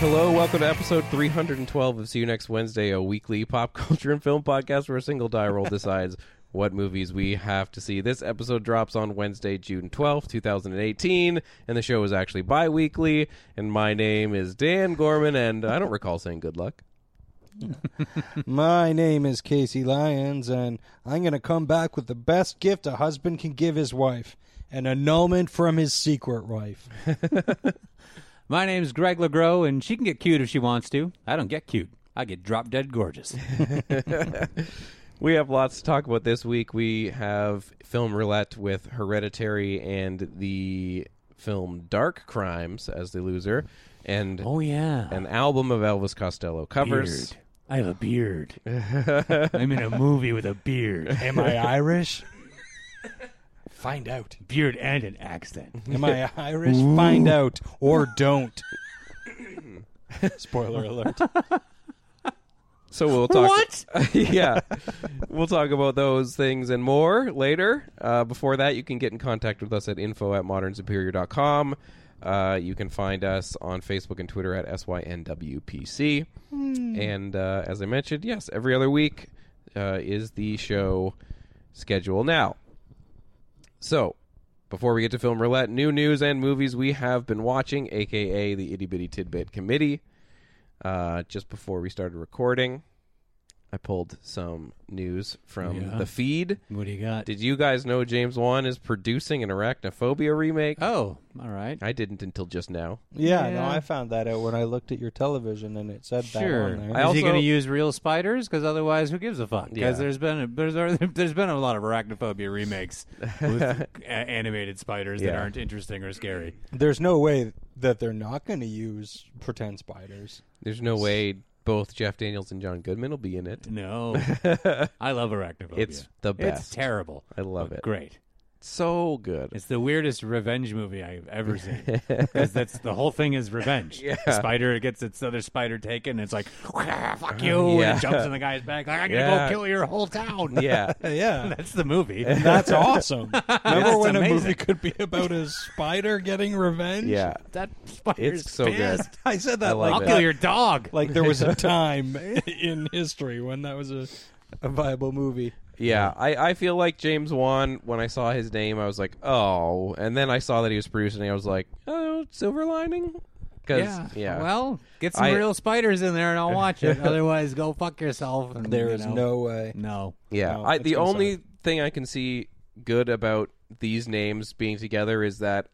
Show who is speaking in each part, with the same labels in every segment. Speaker 1: Hello, welcome to episode 312 of See You Next Wednesday, a weekly pop culture and film podcast where a single die roll decides what movies we have to see. This episode drops on Wednesday, June 12th, 2018, and the show is actually bi weekly. And my name is Dan Gorman, and I don't recall saying good luck.
Speaker 2: My name is Casey Lyons, and I'm going to come back with the best gift a husband can give his wife an annulment from his secret wife.
Speaker 3: My name's Greg LeGros, and she can get cute if she wants to. I don't get cute. I get drop dead gorgeous.
Speaker 1: We have lots to talk about this week. We have film roulette with Hereditary and the film Dark Crimes as the loser, and
Speaker 3: yeah.
Speaker 1: an album of Elvis Costello covers.
Speaker 3: I have a beard. I'm in a movie with a beard.
Speaker 2: Am I Irish? Find out.
Speaker 3: Beard and an accent.
Speaker 2: Am I Irish? Find out or don't. Spoiler alert.
Speaker 1: So we'll talk. yeah, we'll talk about those things and more later. Uh, before that, you can get in contact with us at info at modernsuperior.com. Uh, you can find us on Facebook and Twitter at SYNWPC. And uh, as I mentioned, yes, every other week uh, is the show schedule now. So, before we get to film roulette, new news and movies we have been watching, aka the Itty Bitty Tidbit Committee. Uh, just before we started recording, I pulled some news from
Speaker 3: Yeah.
Speaker 1: the feed.
Speaker 3: What do you got?
Speaker 1: Did you guys know James Wan is producing an Arachnophobia remake?
Speaker 3: oh, all right.
Speaker 1: I didn't until just now.
Speaker 2: Yeah, no,
Speaker 3: Yeah.
Speaker 2: I found that out when I looked at your television and it said that
Speaker 3: Sure. Is
Speaker 2: on
Speaker 1: I
Speaker 2: there.
Speaker 1: also-
Speaker 3: he going to use real spiders? Because otherwise, who gives a fuck? Because
Speaker 1: Yeah.
Speaker 3: there's been a, there's already- there's been a lot of arachnophobia remakes with a- animated spiders that
Speaker 1: Yeah.
Speaker 3: aren't interesting or scary.
Speaker 2: There's no way that they're not going to use pretend spiders.
Speaker 1: There's no way both Jeff Daniels and John Goodman will be in it.
Speaker 3: No, I love arachnophobia.
Speaker 1: It's the best.
Speaker 3: Oh, It's terrible.
Speaker 1: I love
Speaker 3: but
Speaker 1: it.
Speaker 3: Great.
Speaker 1: So good.
Speaker 3: It's the weirdest revenge movie I've ever seen. Because that's the whole thing is revenge. The spider gets its other spider taken. And it's like, "Wah, fuck you!
Speaker 1: Yeah.
Speaker 3: And it jumps in the guy's back. Like, I'm
Speaker 1: Yeah.
Speaker 3: gonna go kill your whole town.
Speaker 1: yeah.
Speaker 2: Uh, Yeah.
Speaker 3: that's the movie.
Speaker 2: That's awesome. Remember
Speaker 3: That's
Speaker 2: when a movie
Speaker 3: amazing.
Speaker 2: could be about a spider getting revenge?
Speaker 1: Yeah.
Speaker 3: that spider's
Speaker 1: It's so good.
Speaker 3: pissed.
Speaker 2: I said
Speaker 1: I
Speaker 2: that
Speaker 1: love
Speaker 3: I'll
Speaker 2: like
Speaker 1: it.
Speaker 3: kill your dog.
Speaker 2: like there was a time in history when that was a, a viable movie.
Speaker 1: Yeah. I, I feel like James Wan, when I saw his name, I was like, oh. And then I saw that he was producing, and I was like, oh, Silver Lining? Because, yeah.
Speaker 3: Well, get some
Speaker 1: I-
Speaker 3: real spiders in there, and I'll watch it. Otherwise, go fuck yourself. And,
Speaker 2: There
Speaker 3: you
Speaker 2: is
Speaker 3: know,
Speaker 2: no way.
Speaker 3: no.
Speaker 1: Yeah,
Speaker 2: No,
Speaker 1: I,
Speaker 2: it's
Speaker 1: the
Speaker 2: been
Speaker 1: only thing I can see good about these names being together is that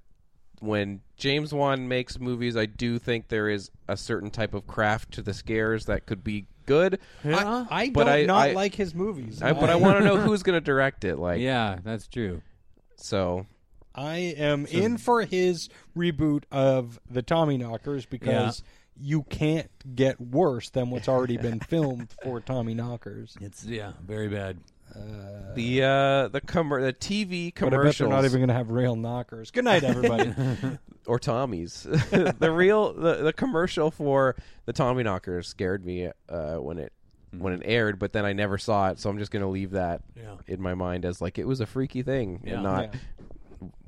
Speaker 1: when James Wan makes movies, I do think there is a certain type of craft to the scares that could be good.
Speaker 2: I, I
Speaker 1: But
Speaker 2: don't
Speaker 1: I-
Speaker 2: not
Speaker 1: I-
Speaker 2: like his movies.
Speaker 1: I, but I want to know who's going to direct it. Like,
Speaker 3: Yeah, that's true.
Speaker 1: so
Speaker 2: I am in for his reboot of the Tommy Knockers because you can't get worse than what's already been filmed for Tommy Knockers.
Speaker 3: It's yeah, very bad.
Speaker 1: the uh, the com- the TV
Speaker 2: But I bet they're
Speaker 1: commercials
Speaker 2: not even going to have real knockers. Good night, everybody.
Speaker 1: or Tommy's, the real the, the commercial for the Tommy Knockers scared me uh, when it
Speaker 2: Mm-hmm.
Speaker 1: when it aired, but then I never saw it, so I'm just going to leave that
Speaker 3: Yeah.
Speaker 1: in my mind as like it was a freaky thing
Speaker 3: Yeah.
Speaker 1: and not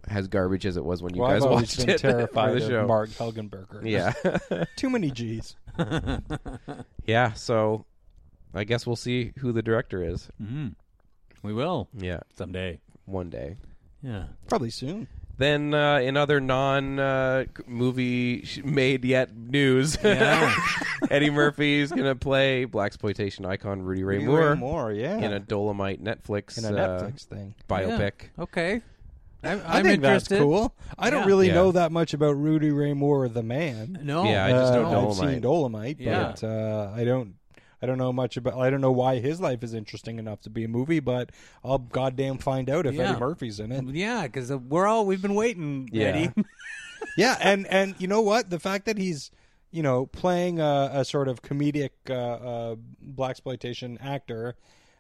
Speaker 1: as garbage as it was when you
Speaker 2: well,
Speaker 1: guys
Speaker 2: I've always
Speaker 1: watched
Speaker 2: been
Speaker 1: it for
Speaker 2: terrified
Speaker 1: the
Speaker 2: of
Speaker 1: show.
Speaker 2: Mark Helgenberger.
Speaker 1: Yeah,
Speaker 2: Too many G's.
Speaker 1: yeah. So I guess we'll see who the director is.
Speaker 3: We will
Speaker 2: Mm-hmm.
Speaker 1: Yeah,
Speaker 3: someday.
Speaker 1: one day.
Speaker 3: Yeah.
Speaker 2: Probably soon.
Speaker 1: Then uh, in other non uh, c- movie sh- made yet news,
Speaker 3: Yeah.
Speaker 1: Eddie Murphy's gonna play black exploitation icon Rudy Ray Moore
Speaker 2: Moore, yeah.
Speaker 1: in a Dolomite Netflix
Speaker 2: In a
Speaker 1: uh,
Speaker 2: Netflix thing.
Speaker 1: biopic.
Speaker 3: Okay. I'm,
Speaker 2: I
Speaker 3: I'm
Speaker 2: think
Speaker 3: interested.
Speaker 2: that's cool. I don't
Speaker 3: Yeah.
Speaker 2: really
Speaker 1: Yeah.
Speaker 2: know that much about Rudy Ray Moore, the man.
Speaker 3: No.
Speaker 1: Yeah, I just know
Speaker 2: Uh,
Speaker 1: Dolomite.
Speaker 2: I've seen Dolomite,
Speaker 3: Yeah.
Speaker 2: but uh, I don't. I don't know much about. I don't know why his life is interesting enough to be a movie, but I'll goddamn find out if
Speaker 3: Yeah.
Speaker 2: Eddie Murphy's in it.
Speaker 3: Yeah, because we're all we've been waiting,
Speaker 1: Yeah.
Speaker 3: Eddie.
Speaker 2: yeah, and and you know what? The fact that he's you know playing a, a sort of comedic uh, uh, black exploitation actor.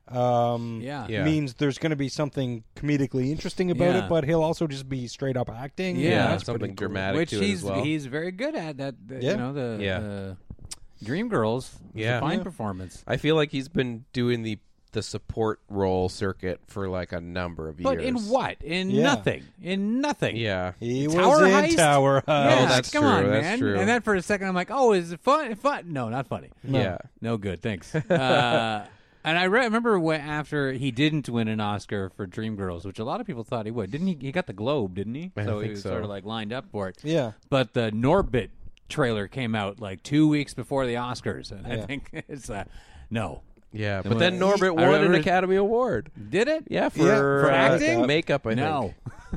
Speaker 2: Um,
Speaker 3: Yeah.
Speaker 1: Yeah.
Speaker 2: means there's going to be something comedically interesting about
Speaker 3: Yeah.
Speaker 2: it, but he'll also just be straight up acting.
Speaker 3: Yeah,
Speaker 2: And that's
Speaker 1: something
Speaker 2: pretty cool.
Speaker 1: dramatic
Speaker 3: Which
Speaker 1: to it
Speaker 3: he's
Speaker 1: as well.
Speaker 3: he's very good at that. that
Speaker 2: Yeah.
Speaker 3: You know the
Speaker 1: Yeah.
Speaker 3: the Dream Girls. was
Speaker 1: Yeah.
Speaker 3: a fine
Speaker 1: Yeah.
Speaker 3: performance.
Speaker 1: I feel like he's been doing the the support role circuit for like a number of
Speaker 3: But
Speaker 1: years.
Speaker 3: in what? In
Speaker 2: Yeah.
Speaker 3: nothing. In nothing.
Speaker 1: Yeah.
Speaker 2: He was
Speaker 3: Tower Heist?
Speaker 2: in Tower
Speaker 3: Yeah,
Speaker 2: Heist.
Speaker 1: Oh, that's
Speaker 3: come
Speaker 1: true,
Speaker 3: on,
Speaker 1: that's
Speaker 3: man.
Speaker 1: true.
Speaker 3: And then for a second, I'm like, oh, is it fun? Fun? No, not funny.
Speaker 1: Yeah.
Speaker 3: No good. Thanks. Uh, and I re- remember when after he didn't win an Oscar for Dreamgirls, which a lot of people thought he would. Didn't he? He got the Globe, didn't he?
Speaker 1: I
Speaker 3: so he
Speaker 1: think
Speaker 3: was
Speaker 1: so.
Speaker 3: sort of like lined up for it.
Speaker 2: Yeah.
Speaker 3: But the Norbit trailer came out like two weeks before the Oscars, and I think it's uh, no.
Speaker 1: Yeah.
Speaker 3: Then
Speaker 1: But then
Speaker 3: when-
Speaker 1: Norbit
Speaker 3: I
Speaker 1: won an
Speaker 3: remember-
Speaker 1: Academy Award.
Speaker 3: Did it?
Speaker 1: Yeah, for,
Speaker 2: Yeah, for
Speaker 1: uh,
Speaker 2: acting?
Speaker 1: makeup. I
Speaker 3: No.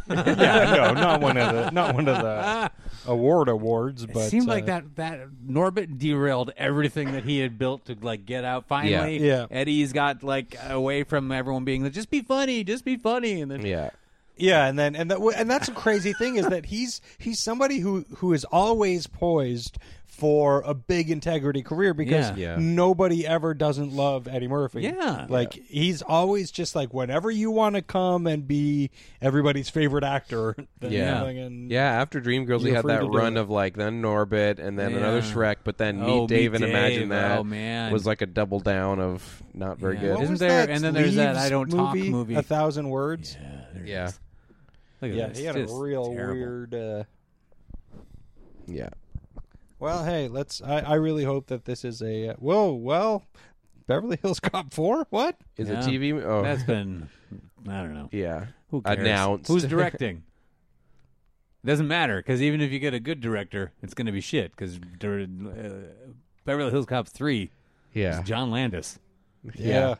Speaker 1: think.
Speaker 2: yeah, no, not one of the not one of the award awards. But
Speaker 3: it seemed like
Speaker 2: uh,
Speaker 3: that that Norbit derailed everything that he had built to like get out. Finally,
Speaker 2: Yeah.
Speaker 3: Eddie's got like away from everyone being like, just be funny, just be funny, and then
Speaker 1: Yeah.
Speaker 2: Yeah, and then and that and that's a crazy thing is that he's he's somebody who who is always poised for a big integrity career because
Speaker 3: Yeah.
Speaker 1: Yeah.
Speaker 2: nobody ever doesn't love Eddie Murphy.
Speaker 3: Yeah.
Speaker 2: like he's always just like whenever you want to come and be everybody's favorite actor. Then
Speaker 1: Yeah.
Speaker 2: something and-
Speaker 1: Yeah, after Dreamgirls, we
Speaker 2: You're
Speaker 1: had
Speaker 2: free
Speaker 1: that
Speaker 2: to do
Speaker 1: run
Speaker 2: it.
Speaker 1: of like then Norbit and then
Speaker 3: Yeah.
Speaker 1: another Shrek, but then Meet
Speaker 3: Oh, Meet
Speaker 1: Dave and
Speaker 3: Dave.
Speaker 1: Imagine That
Speaker 3: Oh, man.
Speaker 1: was like a double down of not very
Speaker 3: Yeah.
Speaker 1: good.
Speaker 2: What
Speaker 3: Isn't
Speaker 2: was
Speaker 3: there-
Speaker 2: that
Speaker 3: and then there's that
Speaker 2: Leaves
Speaker 3: I Don't Talk movie.
Speaker 2: A thousand words.
Speaker 1: yeah,
Speaker 3: Look at
Speaker 2: Yeah,
Speaker 3: this.
Speaker 2: he had a
Speaker 3: Just
Speaker 2: real
Speaker 3: terrible.
Speaker 2: weird. Uh,
Speaker 1: yeah.
Speaker 2: Well, hey, let's. I, I really hope that this is a. Uh, whoa, well, Beverly Hills Cop Four. What?
Speaker 1: Is
Speaker 3: Yeah.
Speaker 1: it TV? mo- Oh,
Speaker 3: That's been I don't know.
Speaker 1: yeah.
Speaker 3: Who cares?
Speaker 1: Announced.
Speaker 3: Who's directing? Doesn't matter because even if you get a good director, it's going to be shit. Because uh, Beverly Hills Cop Three
Speaker 1: yeah.
Speaker 3: is John Landis.
Speaker 1: Yeah.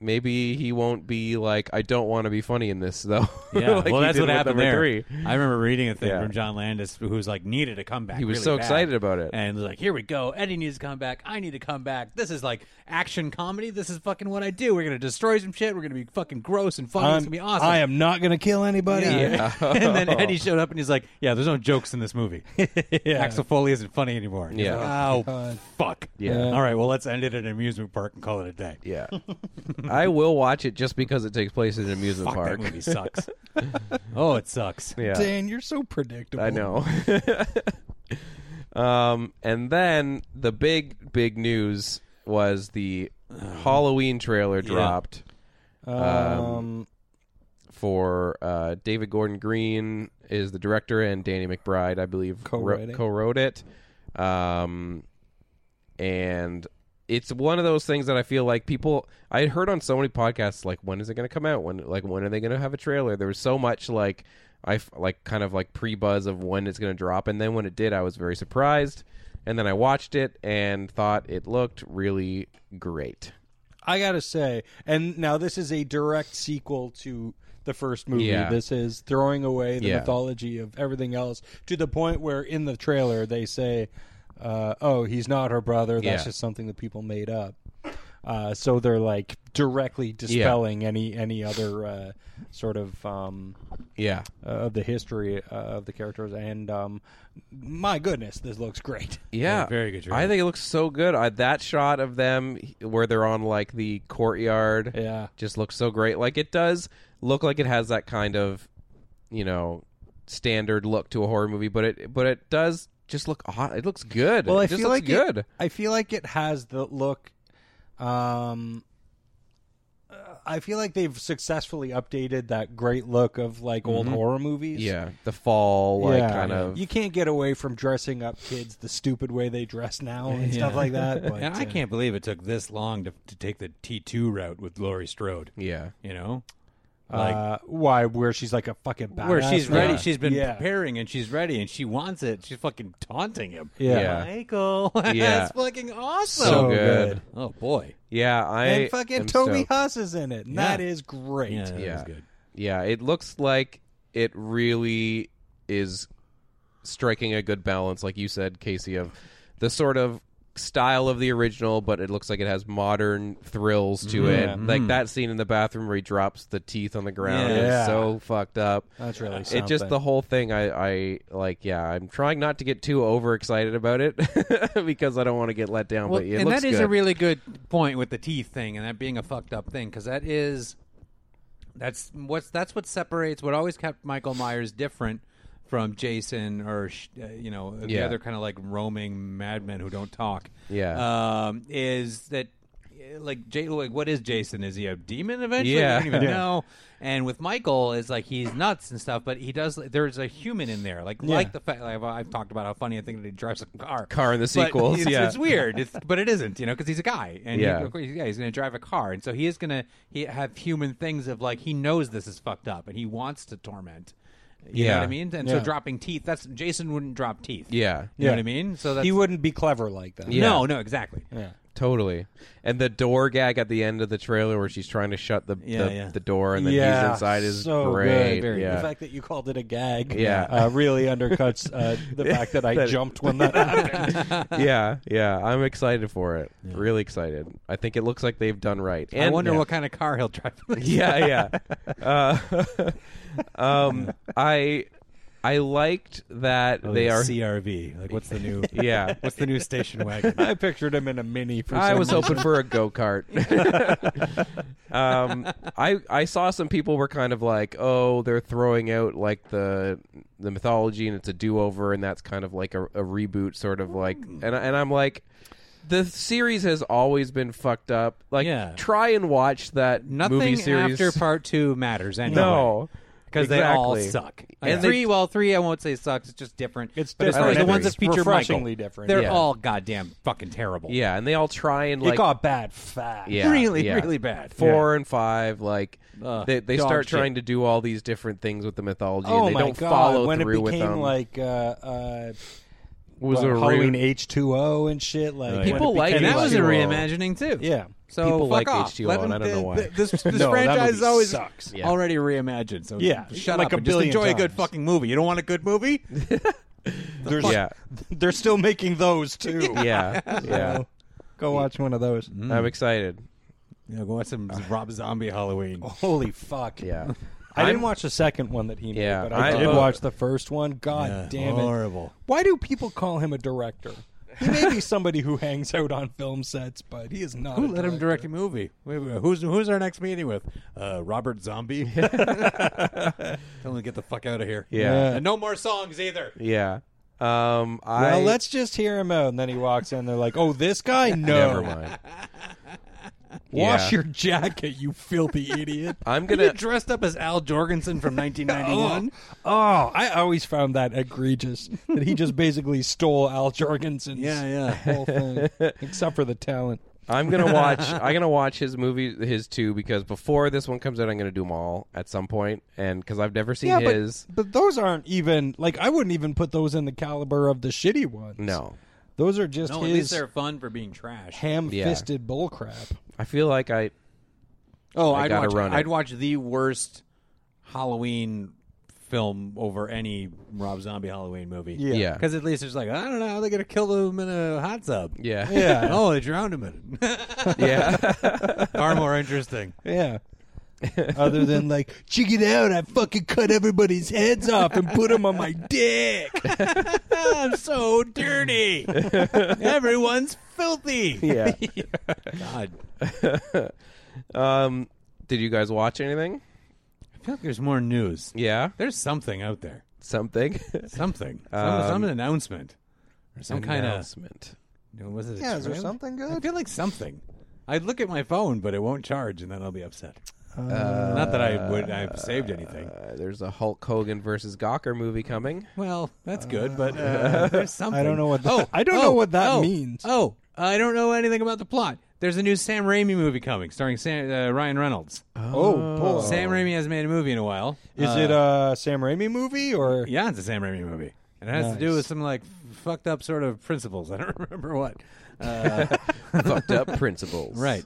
Speaker 1: Maybe he won't be like, I don't want to be funny in this though.
Speaker 3: Yeah,
Speaker 1: Like
Speaker 3: well,
Speaker 1: he
Speaker 3: that's
Speaker 1: did
Speaker 3: what
Speaker 1: with
Speaker 3: happened
Speaker 1: number
Speaker 3: there.
Speaker 1: Three.
Speaker 3: I remember reading a thing
Speaker 1: Yeah.
Speaker 3: from John Landis who was like needed a comeback.
Speaker 1: He was
Speaker 3: really
Speaker 1: so
Speaker 3: bad.
Speaker 1: excited about it.
Speaker 3: and was like, "Here we go. Eddie needs to come back. I need to come back. This is like action comedy. This is fucking what I do. We're gonna destroy some shit. We're gonna be fucking gross and funny. it's
Speaker 2: I'm,
Speaker 3: gonna be awesome."
Speaker 2: I am not going to kill anybody.
Speaker 3: Yeah. and then Eddie showed up and he's like, "Yeah, there's no jokes in this movie. Axel Foley isn't funny anymore." And he's
Speaker 1: Yeah.
Speaker 3: like, oh fuck.
Speaker 1: Yeah.
Speaker 3: All right. Well, let's end it at an amusement park and call it a day.
Speaker 1: Yeah. I will watch it just because it takes place in an amusement
Speaker 3: Fuck
Speaker 1: park.
Speaker 3: that movie sucks. oh, it sucks.
Speaker 1: Yeah.
Speaker 2: Dan, you're so predictable.
Speaker 1: I know. um, and then the big, big news was the Halloween trailer dropped
Speaker 2: Um,
Speaker 1: for uh, David Gordon Green is the director and Danny McBride, I believe, wro-
Speaker 2: Co-wrote it.
Speaker 1: co-wrote it. Um, and it's one of those things that I feel like people. I had heard on so many podcasts like, when is it going to come out? When like when are they going to have a trailer? There was so much like I f- like kind of like pre buzz of when it's going to drop, and then when it did, I was very surprised. And then I watched it and thought it looked really great.
Speaker 2: I got to say, and now this is a direct sequel to the first movie.
Speaker 1: Yeah.
Speaker 2: This is throwing away the
Speaker 1: Yeah.
Speaker 2: mythology of everything else to the point where in the trailer they say, uh, "Oh, he's not her brother. That's
Speaker 1: Yeah.
Speaker 2: just something that people made up." Uh, so they're like directly dispelling any any other uh, sort of um,
Speaker 1: Yeah,
Speaker 2: uh, of the history uh, of the characters. And um, my goodness, this looks great.
Speaker 1: Yeah,
Speaker 3: very good
Speaker 1: I
Speaker 3: job.
Speaker 1: think it looks so good. I, that shot of them where they're on like the courtyard,
Speaker 2: Yeah.
Speaker 1: just looks so great. Like it does look like it has that kind of, you know, standard look to a horror movie, but it but it does just look hot. It looks good.
Speaker 2: Well, I
Speaker 1: it just
Speaker 2: feel
Speaker 1: looks
Speaker 2: like
Speaker 1: good.
Speaker 2: It, I feel like it has the look. Um, uh, I feel like they've successfully updated that great look of like old
Speaker 3: Mm-hmm.
Speaker 2: horror movies.
Speaker 1: yeah, the fall, like
Speaker 2: yeah,
Speaker 1: kind of.
Speaker 2: You can't get away from dressing up kids the stupid way they dress now and stuff like that. But
Speaker 3: And I
Speaker 2: uh,
Speaker 3: can't believe it took this long to, to take the T2 route with Laurie Strode.
Speaker 1: yeah,
Speaker 3: You know? Like,
Speaker 2: uh, why? Where she's like a fucking badass.
Speaker 3: where she's
Speaker 2: now.
Speaker 3: ready. She's been
Speaker 2: Yeah.
Speaker 3: preparing and she's ready and she wants it. She's fucking taunting him.
Speaker 2: Yeah.
Speaker 1: Yeah.
Speaker 3: Michael.
Speaker 1: Yeah.
Speaker 3: That's fucking awesome.
Speaker 1: so,
Speaker 2: So
Speaker 1: good.
Speaker 2: good.
Speaker 3: Oh, boy.
Speaker 1: Yeah, I
Speaker 2: and fucking
Speaker 1: am
Speaker 2: Toby
Speaker 1: stoked.
Speaker 2: Huss is in it. And
Speaker 3: Yeah.
Speaker 2: That is great.
Speaker 3: Yeah, that was
Speaker 1: Yeah.
Speaker 3: good.
Speaker 1: Yeah, it looks like it really is striking a good balance, like you said, Casey, of the sort of style of the original, but it looks like it has modern thrills to it.
Speaker 2: Mm-hmm.
Speaker 1: Like that scene in the bathroom where he drops the teeth on the ground
Speaker 2: Yeah.
Speaker 1: is so fucked up.
Speaker 2: That's really
Speaker 1: It just
Speaker 2: something.
Speaker 1: the whole thing. I, I like. Yeah, I'm trying not to get too overexcited about it because I don't want to get let down. but it
Speaker 3: and
Speaker 1: looks
Speaker 3: that is
Speaker 1: good.
Speaker 3: a really good point with the teeth thing and that being a fucked up thing because that is that's what's that's what separates what always kept Michael Myers different from Jason or sh- uh, you know the
Speaker 1: Yeah.
Speaker 3: other kind of like roaming madmen who don't talk.
Speaker 1: Yeah.
Speaker 3: um, is that. uh, Like, J- like, what is Jason? Is he a demon eventually?
Speaker 1: Yeah.
Speaker 3: We don't even know. And with Michael, is like he's nuts and stuff, but he does. There's a human in there, like like the fact like, I've, I've talked about how funny I think that he drives a car.
Speaker 1: Car in the
Speaker 3: But
Speaker 1: sequels,
Speaker 3: it's-
Speaker 1: yeah.
Speaker 3: it's weird, it's, but it isn't, you know, because he's a guy, and yeah,
Speaker 1: Yeah.
Speaker 3: he, of course, yeah, he's going to drive a car, and so he is going to he have human things of like he knows this is fucked up, and he wants to torment. You know
Speaker 1: Yeah.
Speaker 3: what I mean? And so
Speaker 2: Yeah.
Speaker 3: dropping teeth, that's Jason wouldn't drop teeth.
Speaker 1: Yeah.
Speaker 3: You know what I mean? So that's
Speaker 2: He wouldn't be clever like that.
Speaker 3: No, no, exactly.
Speaker 1: Totally. And the door gag at the end of the trailer where she's trying to shut the
Speaker 3: Yeah,
Speaker 1: the,
Speaker 3: yeah.
Speaker 1: the door and then
Speaker 2: yeah,
Speaker 1: he's inside is
Speaker 2: so
Speaker 1: great.
Speaker 2: Good.
Speaker 1: Yeah.
Speaker 2: The fact that you called it a gag,
Speaker 1: Yeah.
Speaker 2: uh, really undercuts uh, the fact that I jumped when that happened.
Speaker 1: yeah, yeah. I'm excited for it. Really excited. I think it looks like they've done right. And
Speaker 3: I wonder what kind of car he'll drive.
Speaker 1: yeah, yeah. Uh, um, I I liked that
Speaker 3: Oh,
Speaker 1: they are.
Speaker 3: CRV. Like, what's the new?
Speaker 1: yeah,
Speaker 3: What's the new station wagon?
Speaker 2: I pictured him in a mini. For
Speaker 1: I
Speaker 2: some
Speaker 1: was hoping for a go kart. um, I I saw some people were kind of like, oh, they're throwing out like the the mythology and it's a do over and that's kind of like a, a reboot, sort of like,
Speaker 3: Mm.
Speaker 1: and I- and I'm like. The series has always been fucked up. Like,
Speaker 3: Yeah.
Speaker 1: try and watch that
Speaker 3: Nothing
Speaker 1: movie series.
Speaker 3: after part two matters anyway.
Speaker 1: no,
Speaker 3: because they all
Speaker 1: Exactly.
Speaker 3: suck.
Speaker 1: And
Speaker 3: and
Speaker 1: they-
Speaker 3: three, well, three I won't say sucks. It's just different.
Speaker 2: It's
Speaker 3: but as far as
Speaker 1: different.
Speaker 3: the
Speaker 1: I
Speaker 3: ones
Speaker 1: agree.
Speaker 3: that feature
Speaker 2: Refreshingly
Speaker 3: Michael,
Speaker 2: different.
Speaker 3: They're
Speaker 1: Yeah.
Speaker 3: all goddamn fucking terrible.
Speaker 1: Yeah, and they all try and
Speaker 2: it
Speaker 1: like
Speaker 2: got bad fast.
Speaker 1: Yeah,
Speaker 3: really,
Speaker 1: yeah.
Speaker 3: really bad.
Speaker 1: four and five. Like
Speaker 3: Ugh,
Speaker 1: they, they
Speaker 3: dog
Speaker 1: start
Speaker 3: shit.
Speaker 1: trying to do all these different things with the mythology, and
Speaker 2: Oh
Speaker 1: they
Speaker 2: my
Speaker 1: don't
Speaker 2: god!
Speaker 1: follow
Speaker 2: when it
Speaker 1: through with
Speaker 2: became
Speaker 1: them.
Speaker 2: like uh, uh,
Speaker 1: was
Speaker 2: what,
Speaker 1: a
Speaker 2: Halloween
Speaker 1: rude-
Speaker 2: H two O and shit, like when it
Speaker 1: People like
Speaker 2: became
Speaker 3: and that was a
Speaker 1: H2O.
Speaker 3: reimagining too.
Speaker 2: Yeah.
Speaker 3: So
Speaker 1: People
Speaker 3: fuck
Speaker 1: like
Speaker 3: off.
Speaker 1: H2O,
Speaker 3: Let
Speaker 1: and
Speaker 3: them-
Speaker 1: I don't know why.
Speaker 3: th- This, this
Speaker 2: No, that
Speaker 3: franchise
Speaker 2: movie
Speaker 3: always
Speaker 2: sucks.
Speaker 1: Yeah.
Speaker 3: already reimagined. So
Speaker 2: Yeah,
Speaker 3: shut
Speaker 2: like
Speaker 3: up
Speaker 2: a
Speaker 3: and just
Speaker 2: billion
Speaker 3: enjoy a good
Speaker 2: times.
Speaker 3: fucking movie. You don't want a good movie?
Speaker 2: There's,
Speaker 1: Yeah,
Speaker 2: they're still making those too.
Speaker 1: yeah, yeah. Mm.
Speaker 2: So, hmm. Go watch one of those.
Speaker 1: I'm excited.
Speaker 3: you know, go watch some Rob Zombie Halloween.
Speaker 2: Holy fuck!
Speaker 1: Yeah,
Speaker 2: I didn't watch the second one that he made,
Speaker 1: Yeah,
Speaker 2: but I,
Speaker 1: I-
Speaker 2: did
Speaker 1: uh,
Speaker 2: watch the first one. God
Speaker 3: Yeah,
Speaker 2: damn it!
Speaker 3: horrible.
Speaker 2: Why do people call him a director? He may be somebody who hangs out on film sets, but he is not.
Speaker 3: Who
Speaker 2: a
Speaker 3: let him direct a movie? Wait, wait, Who's who's our next meeting with? Uh, Robert Zombie. Tell him to get the fuck out of here.
Speaker 1: Yeah.
Speaker 3: and no more songs either.
Speaker 1: yeah. Um, I
Speaker 2: Well, let's just hear him out, and then he walks in. They're like, "Oh, this guy? No,
Speaker 1: never mind.
Speaker 2: Wash
Speaker 1: Yeah.
Speaker 2: your jacket, you filthy idiot."
Speaker 1: I'm
Speaker 3: Are you
Speaker 1: gonna.
Speaker 3: dressed up as Al Jorgensen from 1991?
Speaker 2: Oh, I always found that egregious that he just basically stole Al Jorgensen's
Speaker 3: Yeah, yeah.
Speaker 2: whole thing, except for the talent.
Speaker 1: I'm gonna watch. I'm gonna watch his movie, his two, because before this one comes out, I'm gonna do them all at some point, and because I've never seen
Speaker 2: Yeah,
Speaker 1: his.
Speaker 2: but but those aren't even like I wouldn't even put those in the caliber of the shitty ones.
Speaker 1: no,
Speaker 2: those are just
Speaker 3: no, at least
Speaker 2: his
Speaker 3: they're fun for being trash.
Speaker 2: ham-fisted bullcrap.
Speaker 1: I feel like I.
Speaker 3: oh,
Speaker 1: I
Speaker 3: I'd
Speaker 1: gotta
Speaker 3: watch.
Speaker 1: run it.
Speaker 3: I'd watch the worst Halloween film over any Rob Zombie Halloween movie.
Speaker 2: Yeah.
Speaker 1: Yeah,
Speaker 3: because at least it's like I don't know how they're gonna kill him in a hot tub.
Speaker 1: yeah,
Speaker 2: Yeah.
Speaker 3: oh, they drowned him in it.
Speaker 1: yeah.
Speaker 3: Far more interesting.
Speaker 2: Yeah. Other than like, check it out, I fucking cut everybody's heads off and put them on my dick.
Speaker 3: I'm so dirty. Everyone's filthy.
Speaker 1: yeah.
Speaker 3: God,
Speaker 1: Um, did you guys watch anything?
Speaker 3: I feel like there's more news.
Speaker 1: Yeah,
Speaker 3: There's something out there.
Speaker 1: something.
Speaker 3: Something. Some, some announcement. Or some kind of.
Speaker 1: Um, announcement.
Speaker 3: Was it a
Speaker 2: Yeah, is there
Speaker 3: trailer?
Speaker 2: something
Speaker 3: I
Speaker 2: good?
Speaker 3: feel like something. I look at my phone, but it won't charge, and then I'll be upset.
Speaker 2: Uh,
Speaker 3: Not that I would. I've saved anything.
Speaker 1: Uh, there's a Hulk Hogan versus Gawker movie coming.
Speaker 3: Well, that's good, but uh, there's something.
Speaker 2: I don't know what that-
Speaker 3: oh,
Speaker 2: I don't know
Speaker 3: oh,
Speaker 2: what that
Speaker 3: oh,
Speaker 2: means.
Speaker 3: Oh, I don't know anything about the plot. There's a new Sam Raimi movie coming, starring Sam, uh, Ryan Reynolds.
Speaker 2: Oh, boy.
Speaker 3: Sam Raimi hasn't made a movie in a while. Uh,
Speaker 2: Is it
Speaker 1: Uh,
Speaker 2: a Sam Raimi movie or
Speaker 3: Yeah, it's a Sam Raimi movie. And it has to do
Speaker 2: Nice.
Speaker 3: with some like fucked up sort of principles. I don't remember what. Uh,
Speaker 1: Oh. Fucked up principles.
Speaker 3: right.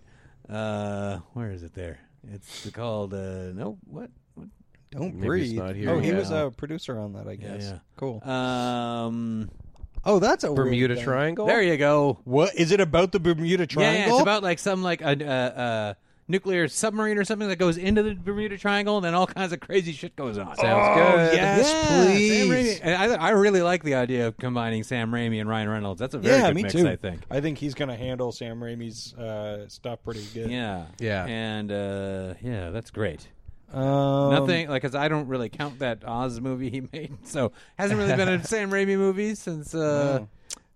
Speaker 3: Uh, where is it? There. It's called. Uh, no. What? what?
Speaker 2: Don't
Speaker 1: Maybe
Speaker 2: Breathe?
Speaker 1: it's not here
Speaker 2: oh, he
Speaker 1: yet.
Speaker 2: was a producer on that, I guess.
Speaker 3: yeah.
Speaker 2: Cool.
Speaker 3: Um,
Speaker 2: oh, that's a weird
Speaker 1: Bermuda
Speaker 2: thing.
Speaker 1: Triangle.
Speaker 3: there you go.
Speaker 2: What is it about the Bermuda
Speaker 3: Yeah,
Speaker 2: Triangle?
Speaker 3: Yeah, it's about like some like a, a, a nuclear submarine or something that goes into the Bermuda Triangle, and then all kinds of crazy shit goes on.
Speaker 1: Sounds good.
Speaker 2: yes,
Speaker 3: Sam
Speaker 2: please.
Speaker 3: Raimi- and I, I really like the idea of combining Sam Raimi and Ryan Reynolds. That's a very
Speaker 2: yeah,
Speaker 3: good
Speaker 2: me
Speaker 3: mix,
Speaker 2: too.
Speaker 3: I think.
Speaker 2: I think he's going to handle Sam Raimi's uh, stuff pretty good.
Speaker 3: Yeah,
Speaker 1: Yeah.
Speaker 3: and uh, yeah, that's great.
Speaker 2: Um,
Speaker 3: Nothing like because I don't really count that Oz movie he made, so hasn't really been a Sam Raimi movie since. Uh,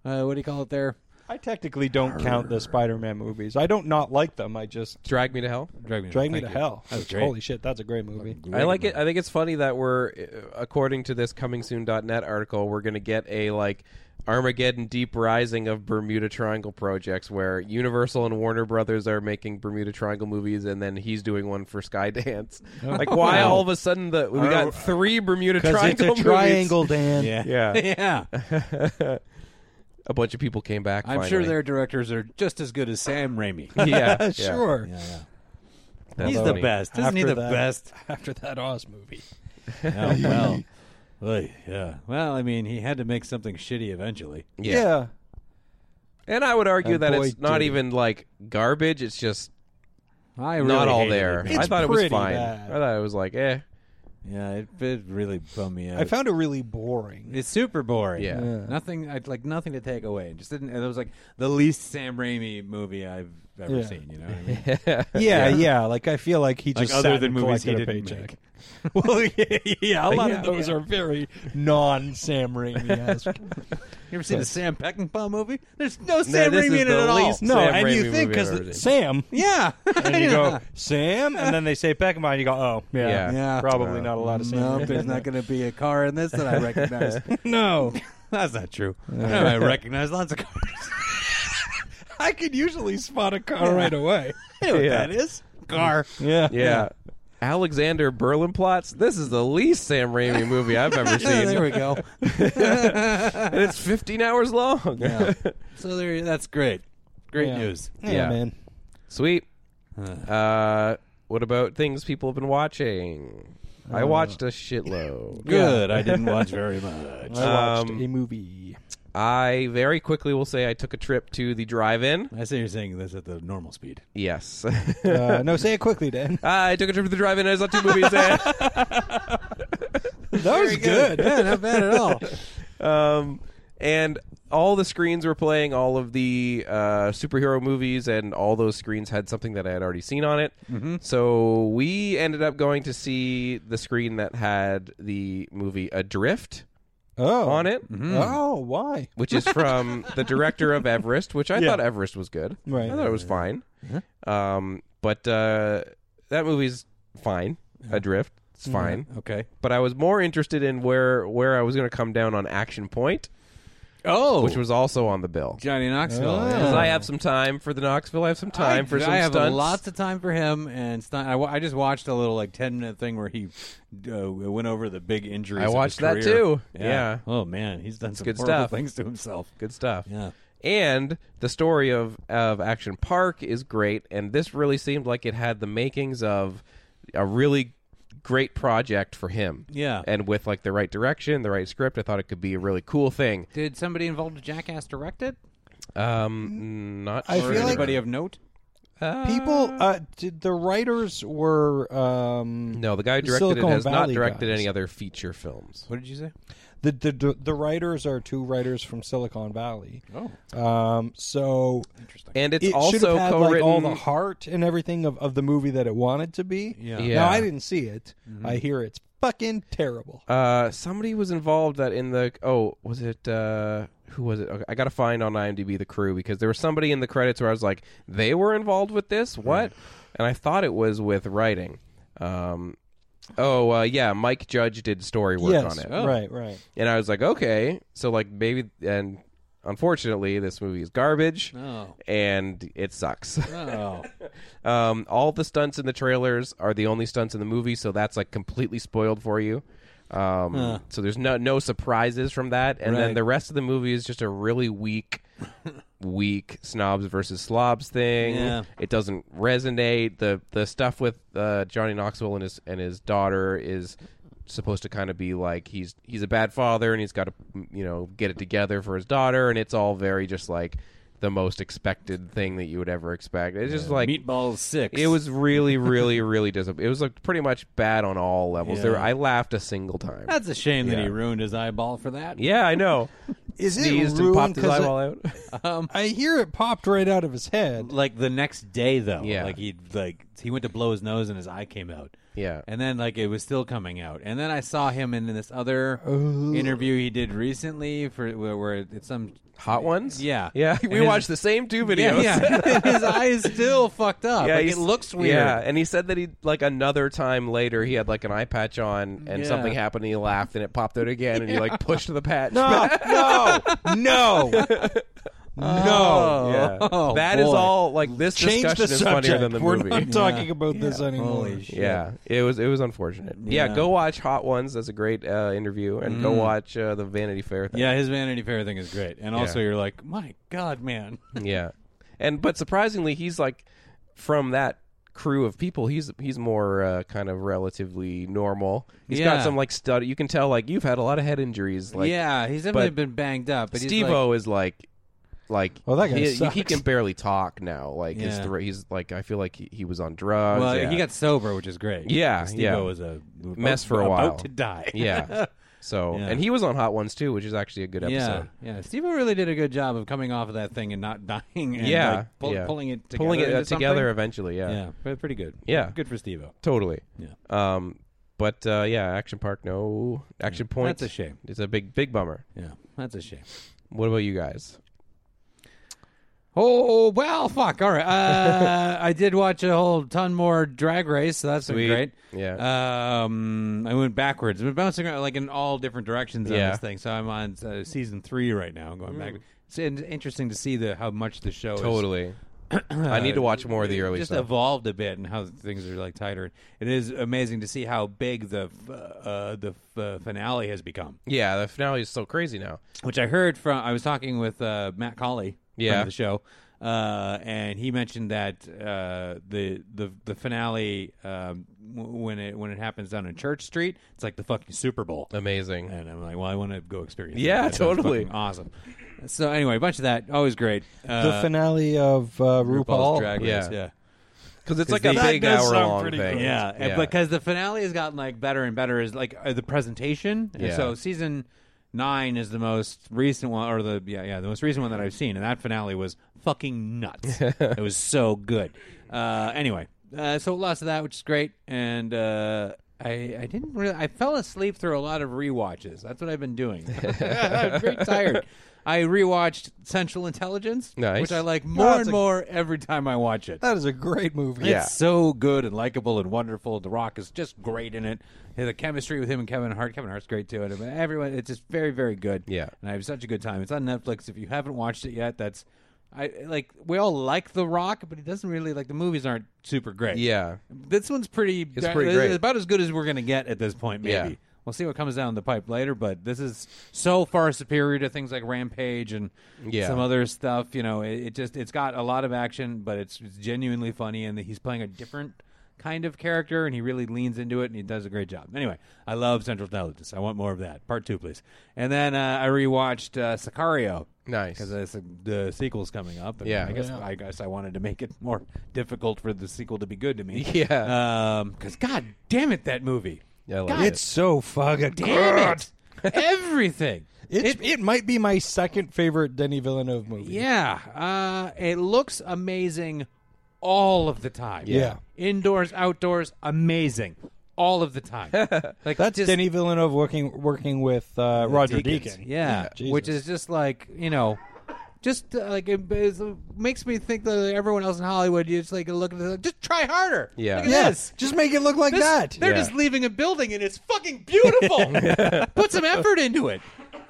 Speaker 3: uh, what do you call it there?
Speaker 2: I technically don't count the Spider-Man movies. I don't not like them. I just
Speaker 1: Drag Me to Hell.
Speaker 3: Drag me,
Speaker 2: drag me to
Speaker 3: Thank you.
Speaker 2: hell.
Speaker 3: That was great.
Speaker 2: Holy shit, that's a great movie.
Speaker 1: I like it. I think it's funny that we're, uh, according to this comingsoon.net article, we're going to get a like Armageddon Deep Rising of Bermuda Triangle projects where Universal and Warner Brothers are making Bermuda Triangle movies and then he's doing one for Skydance. Like, why all of a sudden the, we got three Bermuda
Speaker 2: Because
Speaker 1: Triangle
Speaker 2: Oh. it's
Speaker 1: movies?
Speaker 2: a triangle, Dan.
Speaker 3: Yeah,
Speaker 1: Yeah.
Speaker 3: yeah.
Speaker 1: A bunch of people came back.
Speaker 3: I'm sure
Speaker 1: finally.
Speaker 3: their directors are just as good as Sam Raimi.
Speaker 1: Yeah, yeah.
Speaker 2: sure.
Speaker 1: That's
Speaker 3: He's
Speaker 1: funny.
Speaker 3: the best. Isn't he
Speaker 2: After
Speaker 3: the
Speaker 2: that-
Speaker 3: best?
Speaker 2: After that Oz movie.
Speaker 3: Oh, well. Well, yeah. Well, I mean, he had to make something shitty eventually.
Speaker 1: Yeah. And I would argue
Speaker 2: And
Speaker 1: that
Speaker 2: boy,
Speaker 1: it's not
Speaker 2: did he.
Speaker 1: even like garbage. It's just
Speaker 3: I really
Speaker 1: not all
Speaker 3: hated
Speaker 1: there.
Speaker 3: It.
Speaker 2: It's
Speaker 1: I thought it was
Speaker 2: pretty
Speaker 1: fine.
Speaker 2: bad.
Speaker 1: I thought it was like, eh.
Speaker 3: Yeah, it, it really bummed me out.
Speaker 2: I found it really boring.
Speaker 3: it's super boring.
Speaker 1: Yeah. Yeah.
Speaker 3: nothing. I like nothing to take away. It just didn't. It was like the least Sam Raimi movie I've ever
Speaker 2: Yeah.
Speaker 3: seen. You know what I mean?
Speaker 2: Yeah, yeah, Like I feel like he
Speaker 3: Like,
Speaker 2: just
Speaker 3: other
Speaker 2: sat
Speaker 3: than
Speaker 2: and
Speaker 3: movies he
Speaker 2: collected a
Speaker 3: didn't
Speaker 2: paycheck. well, yeah, yeah, a lot
Speaker 1: Yeah.
Speaker 2: of those are very non Sam Raimi esque.
Speaker 3: You ever seen the Sam Peckinpah movie? There's no Sam
Speaker 1: this is
Speaker 3: Raimi in it
Speaker 1: the
Speaker 3: at all.
Speaker 1: least-
Speaker 2: no,
Speaker 1: Sam
Speaker 2: and
Speaker 1: Raimi
Speaker 2: you think
Speaker 1: movie I've ever seen.
Speaker 2: because Sam,
Speaker 3: Yeah,
Speaker 2: and you go Sam, and then they say Peckinpah, and you go, oh, yeah,
Speaker 1: Yeah. Uh,
Speaker 3: Yeah.
Speaker 2: probably not a lot of Sam.
Speaker 3: No,
Speaker 2: Raimi.
Speaker 3: there's not going to be a car in this that I recognize.
Speaker 2: no.
Speaker 3: That's not true. I recognize lots of cars.
Speaker 2: I could usually spot a car right away.
Speaker 3: I know what
Speaker 1: Yeah.
Speaker 3: that is. Car.
Speaker 2: Yeah,
Speaker 1: Yeah. Alexander Berlin plots. This is the least Sam Raimi movie I've ever
Speaker 3: Yeah, there
Speaker 1: seen,
Speaker 3: we go.
Speaker 1: and it's 15 hours long.
Speaker 3: So there, that's great. Great
Speaker 2: Yeah.
Speaker 3: news.
Speaker 2: yeah,
Speaker 1: Yeah.
Speaker 2: man.
Speaker 1: Sweet. Uh, what about things people have been watching? I watched a shitload.
Speaker 3: Good. I didn't watch very much.
Speaker 2: I watched
Speaker 1: Um,
Speaker 2: a movie.
Speaker 1: I very quickly will say I took a trip to the drive-in.
Speaker 3: I see you're saying this at the normal speed.
Speaker 1: Yes.
Speaker 2: Uh, no, say it quickly, Dan.
Speaker 1: I took a trip to the drive-in. and I saw two movies. and-
Speaker 2: That was good.
Speaker 3: yeah, not bad at all.
Speaker 1: um, and all the screens were playing all of the uh, superhero movies, and all those screens had something that I had already seen on it.
Speaker 3: Mm-hmm.
Speaker 1: So we ended up going to see the screen that had the movie Adrift
Speaker 2: Oh,
Speaker 1: on it, Mm-hmm.
Speaker 2: Oh, why?
Speaker 1: which is from the director of Everest, which I thought Everest was good.
Speaker 2: Right.
Speaker 1: I thought it was fine. Um, but uh, that movie's fine. Adrift, it's fine.
Speaker 3: Mm-hmm. Okay.
Speaker 1: But I was more interested in where where I was going to come down on Action Point,
Speaker 3: Oh,
Speaker 1: which was also on the bill.
Speaker 3: Johnny Knoxville.
Speaker 2: Oh.
Speaker 3: yeah.
Speaker 1: Because I have some time for the Knoxville. I have some time
Speaker 3: Uh. I,
Speaker 1: for some
Speaker 3: I have
Speaker 1: stunts.
Speaker 3: lots of time for him and stunt. I, wa- I just watched a little like ten minute thing where he uh, went over the big injuries.
Speaker 1: I
Speaker 3: of his
Speaker 1: watched that
Speaker 3: career.
Speaker 1: too.
Speaker 3: Yeah.
Speaker 1: Yeah.
Speaker 3: Oh man, he's done some
Speaker 1: good
Speaker 3: horrible
Speaker 1: stuff.
Speaker 3: things to himself.
Speaker 1: Good stuff.
Speaker 3: Yeah.
Speaker 1: And the story of, of Action Park is great. And this really seemed like it had the makings of a really great project for him.
Speaker 3: Yeah.
Speaker 1: And with like the right direction, the right script, I thought it could be a really cool thing.
Speaker 3: Did somebody involved with Jackass direct it?
Speaker 1: Um, not
Speaker 2: Mm, I
Speaker 1: sure.
Speaker 2: feel like-
Speaker 3: Anybody of note?
Speaker 2: People, uh, did the writers were um,
Speaker 1: no, the guy who directed
Speaker 2: Silicon
Speaker 1: it has not
Speaker 2: Valley
Speaker 1: directed
Speaker 2: guys.
Speaker 1: any other feature films.
Speaker 3: What did you say?
Speaker 2: the, the the writers are two writers from Silicon Valley.
Speaker 3: Oh.
Speaker 2: Um, so
Speaker 1: And it's
Speaker 2: it should
Speaker 1: also
Speaker 2: have had like
Speaker 1: co-written.
Speaker 2: all the heart and everything of, of the movie that it wanted to be.
Speaker 3: Yeah.
Speaker 1: Yeah. Mm-hmm.
Speaker 2: Now I didn't see it. I hear it's fucking terrible.
Speaker 1: Uh, somebody was involved that in the oh was it uh who was it? Okay, I gotta find on IMDb the crew because there was somebody in the credits where I was like they were involved with this
Speaker 2: Hmm.
Speaker 1: what, and I thought it was with writing. Um, oh uh, yeah, Mike Judge did story work
Speaker 2: yes,
Speaker 1: on it.
Speaker 2: right, right.
Speaker 1: And I was like, okay, so like maybe, and unfortunately, this movie is garbage,
Speaker 3: No.
Speaker 1: and it sucks.
Speaker 3: Oh.
Speaker 1: um, all the stunts in the trailers are the only stunts in the movie, so that's like completely spoiled for you. Um, So there's no no surprises from that, and then
Speaker 3: Right.
Speaker 1: the rest of the movie is just a really weak, weak snobs versus slobs thing.
Speaker 3: Yeah.
Speaker 1: It doesn't resonate. the The stuff with uh, Johnny Knoxville and his and his daughter is supposed to kind of be like he's he's a bad father and he's got to you know get it together for his daughter, and it's all very just like the most expected thing that you would ever expect. It's just like
Speaker 3: Meatball six.
Speaker 1: it was really, really, really disappointing. It was like pretty much bad on all levels.
Speaker 3: Yeah.
Speaker 1: There, I laughed a single time.
Speaker 3: That's a shame that he ruined his eyeball for that.
Speaker 1: yeah, I know.
Speaker 2: Is it
Speaker 1: Sneezed and
Speaker 2: ruined
Speaker 1: popped his
Speaker 2: 'cause it-
Speaker 1: eyeball out.
Speaker 3: Um,
Speaker 2: I hear it popped right out of his head.
Speaker 3: Like the next day though.
Speaker 1: Yeah.
Speaker 3: Like he like he went to blow his nose and his eye came out.
Speaker 1: Yeah.
Speaker 3: And then like it was still coming out. And then I saw him in this other interview he did recently for where, where it's some
Speaker 1: Hot ones.
Speaker 3: Yeah.
Speaker 1: yeah.
Speaker 3: And
Speaker 1: We
Speaker 3: his-
Speaker 1: watched the same two
Speaker 3: Yeah,
Speaker 1: videos.
Speaker 3: yeah. his eye is still fucked up.
Speaker 1: Yeah,
Speaker 3: like,
Speaker 1: he's-
Speaker 3: it looks weird.
Speaker 1: Yeah, and he said that he like another time later he had like an eye patch on and
Speaker 3: Yeah.
Speaker 1: something happened. and He laughed and it popped out again, and he like pushed the patch.
Speaker 2: No,
Speaker 1: back.
Speaker 2: no, no, no.
Speaker 3: Oh.
Speaker 1: Yeah.
Speaker 3: Oh,
Speaker 1: That is
Speaker 3: boy.
Speaker 1: all. Like this
Speaker 2: Change the
Speaker 1: discussion is
Speaker 2: subject.
Speaker 1: funnier than the
Speaker 2: We're
Speaker 1: movie.
Speaker 2: not talking about this
Speaker 3: Yeah.
Speaker 2: anymore.
Speaker 3: Holy shit.
Speaker 1: Yeah, it was it was unfortunate. Yeah,
Speaker 3: Yeah.
Speaker 1: go watch Hot Ones. That's a great uh, interview, and go watch uh, the Vanity Fair thing.
Speaker 3: Yeah, his Vanity Fair thing is great. And also
Speaker 1: Yeah.
Speaker 3: you're like, My God, man.
Speaker 1: yeah, and but surprisingly, he's like from that crew of people. He's he's more uh, kind of relatively normal. He's got
Speaker 3: Yeah.
Speaker 1: some like stud. You can tell like you've had a lot of head injuries. Like,
Speaker 3: yeah, he's definitely
Speaker 1: but
Speaker 3: been banged up. But he's
Speaker 1: Steve
Speaker 3: like-
Speaker 1: O is like. Like
Speaker 2: Well, that guy
Speaker 1: he,
Speaker 2: sucks.
Speaker 1: he can barely talk now. Like his
Speaker 3: Yeah.
Speaker 1: throat- he's like I feel like he, he was on drugs.
Speaker 3: Well,
Speaker 1: yeah.
Speaker 3: he got sober, which is great.
Speaker 1: Yeah,
Speaker 3: Steve
Speaker 1: yeah.
Speaker 3: was a
Speaker 1: Mess
Speaker 3: about-
Speaker 1: for a while.
Speaker 3: About to die.
Speaker 1: yeah. So
Speaker 3: Yeah.
Speaker 1: and he was on Hot Ones too, which is actually a good episode.
Speaker 3: yeah, yeah. Steve really did a good job of coming off of that thing and not dying. And
Speaker 1: yeah,
Speaker 3: like, pull-
Speaker 1: yeah.
Speaker 3: pulling it together
Speaker 1: pulling it
Speaker 3: into
Speaker 1: uh, together
Speaker 3: something.
Speaker 1: eventually. Yeah,
Speaker 3: Yeah, pre- pretty good.
Speaker 1: Yeah.
Speaker 3: good for Steve.
Speaker 1: totally.
Speaker 3: Yeah.
Speaker 1: Um, but uh, yeah, Action Park, no Action Point.
Speaker 3: That's a shame.
Speaker 1: It's a big, big bummer.
Speaker 3: Yeah, that's a shame.
Speaker 1: What about you guys?
Speaker 3: Oh well, fuck. All right, uh, I did watch a whole ton more Drag Race, so that's been
Speaker 1: Sweet.
Speaker 3: great.
Speaker 1: Yeah.
Speaker 3: Um, I went backwards. I've been bouncing around, like in all different directions on
Speaker 1: Yeah.
Speaker 3: this thing. So I'm on uh, season three right now. Going back. It's in- interesting to see the how much the show is
Speaker 1: Totally. I need to watch more of the early
Speaker 3: just
Speaker 1: stuff.
Speaker 3: evolved a bit and how things are like tighter. It is amazing to see how big the f- uh, the f- uh, finale has become.
Speaker 1: yeah, the finale is so crazy now.
Speaker 3: Which I heard from I was talking with uh, Matt Colley
Speaker 1: Yeah.
Speaker 3: from the show, uh, and he mentioned that uh, the the the finale um, w- when it when it happens down in Church Street, it's like the fucking Super Bowl.
Speaker 1: Amazing.
Speaker 3: And I'm like, well, I want to go experience. that.
Speaker 1: Yeah,
Speaker 3: That sounds
Speaker 1: totally.
Speaker 3: fucking awesome. So anyway, a bunch of that, always great. Uh,
Speaker 2: The finale of uh, RuPaul.
Speaker 3: RuPaul's Drag Race,
Speaker 1: Yeah.
Speaker 3: yeah.
Speaker 1: Because it's
Speaker 3: 'Cause
Speaker 1: like a
Speaker 3: they-
Speaker 1: big
Speaker 2: That does
Speaker 1: hour
Speaker 2: sound
Speaker 1: long
Speaker 2: pretty
Speaker 1: thing.
Speaker 2: cool.
Speaker 3: Yeah, and
Speaker 1: Yeah.
Speaker 3: because the finale has gotten like better and better is like uh, the presentation. And
Speaker 1: Yeah.
Speaker 3: so season nine is the most recent one, or the yeah yeah the most recent one that I've seen, and that finale was fucking nuts. it was so good. Uh, anyway, uh, so lots of that, which is great, and. Uh, I, I didn't really. I fell asleep through a lot of rewatches. That's what I've been doing. I'm very tired. I rewatched Central Intelligence,
Speaker 1: Nice.
Speaker 3: which I like more
Speaker 2: that's
Speaker 3: and
Speaker 2: a-
Speaker 3: more every time I watch it.
Speaker 2: That is a great movie.
Speaker 1: Yeah.
Speaker 3: It's so good and likable and wonderful. The Rock is just great in it. The chemistry with him and Kevin Hart. Kevin Hart's great too. And everyone, it's just very, very good.
Speaker 1: Yeah.
Speaker 3: And I have such a good time. It's on Netflix. If you haven't watched it yet, that's. I like we all like The Rock, but he doesn't really like the movies aren't super great.
Speaker 1: Yeah.
Speaker 3: this one's pretty.
Speaker 1: It's pretty great.
Speaker 3: About as good as we're gonna get at this point. Maybe
Speaker 1: Yeah.
Speaker 3: we'll see what comes down the pipe later. But this is so far superior to things like Rampage and
Speaker 1: Yeah.
Speaker 3: some other other stuff. You know, it, it just it's got a lot of action, but it's, it's genuinely funny, and he's playing a different kind of character, and he really leans into it, and he does a great job. Anyway, I love Central Intelligence. I want more of that. Part two, please. And then uh, I rewatched uh, Sicario.
Speaker 1: Nice.
Speaker 3: because uh, the sequel's coming up. and
Speaker 1: Yeah.
Speaker 3: I guess
Speaker 2: Yeah.
Speaker 3: I guess I wanted to make it more difficult for the sequel to be good to me.
Speaker 1: Yeah.
Speaker 3: because god damn it, that movie.
Speaker 1: Yeah, I like
Speaker 3: God
Speaker 1: it.
Speaker 2: It's so fucking
Speaker 3: damn
Speaker 2: good.
Speaker 3: it, everything.
Speaker 2: It's, it, might be my second favorite Denny Villeneuve movie.
Speaker 3: Yeah, uh, it looks amazing all of the time.
Speaker 2: Yeah.
Speaker 3: indoors, outdoors, amazing. all of the time. Like
Speaker 2: That's
Speaker 3: just,
Speaker 2: Denny Villeneuve working working with uh, Roger
Speaker 3: Deakins.
Speaker 2: Deacon.
Speaker 3: Yeah,
Speaker 2: Jesus.
Speaker 3: which is just like you know, just uh, like it, it's- it makes me think that everyone else in Hollywood, you just like look at this, like, just try harder.
Speaker 1: Yeah.
Speaker 3: look at
Speaker 2: Yeah,
Speaker 3: this.
Speaker 2: just make it look like
Speaker 3: This-
Speaker 2: that.
Speaker 3: They're
Speaker 1: Yeah.
Speaker 3: just leaving a building and it's fucking beautiful. Put some effort into it.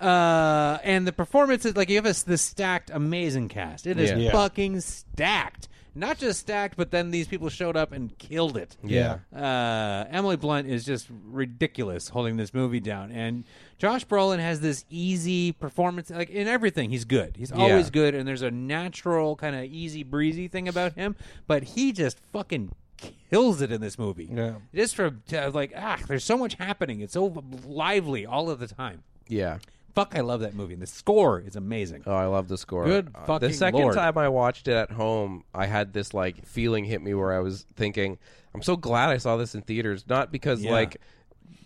Speaker 3: Uh, and the performance is like you have this, this stacked, amazing cast. It is
Speaker 1: Yeah.
Speaker 2: Yeah.
Speaker 3: fucking stacked. Not just stacked, but then these people showed up and killed it.
Speaker 1: Yeah.
Speaker 3: Uh, Emily Blunt is just ridiculous holding this movie down, and Josh Brolin has this easy performance. Like in everything, he's good. He's always good, and there's a natural kind of easy breezy thing about him. But he just fucking kills it in this movie.
Speaker 2: Yeah.
Speaker 3: Just from to, like ah, there's so much happening. It's so lively all of the time.
Speaker 1: Yeah.
Speaker 3: Fuck, I love that movie. And the score is amazing.
Speaker 1: Oh, I love the score.
Speaker 3: Good
Speaker 1: Uh,
Speaker 3: fucking
Speaker 1: The second
Speaker 3: lord.
Speaker 1: time I watched it at home, I had this like feeling hit me where I was thinking, I'm so glad I saw this in theaters, not because
Speaker 3: Yeah.
Speaker 1: like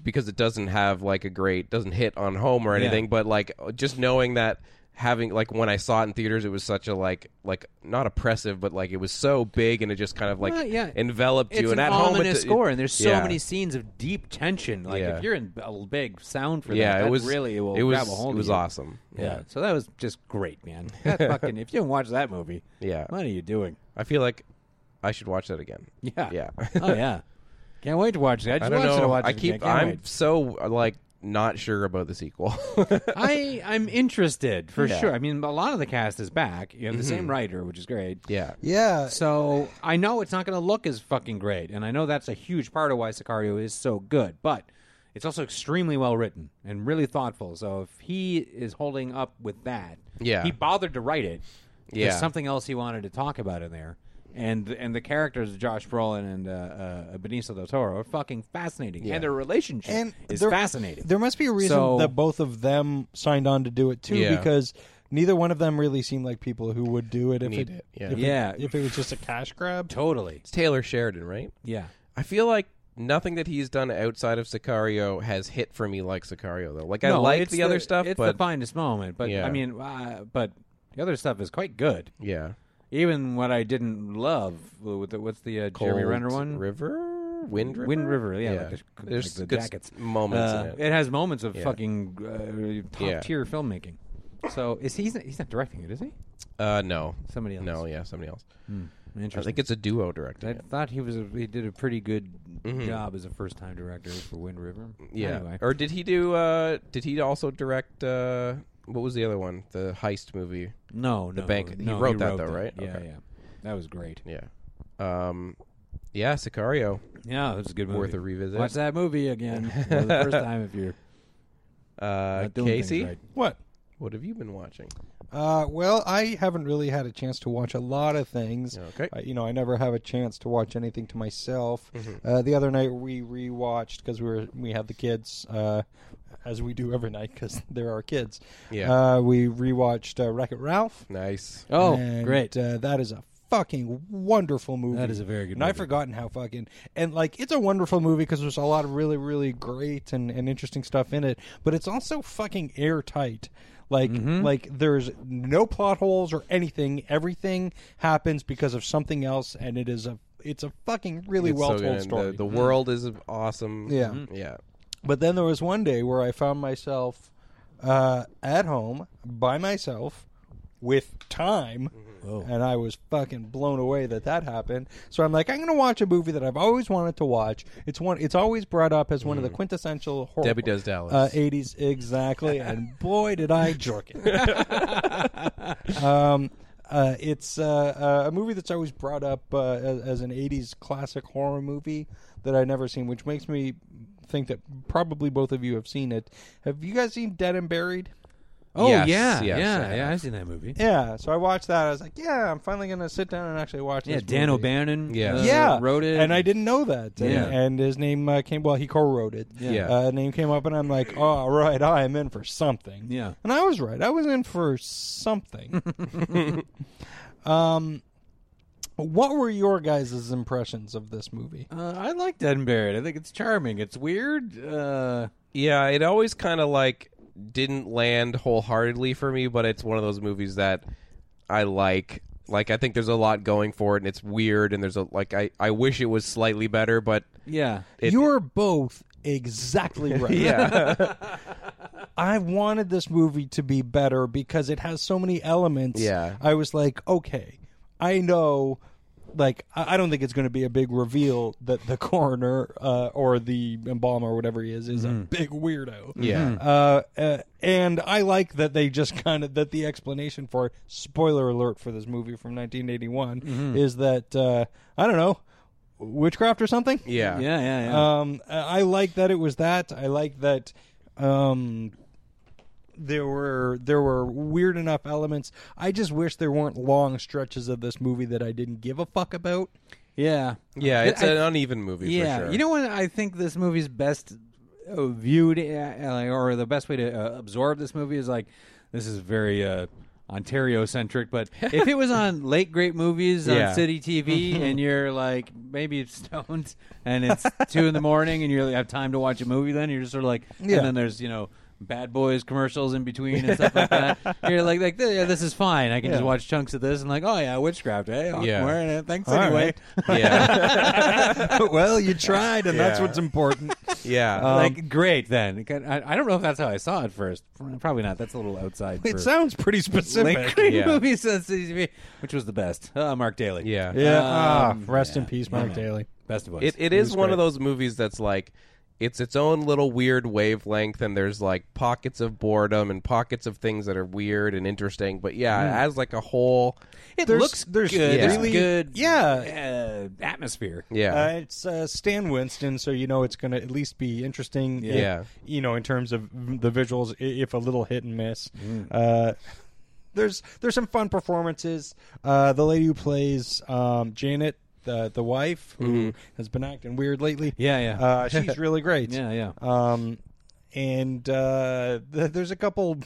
Speaker 1: because it doesn't have like a great doesn't hit on home or anything, but like just knowing that having like when I saw it in theaters, it was such a like like not oppressive, but like it was so big and it just kind of like
Speaker 3: Well, yeah.
Speaker 1: enveloped
Speaker 3: it's
Speaker 1: you.
Speaker 3: an
Speaker 1: and at home,
Speaker 3: ominous
Speaker 1: it,
Speaker 3: score, and there's so
Speaker 1: yeah.
Speaker 3: many scenes of deep tension. Like
Speaker 1: Yeah.
Speaker 3: if you're in a big sound for
Speaker 1: Yeah,
Speaker 3: that,
Speaker 1: it
Speaker 3: that
Speaker 1: was
Speaker 3: really will
Speaker 1: it was
Speaker 3: grab a hold
Speaker 1: it
Speaker 3: of
Speaker 1: was
Speaker 3: you.
Speaker 1: awesome.
Speaker 3: Yeah. So that was just great, man. That fucking if you didn't watch that movie,
Speaker 1: Yeah.
Speaker 3: what are you doing?
Speaker 1: I feel like I should watch that again.
Speaker 3: Yeah.
Speaker 1: Yeah.
Speaker 3: oh yeah. Can't wait to watch that.
Speaker 1: I
Speaker 3: Just
Speaker 1: don't
Speaker 3: watch it,
Speaker 1: know.
Speaker 3: watch
Speaker 1: I
Speaker 3: it again.
Speaker 1: keep.
Speaker 3: Can't
Speaker 1: I'm
Speaker 3: wait.
Speaker 1: so uh, like not sure about the sequel.
Speaker 3: I I'm interested for sure. I mean, a lot of the cast is back. You have the
Speaker 1: Mm-hmm.
Speaker 3: same writer, which is great.
Speaker 1: yeah.
Speaker 2: yeah,
Speaker 3: So I know it's not going to look as fucking great, and I know that's a huge part of why Sicario is so good. But it's also extremely well written and really thoughtful. So if he is holding up with that,
Speaker 1: Yeah.
Speaker 3: he bothered to write it. There's
Speaker 1: Yeah.
Speaker 3: something else he wanted to talk about in there, and and the characters of Josh Brolin and uh, uh, Benicio del Toro are fucking fascinating, and their relationship
Speaker 2: and
Speaker 3: is
Speaker 2: there-
Speaker 3: fascinating.
Speaker 2: There must be a reason
Speaker 3: So-
Speaker 2: that both of them signed on to do it too,
Speaker 1: Yeah.
Speaker 2: because neither one of them really seemed like people who would do it if
Speaker 1: Need
Speaker 2: it,
Speaker 1: it, yeah.
Speaker 2: If,
Speaker 3: Yeah.
Speaker 2: It, if it was just a cash grab.
Speaker 3: totally,
Speaker 1: It's Taylor Sheridan, right?
Speaker 3: yeah.
Speaker 1: I feel like nothing that he's done outside of Sicario has hit for me like Sicario though. Like I
Speaker 3: No,
Speaker 1: like
Speaker 3: it's
Speaker 1: the, other stuff,
Speaker 3: It's
Speaker 1: but
Speaker 3: the finest moment, but
Speaker 1: Yeah.
Speaker 3: I mean, uh, but the other stuff is quite good.
Speaker 1: yeah,
Speaker 3: Even what I didn't love, with the, what's the uh, Jeremy
Speaker 1: Cold
Speaker 3: Renner one?
Speaker 1: River, Wind River,
Speaker 3: Wind River, yeah. Like the,
Speaker 1: There's
Speaker 3: like the
Speaker 1: good
Speaker 3: jackets.
Speaker 1: moments
Speaker 3: Uh,
Speaker 1: in it.
Speaker 3: has moments of fucking uh, top
Speaker 1: Yeah.
Speaker 3: tier filmmaking. So is he? He's not, he's not directing it, is he?
Speaker 1: Uh, no,
Speaker 3: Somebody else. Hmm,
Speaker 1: No, yeah, somebody else. I
Speaker 3: Interesting.
Speaker 1: think it's a duo directing.
Speaker 3: I
Speaker 1: it.
Speaker 3: thought he was. A, he did a pretty good job as a first time director for Wind River.
Speaker 1: Mm-hmm. Yeah,
Speaker 3: Anyway.
Speaker 1: or did he do? uh Did he also direct? uh What was the other one? The heist movie.
Speaker 3: no, no.
Speaker 1: bank- he
Speaker 3: no,
Speaker 1: wrote that though, right?
Speaker 3: Yeah,
Speaker 1: Okay.
Speaker 3: yeah. That was great.
Speaker 1: Yeah. Um, yeah, Sicario.
Speaker 3: Yeah, it was a good movie.
Speaker 1: Worth a revisit.
Speaker 3: Watch that movie again for the first time if you're
Speaker 1: Uh,
Speaker 3: not doing things
Speaker 1: Casey,
Speaker 3: right.
Speaker 2: What?
Speaker 1: what have you been watching?
Speaker 2: Uh, well, I haven't really had a chance to watch a lot of things.
Speaker 1: Okay.
Speaker 2: Uh, you know, I never have a chance to watch anything to myself.
Speaker 1: Mm-hmm.
Speaker 2: Uh, the other night we rewatched because we were we had the kids, uh, as we do every night because they're our kids.
Speaker 1: Yeah.
Speaker 2: Uh, we rewatched uh, Wreck It Ralph.
Speaker 1: Nice.
Speaker 3: Oh,
Speaker 2: And,
Speaker 3: great.
Speaker 2: Uh, that is a fucking wonderful movie.
Speaker 3: That is a very good
Speaker 2: And
Speaker 3: movie.
Speaker 2: I've forgotten how fucking and like it's a wonderful movie because there's a lot of really really great and, and interesting stuff in it, but it's also fucking airtight. Like
Speaker 3: Mm-hmm.
Speaker 2: like there's no plot holes or anything. Everything happens because of something else, and it is a it's a fucking really
Speaker 1: It's so
Speaker 2: well
Speaker 1: good,
Speaker 2: told
Speaker 1: and
Speaker 2: story.
Speaker 1: The, the
Speaker 3: Mm-hmm.
Speaker 1: world is awesome.
Speaker 2: Yeah.
Speaker 1: Yeah.
Speaker 2: But then there was one day where I found myself uh, at home by myself with time. And I was fucking blown away that that happened. So I'm like, I'm going to watch a movie that I've always wanted to watch. It's one. It's always brought up as one of the quintessential horror.
Speaker 1: Mm. Debbie Does Dallas.
Speaker 2: Uh, 80s, exactly. And boy, did I jerk it. um, uh, it's uh, uh, a movie that's always brought up uh, as, as an 80s classic horror movie that I've never seen, which makes me think that probably both of you have seen it. Have you guys seen Dead and Buried?
Speaker 3: Oh
Speaker 1: Yes, yes,
Speaker 3: yeah,
Speaker 1: I
Speaker 3: yeah, yeah.
Speaker 1: have.
Speaker 3: I've seen that movie.
Speaker 2: Yeah, so I watched that. I was like, yeah, I'm finally going to sit down and actually watch
Speaker 3: Yeah,
Speaker 2: this
Speaker 3: Dan
Speaker 2: movie.
Speaker 3: O'Bannon.
Speaker 1: Yeah.
Speaker 3: uh,
Speaker 2: yeah,
Speaker 3: wrote it,
Speaker 2: and I didn't know that. And,
Speaker 3: Yeah.
Speaker 2: and his name uh, came. Well, he co-wrote it.
Speaker 1: Yeah.
Speaker 2: uh, name came up, and I'm like, oh, all right, I am in for something.
Speaker 3: Yeah.
Speaker 2: and I was right. I was in for something. um, what were your guys' impressions of this movie?
Speaker 3: Uh, I like Dead and Buried. I think it's charming. It's weird. Uh,
Speaker 1: Yeah. It always kind of like didn't land wholeheartedly for me, but it's one of those movies that I like Like I think there's a lot going for it, and it's weird, and there's a like I I wish it was slightly better, but
Speaker 3: Yeah.
Speaker 2: You're both exactly right.
Speaker 1: yeah,
Speaker 2: I wanted this movie to be better because it has so many elements.
Speaker 1: Yeah.
Speaker 2: I was like, okay, I know. Like, I I don't think it's going to be a big reveal that the coroner uh, or the embalmer or whatever he is is a big weirdo.
Speaker 1: Mm-hmm. yeah.
Speaker 2: Uh, uh, and I like that they just kind of that the explanation for spoiler alert for this movie from 1981
Speaker 1: Mm-hmm.
Speaker 2: is that uh, I don't know witchcraft or something.
Speaker 1: Yeah.
Speaker 3: Yeah, yeah, yeah.
Speaker 2: Um, I I like that it was that. I like that um, there were there were weird enough elements. I just wish there weren't long stretches of this movie that I didn't give a fuck about.
Speaker 3: yeah.
Speaker 1: Yeah, it's
Speaker 3: I-
Speaker 1: an uneven movie
Speaker 3: yeah.
Speaker 1: for sure.
Speaker 3: You know what? I think this movie's best uh, viewed, uh, like, or the best way to uh, absorb this movie is like this is very uh, Ontario centric. But if it was on late great movies
Speaker 1: Yeah. Mm-hmm.
Speaker 3: on city TV, and you're like maybe it's stoned and it's two in the morning, and you really have time to watch a movie, then you're just sort of like,
Speaker 2: Yeah.
Speaker 3: and then there's you know. Bad Boys commercials in between and stuff like that. You're like, like "Th- yeah, this is fine. I can just
Speaker 2: Yeah.
Speaker 3: watch chunks of this and like, oh yeah, witchcraft. Hey, I'm
Speaker 1: Yeah.
Speaker 3: wearing it. Thanks
Speaker 2: All
Speaker 3: anyway.
Speaker 2: right.
Speaker 1: yeah,
Speaker 2: well, you tried, and that's
Speaker 1: Yeah.
Speaker 2: what's important. Um,
Speaker 1: yeah.
Speaker 3: like great then. It got- I, I don't know if that's how I saw it first. Probably not. That's a little outside. for
Speaker 2: It sounds pretty specific.
Speaker 3: Late grade
Speaker 1: Yeah.
Speaker 3: movies on CCTV, which was the best. Uh, Mark Daly.
Speaker 1: yeah.
Speaker 2: Yeah.
Speaker 3: Um,
Speaker 2: ah, rest in
Speaker 3: yeah.
Speaker 2: peace, Mark Daly.
Speaker 3: best of us.
Speaker 1: It it is one of those movies that's like it's its own little weird wavelength and there's like pockets of boredom and pockets of things that are weird and interesting. But yeah,
Speaker 2: Hmm.
Speaker 1: as like a whole
Speaker 3: it
Speaker 2: there's-
Speaker 3: looks
Speaker 2: there's
Speaker 3: good. There's
Speaker 2: really-
Speaker 3: good.
Speaker 2: yeah.
Speaker 3: uh, atmosphere.
Speaker 1: Yeah.
Speaker 2: Uh, it's uh, Stan Winston, so you know it's going to at least be interesting. if-
Speaker 1: Yeah.
Speaker 2: you know, in terms of the visuals, i- if a little hit and miss.
Speaker 3: Mm.
Speaker 2: Uh, there's there's some fun performances. Uh, the lady who plays um, Janet, the the wife, who has been acting weird lately.
Speaker 3: Mm-hmm. Yeah, yeah.
Speaker 2: Uh, she's really great.
Speaker 3: Yeah, yeah.
Speaker 2: Um, and uh, th- there's a couple,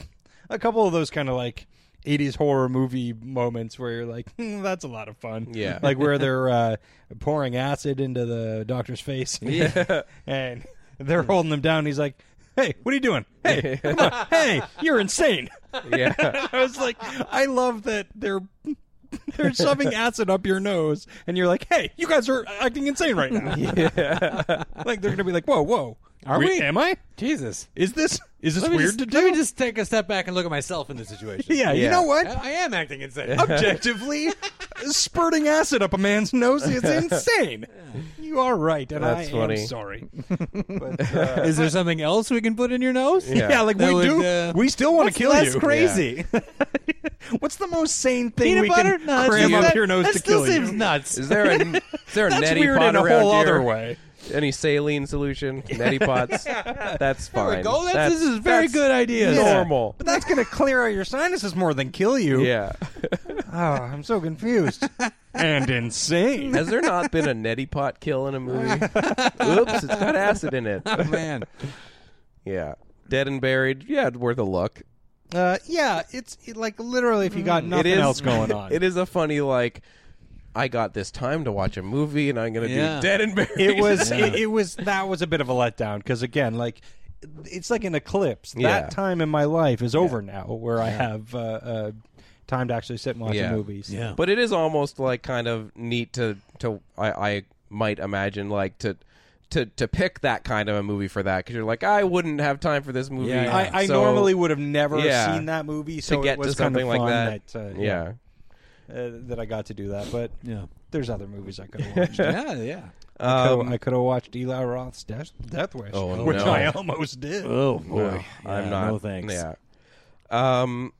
Speaker 2: a couple of those kind of like. 80s horror movie moments where you're like, hmm, that's a lot of fun.
Speaker 1: Yeah.
Speaker 2: Like where they're uh, pouring acid into the doctor's face. and they're holding him down. He's like, hey, what are you doing? Hey, come on. Hey, you're insane.
Speaker 1: yeah.
Speaker 2: I was like, I love that they're. They're shoving acid up your nose, and you're like, "Hey, you guys are acting insane right now." like they're gonna be like, "Whoa, whoa,
Speaker 3: Are we?
Speaker 2: Am I?
Speaker 3: Jesus.
Speaker 2: Is this is this
Speaker 3: Let me
Speaker 2: weird
Speaker 3: just-
Speaker 2: to
Speaker 3: Let
Speaker 2: do?"
Speaker 3: me just take a step back and look at myself in this situation.
Speaker 2: yeah, you
Speaker 1: Yeah.
Speaker 2: know
Speaker 3: I,
Speaker 2: what?
Speaker 3: I am acting insane.
Speaker 2: Objectively, spurting acid up a man's nose is insane. You are right, and
Speaker 1: That's
Speaker 2: I
Speaker 1: funny.
Speaker 2: am sorry.
Speaker 3: Is there something else we can put in your nose?
Speaker 2: Yeah, like
Speaker 3: That
Speaker 2: we
Speaker 3: would,
Speaker 2: do.
Speaker 3: uh,
Speaker 2: we still want to
Speaker 3: What's
Speaker 2: kill
Speaker 3: less
Speaker 2: you.
Speaker 3: crazy?
Speaker 2: What's the most sane thing
Speaker 3: Peanut
Speaker 2: we
Speaker 3: butter?
Speaker 2: can
Speaker 3: No, that's
Speaker 2: cram
Speaker 3: just-
Speaker 2: up
Speaker 3: that-
Speaker 2: your nose
Speaker 3: that
Speaker 2: to
Speaker 3: still
Speaker 2: kill
Speaker 3: seems
Speaker 2: you?
Speaker 3: nuts.
Speaker 1: Is there a is there a
Speaker 2: That's
Speaker 1: neti
Speaker 2: weird
Speaker 1: pot
Speaker 2: in a
Speaker 1: around
Speaker 2: whole
Speaker 1: here?
Speaker 2: other way.
Speaker 1: Any saline solution? Neti pots? That's fine.
Speaker 3: go. That's- this is very
Speaker 1: that's
Speaker 3: good ideas.
Speaker 1: Normal.
Speaker 2: But that's going to clear out your sinuses more than kill you.
Speaker 1: Yeah.
Speaker 2: Oh,
Speaker 1: Ah,
Speaker 2: I'm so confused. and insane.
Speaker 1: Has there not been a neti pot kill in a movie? Oops, it's got acid in it.
Speaker 3: Oh, Man.
Speaker 1: Yeah. Dead and buried. Yeah, it's worth a look.
Speaker 2: Uh, yeah, it's it, like literally if you got nothing
Speaker 1: Mm. it is,
Speaker 2: else going on.
Speaker 1: It is a funny like I got this time to watch a movie and I'm gonna
Speaker 3: Yeah.
Speaker 1: do dead and buried.
Speaker 2: It was. It, it was. That was a bit of a letdown because again, like, it's like an eclipse.
Speaker 1: Yeah.
Speaker 2: That time in my life is over now, where I have uh, uh, time to actually sit and watch
Speaker 1: Yeah.
Speaker 2: a movie. So-
Speaker 3: Yeah.
Speaker 1: but it is almost like kind of neat to to I, I might imagine like to to to pick that kind of a movie for that because you're like I wouldn't have time for this movie.
Speaker 3: Yeah, yeah.
Speaker 2: I, I
Speaker 1: so-
Speaker 2: normally would have never
Speaker 1: yeah,
Speaker 2: seen that movie,
Speaker 1: to
Speaker 2: so
Speaker 1: get
Speaker 2: it was
Speaker 1: to something
Speaker 2: kind of
Speaker 1: like
Speaker 2: fun
Speaker 1: that.
Speaker 2: that uh,
Speaker 1: yeah.
Speaker 2: uh, that I got to do that. But
Speaker 3: Yeah.
Speaker 2: there's other movies I could have watched.
Speaker 3: Yeah, yeah.
Speaker 2: So I could have watched Eli Roth's Death, Death Wish,
Speaker 1: Uh, Oh,
Speaker 2: which
Speaker 1: no.
Speaker 2: I almost did.
Speaker 3: Oh boy,
Speaker 1: I'm not.
Speaker 3: No thanks.
Speaker 1: Yeah. Um,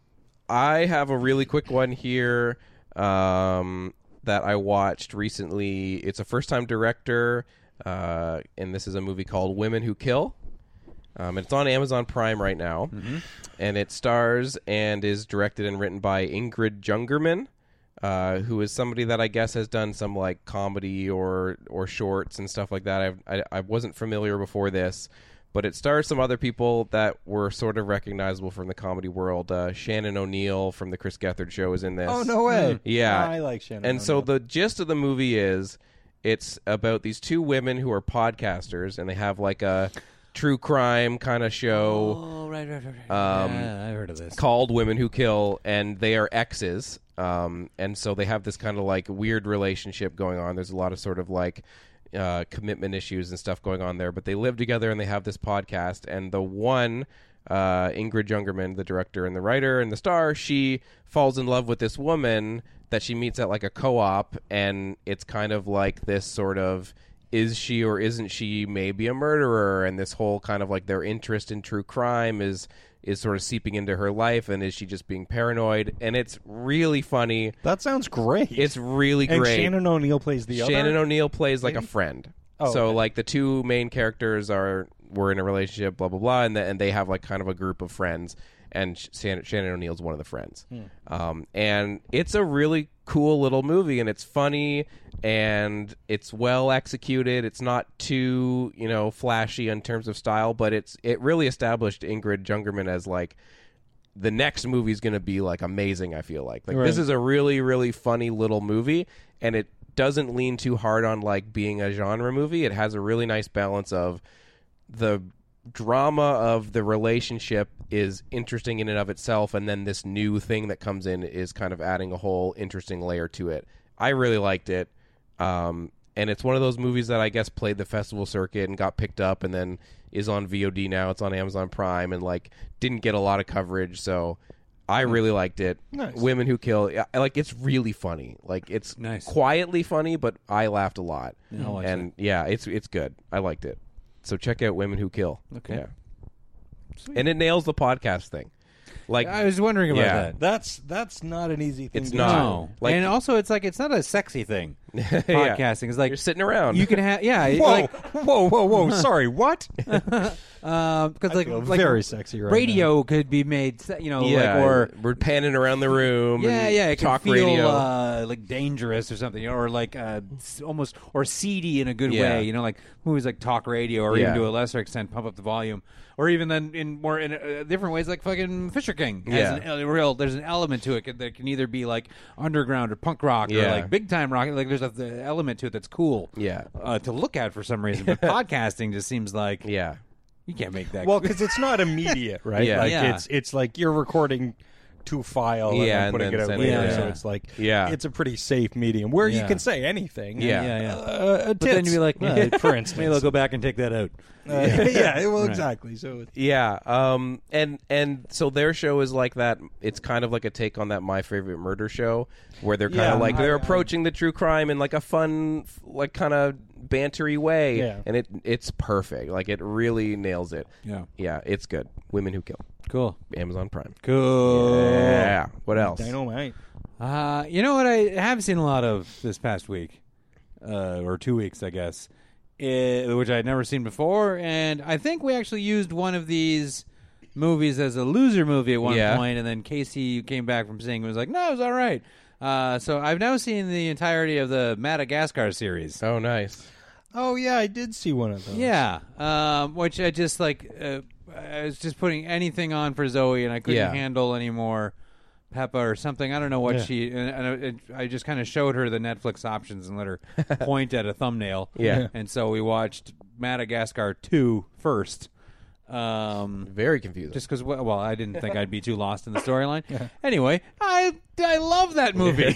Speaker 1: I have a really quick one here. Um, that I watched recently. It's a first-time director. Uh, and this is a movie called Women Who Kill. Um, and it's on Amazon Prime right now,
Speaker 2: Mm-hmm.
Speaker 1: and it stars and is directed and written by Ingrid Jungerman, uh, who is somebody that I guess has done some like comedy or or shorts and stuff like that. I've, I I wasn't familiar before this, but it stars some other people that were sort of recognizable from the comedy world. Uh, Shannon O'Neill from the Chris Gethard Show is in this.
Speaker 2: Oh no
Speaker 3: Hmm.
Speaker 2: way!
Speaker 1: Yeah.
Speaker 2: I like Shannon.
Speaker 1: And so
Speaker 2: O'Neill.
Speaker 1: the gist of the movie is it's about these two women who are podcasters and they have like a true crime kind of show
Speaker 3: Oh, right, right, right. right.
Speaker 1: Um,
Speaker 3: yeah, I heard of this.
Speaker 1: called Women Who Kill, and they are exes. Um, and so they have this kind of like weird relationship going on. There's a lot of sort of like uh, commitment issues and stuff going on there, but they live together and they have this podcast. And the one, uh, Ingrid Jungerman, the director and the writer and the star, she falls in love with this woman that she meets at like a co op. And it's kind of like this sort of is she or isn't she maybe a murderer and this whole kind of like their interest in true crime is is sort of seeping into her life and is she just being paranoid and it's really funny
Speaker 2: That sounds great.
Speaker 1: it's really
Speaker 2: and
Speaker 1: great
Speaker 2: Shannon O'Neill plays the other.
Speaker 1: Shannon O'Neill plays like a friend.
Speaker 2: Oh,
Speaker 1: so
Speaker 2: okay.
Speaker 1: like the two main characters are were in a relationship, blah blah blah, and the, and they have like kind of a group of friends, and Sh- Shannon, Shannon O'Neill's one of the friends.
Speaker 2: Hmm.
Speaker 1: Um, and it's a really cool little movie, and it's funny, and it's well executed. It's not too you know flashy in terms of style, but it's it really established Ingrid Jungerman as like the next movie is going to be like amazing. I feel like like this is a really really funny little movie, and it doesn't lean too hard on like being a genre movie. It has a really nice balance of the drama of the relationship is interesting in and of itself, and then this new thing that comes in is kind of adding a whole interesting layer to it. I really liked it. Um, and it's one of those movies that I guess played the festival circuit and got picked up and then is on VOD now. It's on Amazon Prime and like didn't get a lot of coverage. So I really liked it. Women Who Kill, yeah, like it's really funny. Like it's
Speaker 3: Nice.
Speaker 1: quietly funny, but I laughed a lot.
Speaker 3: I'll watch
Speaker 1: and yeah, it's it's good. I liked it. So check out Women Who Kill.
Speaker 3: Okay.
Speaker 1: Yeah. And it nails the podcast thing. Like
Speaker 3: I was wondering about
Speaker 1: Yeah.
Speaker 3: that.
Speaker 2: That's that's not an easy thing.
Speaker 1: It's
Speaker 2: to
Speaker 1: not.
Speaker 3: No,
Speaker 1: Like-
Speaker 3: and also it's like it's not a sexy thing.
Speaker 1: yeah.
Speaker 3: Podcasting is like
Speaker 1: you're sitting around.
Speaker 3: You can have yeah,
Speaker 2: Do. Whoa,
Speaker 3: like
Speaker 2: whoa, whoa, whoa! Sorry, what?
Speaker 3: because uh, like,
Speaker 2: feel
Speaker 3: like
Speaker 2: very sexy right
Speaker 3: radio could be made, se- you know, like or
Speaker 1: we're panning around the room.
Speaker 3: yeah,
Speaker 1: and
Speaker 3: yeah, it
Speaker 1: talk
Speaker 3: can feel
Speaker 1: radio.
Speaker 3: Uh, like dangerous or something, or like uh, s- almost or seedy in a good
Speaker 1: Yeah.
Speaker 3: way. You know, like movies like talk radio, or
Speaker 1: Yeah.
Speaker 3: even to a lesser extent, pump up the volume, or even then in more in uh, different ways, like fucking Fisher King. has
Speaker 1: Yeah.
Speaker 3: an el- real. There's an element to it that- that can either be like underground or punk rock
Speaker 1: Yeah.
Speaker 3: or like big time rock. Like there's a the element to it that's cool.
Speaker 1: Yeah.
Speaker 3: uh, to look at for some reason. But podcasting just seems like
Speaker 1: yeah.
Speaker 3: you can't make that.
Speaker 2: Well, because it's not immediate, right?
Speaker 1: Yeah.
Speaker 2: Like
Speaker 3: Yeah.
Speaker 2: it's it's like you're recording to file and,
Speaker 1: Yeah,
Speaker 2: then
Speaker 1: and
Speaker 2: putting
Speaker 1: then
Speaker 2: it out
Speaker 1: sending
Speaker 2: later.
Speaker 3: it
Speaker 2: So
Speaker 3: out.
Speaker 2: it's like
Speaker 1: Yeah.
Speaker 2: it's a pretty safe medium where you
Speaker 3: Yeah.
Speaker 2: can say anything.
Speaker 1: Yeah.
Speaker 3: yeah, yeah.
Speaker 2: Uh,
Speaker 3: but then you'd be like, well,
Speaker 2: for instance,
Speaker 3: maybe they'll go back and take that out.
Speaker 2: Uh, yeah, well, exactly. So it's,
Speaker 1: Yeah. Um and and so their show is like that it's kind of like a take on that my favorite murder show where they're kind
Speaker 2: Yeah,
Speaker 1: of like they're
Speaker 2: I- um, I-
Speaker 1: approaching the true crime in like a fun f- like kind of bantery way
Speaker 2: Yeah.
Speaker 1: and it it's perfect. Like it really nails it.
Speaker 3: Yeah.
Speaker 1: Yeah, it's good. Women Who Kill.
Speaker 3: Cool.
Speaker 1: Amazon Prime.
Speaker 3: Cool.
Speaker 1: Yeah. What else?
Speaker 2: dynamite.
Speaker 3: Uh, you know what I have seen a lot of this past week, uh, or two weeks, I guess, eh, which I had never seen before, and I think we actually used one of these movies as a loser movie at one
Speaker 1: Yeah.
Speaker 3: point, and then Casey came back from seeing it and was like, "No, it was all right." Uh, so I've now seen the entirety of the Madagascar series.
Speaker 1: Oh, nice.
Speaker 2: Oh yeah, I did see one of those.
Speaker 3: Yeah, um, which I just like. Uh, I was just putting anything on for Zoe, and I couldn't
Speaker 1: Yeah.
Speaker 3: handle anymore Peppa or something. I don't know what she. And, and I, and I just kind of showed her the Netflix options and let her point at a thumbnail.
Speaker 1: Yeah.
Speaker 3: and so we watched Madagascar 2 first. Um,
Speaker 1: Very confusing.
Speaker 3: just because, well, I didn't think I'd be too lost in the storyline. Anyway, I I love that movie,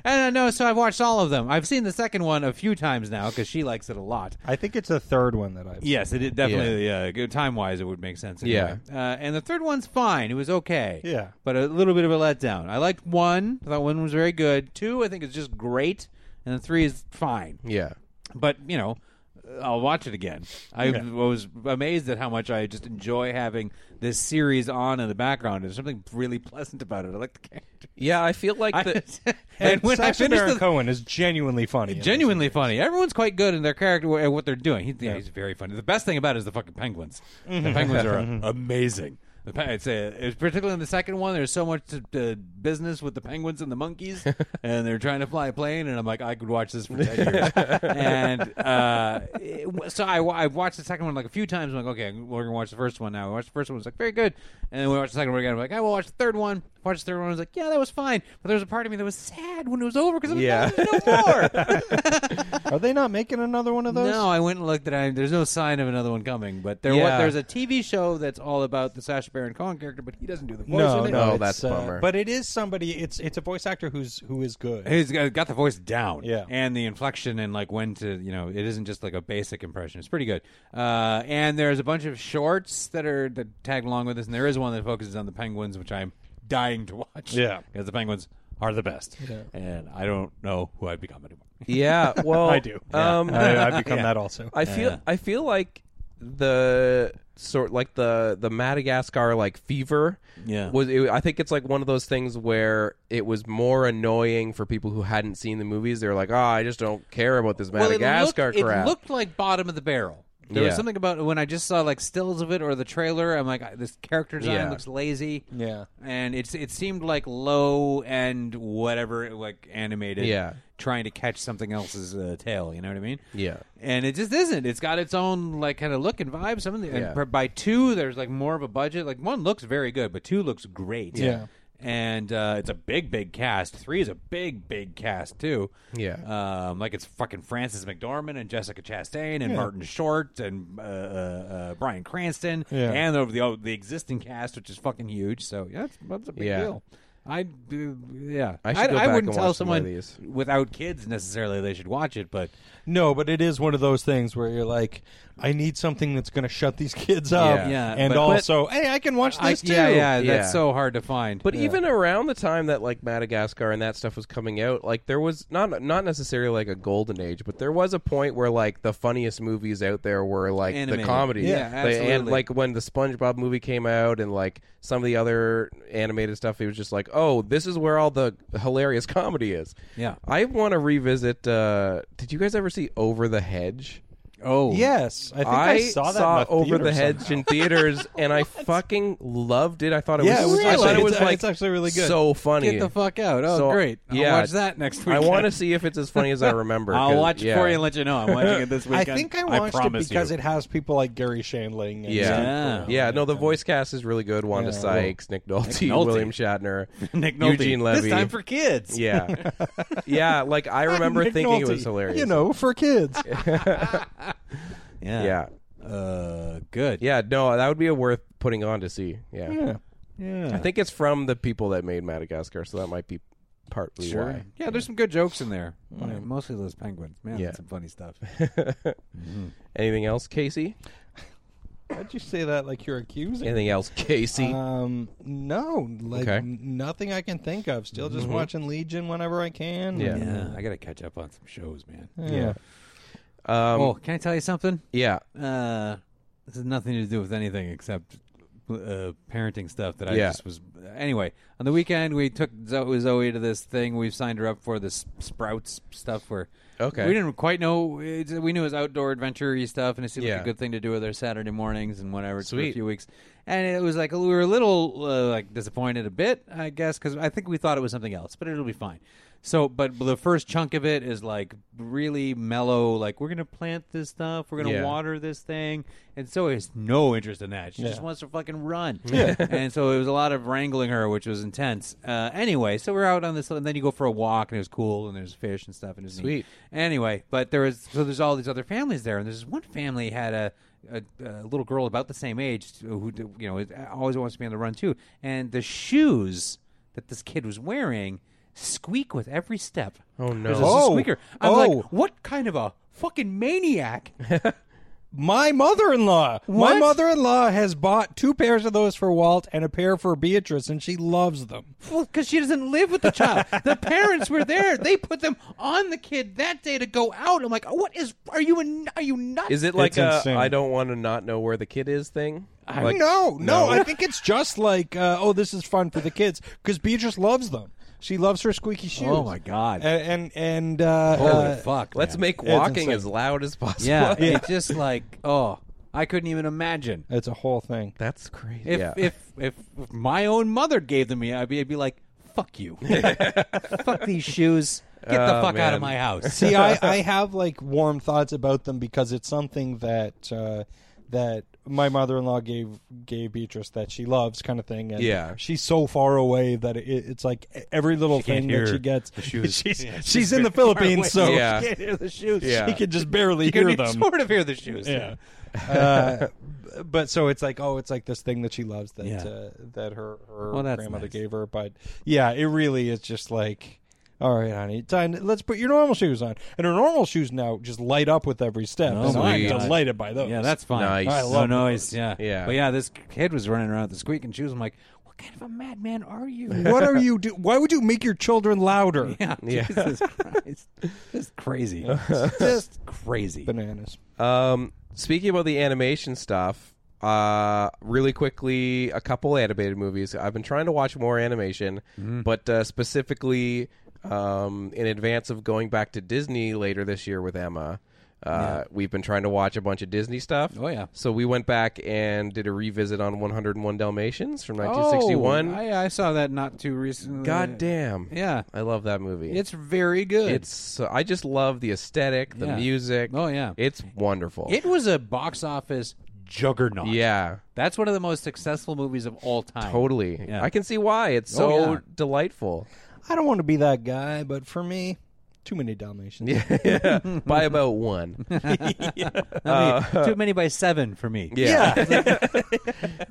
Speaker 3: and I know. So I've watched all of them. I've seen the second one a few times now because she likes it a lot.
Speaker 2: I think it's the third one that I've.
Speaker 3: Yes, it, it definitely. Yeah, time wise, it would make sense. Anyway. Yeah, uh, and the third one's fine. It was okay.
Speaker 2: Yeah.
Speaker 3: but a little bit of a letdown. I liked one. I thought one was very good. Two, I think is just great, and the three is fine.
Speaker 1: yeah.
Speaker 3: But you know, I'll watch it again. I was amazed at how much I just enjoy having this series on in the background. There's something really pleasant about it. I like the character.
Speaker 1: Yeah, I feel like the
Speaker 2: And,
Speaker 3: and when I
Speaker 2: Sacha
Speaker 3: finished
Speaker 2: Baron
Speaker 3: the
Speaker 2: Cohen is genuinely funny. in this.
Speaker 3: genuinely funny. Everyone's quite good in their character and what they're doing. He's, yeah, he's very funny. The best thing about it is the fucking penguins. The penguins are amazing. The pe- it's, uh it's particularly in the second one. There's so much to, uh, business with the penguins and the monkeys, and they're trying to fly a plane. And I'm like, I could watch this for ten years. and uh, it w- so I, wa- I watched the second one like a few times. I'm like, okay, we're gonna watch the first one now. I watched the first one. It was like very good. And then we watched the second one again. I'm like, I will watch the third one. Watched the third one. I was like, yeah, that was fine. But there was a part of me that was sad when it was over because I'm like,
Speaker 1: Yeah.
Speaker 3: "No, there's no more.
Speaker 2: Are they not making another one of those?
Speaker 3: No, I went and looked at it. There's no sign of another one coming, but there
Speaker 1: Yeah.
Speaker 3: wa- there's a TV show that's all about the Sacha Baron Cohen character, but he doesn't do the voice.
Speaker 2: no,
Speaker 3: in it.
Speaker 2: no.
Speaker 1: Oh,
Speaker 2: it's,
Speaker 1: that's a
Speaker 2: uh,
Speaker 1: bummer.
Speaker 2: but it is somebody. It's it's a voice actor who's who is good.
Speaker 3: He's got got the voice down,
Speaker 2: Yeah.
Speaker 3: and the inflection and like when to, you know, it isn't just like a basic impression. It's pretty good. Uh, and there's a bunch of shorts that are that tag along with this, and there is one that focuses on the penguins, which I'm dying to watch.
Speaker 2: Yeah.
Speaker 3: because the penguins are the best, and I don't know who I've become anymore.
Speaker 1: yeah. Well,
Speaker 2: I do.
Speaker 1: Um,
Speaker 2: I, I've become that also.
Speaker 1: I feel I feel like the sort like the the Madagascar like fever
Speaker 3: Yeah.
Speaker 1: was it, I think it's like one of those things where it was more annoying for people who hadn't seen the movies they were like oh I just don't care about this Madagascar
Speaker 3: it looked,
Speaker 1: crap
Speaker 3: It looked like bottom of the barrel. There
Speaker 1: Yeah.
Speaker 3: was something about when I just saw like stills of it or the trailer. I'm like, "I- this character design
Speaker 1: Yeah.
Speaker 3: looks lazy.
Speaker 2: Yeah.
Speaker 3: and it's it seemed like low end whatever like animated.
Speaker 1: Yeah.
Speaker 3: trying to catch something else's uh, tail. You know what I mean?
Speaker 1: Yeah.
Speaker 3: and it just isn't. It's got its own like kind of look and vibe. Some of the,
Speaker 1: Yeah.
Speaker 3: and per- by two, there's like more of a budget. Like one looks very good, but two looks great.
Speaker 2: Yeah.
Speaker 3: And uh, it's a big, big cast. Three is a big, big cast too.
Speaker 1: Yeah.
Speaker 3: um, like it's fucking Frances McDormand and Jessica Chastain and Martin Short and uh, uh, uh, Brian Cranston
Speaker 2: Yeah.
Speaker 3: and the, oh, the the existing cast, which is fucking huge. So yeah, that's, that's a big
Speaker 1: Yeah.
Speaker 3: deal. I do, yeah.
Speaker 1: I should go back
Speaker 3: wouldn't
Speaker 1: and
Speaker 3: tell
Speaker 1: watch some of
Speaker 3: someone
Speaker 1: these.
Speaker 3: without kids necessarily they should watch it, but
Speaker 2: No, but it is one of those things where you're like, I need something that's going to shut these kids up.
Speaker 1: Yeah.
Speaker 3: Yeah,
Speaker 2: and
Speaker 3: but-
Speaker 2: also, hey, I can watch
Speaker 3: I,
Speaker 2: this too.
Speaker 3: yeah, yeah,
Speaker 1: Yeah.
Speaker 3: that's so hard to find.
Speaker 1: But even around the time that like Madagascar and that stuff was coming out, like there was not not necessarily like a golden age, but there was a point where like the funniest movies out there were like
Speaker 3: Animated.
Speaker 1: the comedy.
Speaker 3: Yeah,
Speaker 1: They- And
Speaker 3: absolutely.
Speaker 1: like when the SpongeBob movie came out and like some of the other animated stuff, it was just like, oh, this is where all the hilarious comedy is.
Speaker 3: Yeah.
Speaker 1: I want to revisit. uh Did you guys ever see Over the Hedge?
Speaker 3: oh
Speaker 2: Yes, I think I, saw that in the
Speaker 1: Over
Speaker 2: theater
Speaker 1: the Hedge
Speaker 2: somehow.
Speaker 1: in theaters, and I fucking loved it. I thought it
Speaker 2: Yeah,
Speaker 1: was,
Speaker 2: it was
Speaker 1: I thought
Speaker 2: actually-
Speaker 1: it was
Speaker 2: it's-
Speaker 1: like
Speaker 2: it's actually really good.
Speaker 1: so funny.
Speaker 3: get the fuck out. Oh
Speaker 1: So,
Speaker 3: great, I'll
Speaker 1: yeah,
Speaker 3: watch that next week.
Speaker 1: I want to see if it's as funny as I remember.
Speaker 3: I'll
Speaker 1: 'cause-
Speaker 3: watch it
Speaker 1: yeah.
Speaker 3: for you and let you know. I'm watching it this
Speaker 2: I
Speaker 3: weekend.
Speaker 2: think I watched it
Speaker 3: promise
Speaker 2: because
Speaker 3: you.
Speaker 2: it has people like Gary Shandling. And
Speaker 1: Yeah.
Speaker 3: Yeah.
Speaker 1: yeah, No, the voice cast is really good. Wanda Sykes, Nick Nolte,
Speaker 3: Nolte.
Speaker 1: William Shatner,
Speaker 3: Nick Nolte.
Speaker 1: Eugene Levy.
Speaker 3: This time for kids.
Speaker 1: yeah, yeah. Like I remember
Speaker 2: Nick
Speaker 1: thinking it
Speaker 2: Nolte,
Speaker 1: was hilarious.
Speaker 2: You know, for kids.
Speaker 1: Yeah,
Speaker 3: Uh, good.
Speaker 1: yeah. No, that would be a worth putting on to see. Yeah. I
Speaker 3: Yeah.
Speaker 1: think it's from the people that made Madagascar, so that might be partly why.
Speaker 3: Yeah, there's some good jokes in there. Mostly those penguins. Man,
Speaker 1: Yeah.
Speaker 3: that's some funny stuff.
Speaker 1: Anything else, Casey?
Speaker 2: Why'd you say that like you're accusing?
Speaker 1: Anything else, Casey?
Speaker 2: Um, no, like
Speaker 1: Okay.
Speaker 2: n- nothing I can think of. Still just watching Legion whenever I can.
Speaker 1: Yeah.
Speaker 3: yeah, I got to catch up on some shows, man.
Speaker 2: Yeah.
Speaker 1: um,
Speaker 3: oh, can I tell you something?
Speaker 1: yeah.
Speaker 3: Uh, this has nothing to do with anything except uh, parenting stuff that I
Speaker 1: Yeah.
Speaker 3: just was. Anyway, on the weekend we took Zoe, Zoe to this thing we've signed her up for this Sprouts stuff where
Speaker 1: Okay.
Speaker 3: we didn't quite know it's- we knew it was outdoor adventure stuff and it seemed like
Speaker 1: Yeah.
Speaker 3: a good thing to do with our Saturday mornings and whatever for
Speaker 1: Sweet.
Speaker 3: a few weeks and it was like we were a little uh, like disappointed a bit I guess because I think we thought it was something else but it'll be fine. So, but the first chunk of it is like really mellow. Like we're gonna plant this stuff. We're gonna
Speaker 1: Yeah.
Speaker 3: water water this thing. And so has no interest in that. She just wants to fucking run. and so it was a lot of wrangling her, which was intense. Uh, anyway, so we're out on this, and then you go for a walk, and it was cool, and there's fish and stuff, and it's
Speaker 1: Sweet.
Speaker 3: Anyway, but there was so there's all these other families there, and there's this one family had a. A, a little girl about the same age who you know uh, always wants to be on the run too, and the shoes that this kid was wearing squeak with every step.
Speaker 1: Oh, no.
Speaker 3: There's a
Speaker 2: Oh.
Speaker 3: squeaker! I'm
Speaker 2: Oh.
Speaker 3: like, what kind of a fucking maniac
Speaker 2: My mother-in-law. My
Speaker 3: What?
Speaker 2: mother-in-law has bought two pairs of those for Walt and a pair for Beatrice, and she loves them.
Speaker 3: Well, because she doesn't live with the child. the parents were there. They put them on the kid that day to go out. I'm like, what is? Are you? In, are you nuts?
Speaker 1: Is it like
Speaker 2: It's
Speaker 1: a
Speaker 2: insane.
Speaker 1: I don't want to not know where the kid is thing? Like-
Speaker 2: no, no, I think it's just like, uh, oh, this is fun for the kids because Beatrice loves them. She loves her squeaky shoes.
Speaker 3: Oh, my God.
Speaker 2: A- And and uh,
Speaker 3: Holy
Speaker 2: uh,
Speaker 3: fuck!
Speaker 1: Let's
Speaker 3: man.
Speaker 1: make
Speaker 2: It's
Speaker 1: walking
Speaker 2: insane.
Speaker 1: as loud as possible.
Speaker 3: Yeah, It's just like oh, I couldn't even imagine.
Speaker 2: it's a whole thing.
Speaker 1: That's crazy.
Speaker 3: If
Speaker 1: yeah.
Speaker 3: if, if if my own mother gave them to me, I'd be, I'd be like, fuck you, fuck these shoes. Get the
Speaker 1: Oh,
Speaker 3: fuck out
Speaker 1: man.
Speaker 3: of my house.
Speaker 2: See, I, I have like warm thoughts about them because it's something that uh, that my mother-in-law gave gave Beatrice that she loves, kind of thing. And
Speaker 1: Yeah.
Speaker 2: she's so far away that it, it's like e, every little
Speaker 4: can't
Speaker 2: thing
Speaker 4: hear
Speaker 2: that she gets.
Speaker 4: the shoes.
Speaker 2: She's
Speaker 4: Yeah,
Speaker 2: she's,
Speaker 4: she's
Speaker 2: in the Philippines, so
Speaker 1: Yeah.
Speaker 2: she can't hear the shoes.
Speaker 1: Yeah.
Speaker 2: She can just barely
Speaker 3: You
Speaker 2: hear
Speaker 3: can
Speaker 2: them.
Speaker 3: sort of hear the shoes.
Speaker 2: Yeah. uh, but so it's like, oh, it's like this thing that she loves that
Speaker 4: Yeah.
Speaker 2: uh, that her her
Speaker 4: Well, that's
Speaker 2: grandmother
Speaker 4: nice.
Speaker 2: gave her. But yeah, it really is just like, all right, honey, time. Let's put your normal shoes on, and her normal shoes now just light up with every step.
Speaker 4: Oh,
Speaker 2: and
Speaker 4: my
Speaker 2: I'm
Speaker 4: God.
Speaker 2: delighted by those.
Speaker 3: Yeah, that's fine. Oh,
Speaker 1: Nice. I
Speaker 2: love
Speaker 3: no noise. Yeah,
Speaker 1: Yeah.
Speaker 3: But yeah, this kid was running around with the squeaking shoes. I'm like, what kind of a madman are you?
Speaker 2: what are you do? Why would you make your children louder?
Speaker 3: Yeah,
Speaker 1: Yeah.
Speaker 3: Jesus Christ, it's crazy, It's just crazy.
Speaker 2: Bananas.
Speaker 1: Um, speaking about the animation stuff, uh, really quickly, a couple animated movies. I've been trying to watch more animation,
Speaker 3: Mm-hmm.
Speaker 1: but uh, specifically um, in advance of going back to Disney later this year with Emma. Uh, We've been trying to watch a bunch of Disney stuff.
Speaker 3: Oh, yeah.
Speaker 1: So we went back and did a revisit on 101 Dalmatians from 1961.
Speaker 3: Oh, I, I saw that not too recently.
Speaker 1: God damn!
Speaker 3: Yeah,
Speaker 1: I love that movie.
Speaker 3: it's very good.
Speaker 1: it's uh, I just love the aesthetic, the
Speaker 3: Yeah.
Speaker 1: music.
Speaker 3: Oh, yeah.
Speaker 1: it's wonderful.
Speaker 3: it was a box office juggernaut.
Speaker 1: yeah,
Speaker 3: that's one of the most successful movies of all time.
Speaker 1: Totally.
Speaker 3: Yeah.
Speaker 1: I can see why. It's so
Speaker 3: Oh, yeah.
Speaker 1: delightful.
Speaker 2: I don't want to be that guy, but for me, too many Dalmatians. Yeah.
Speaker 1: By about one.
Speaker 3: I mean, too many by seven for me.
Speaker 1: Uh, Yeah.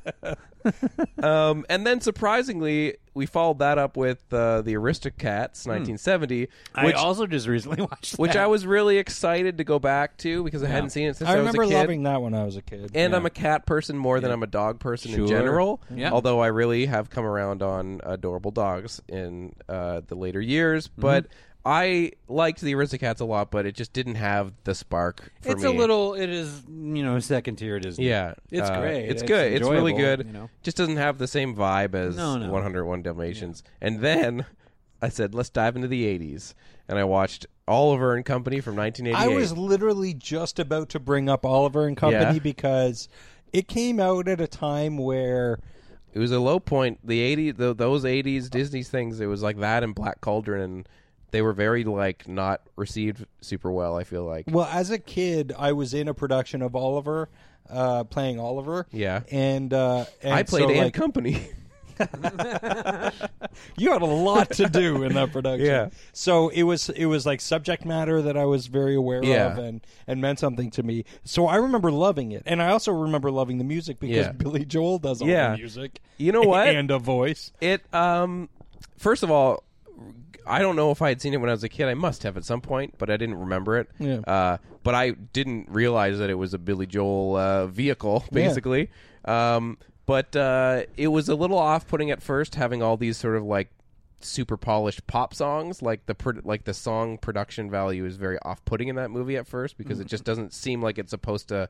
Speaker 1: um, and then surprisingly, we followed that up with uh, the Aristocats, 1970,
Speaker 3: I
Speaker 1: which
Speaker 3: also just recently watched.
Speaker 1: which
Speaker 3: that.
Speaker 1: I was really excited to go back to because I hadn't seen it since I,
Speaker 2: I remember
Speaker 1: was a kid.
Speaker 2: loving that when I was a kid.
Speaker 1: and I'm a cat person more than I'm a dog person
Speaker 3: Sure.
Speaker 1: in general.
Speaker 3: Yeah.
Speaker 1: Although I really have come around on adorable dogs in uh, the later years, but I liked the Aristocats a lot, but it just didn't have the spark. For
Speaker 3: It's
Speaker 1: me.
Speaker 3: a little. It is you know second tier. It is.
Speaker 1: Yeah,
Speaker 3: It's
Speaker 1: uh,
Speaker 3: great.
Speaker 1: It's
Speaker 3: It's
Speaker 1: good. It's really
Speaker 3: enjoyable,
Speaker 1: good.
Speaker 3: you know?
Speaker 1: Just doesn't have the same vibe as
Speaker 3: No, no.
Speaker 1: 101 Dalmatians. And then I said, let's dive into the 80s, and I watched Oliver and Company from
Speaker 2: I
Speaker 1: 1988.
Speaker 2: was literally just about to bring up Oliver and Company
Speaker 1: Yeah.
Speaker 2: because it came out at a time where
Speaker 1: It was a low point. The 80 tho- those 80s Disney things, it was like that and Black Cauldron and they were very like not received super well, I feel like.
Speaker 2: well as a kid I was in a production of Oliver uh playing Oliver.
Speaker 1: Yeah.
Speaker 2: And uh and
Speaker 1: I played
Speaker 2: so,
Speaker 1: Anne
Speaker 2: like,
Speaker 1: Company.
Speaker 2: you had a lot to do in that production.
Speaker 1: Yeah.
Speaker 2: So it was it was like subject matter that I was very aware
Speaker 1: Yeah.
Speaker 2: of and and meant something to me. So I remember loving it. And I also remember loving the music because
Speaker 1: Yeah.
Speaker 2: Billy Joel does all
Speaker 1: Yeah.
Speaker 2: the music.
Speaker 1: You know what?
Speaker 2: And a voice.
Speaker 1: It um first of all, I don't know if I had seen it when I was a kid. I must have at some point, but I didn't remember it.
Speaker 2: Yeah.
Speaker 1: Uh but I didn't realize that it was a Billy Joel uh, vehicle basically. Um but uh it was a little off-putting at first having all these sort of like super polished pop songs like the pro- like the song production value is very off-putting in that movie at first because it just doesn't seem like it's supposed to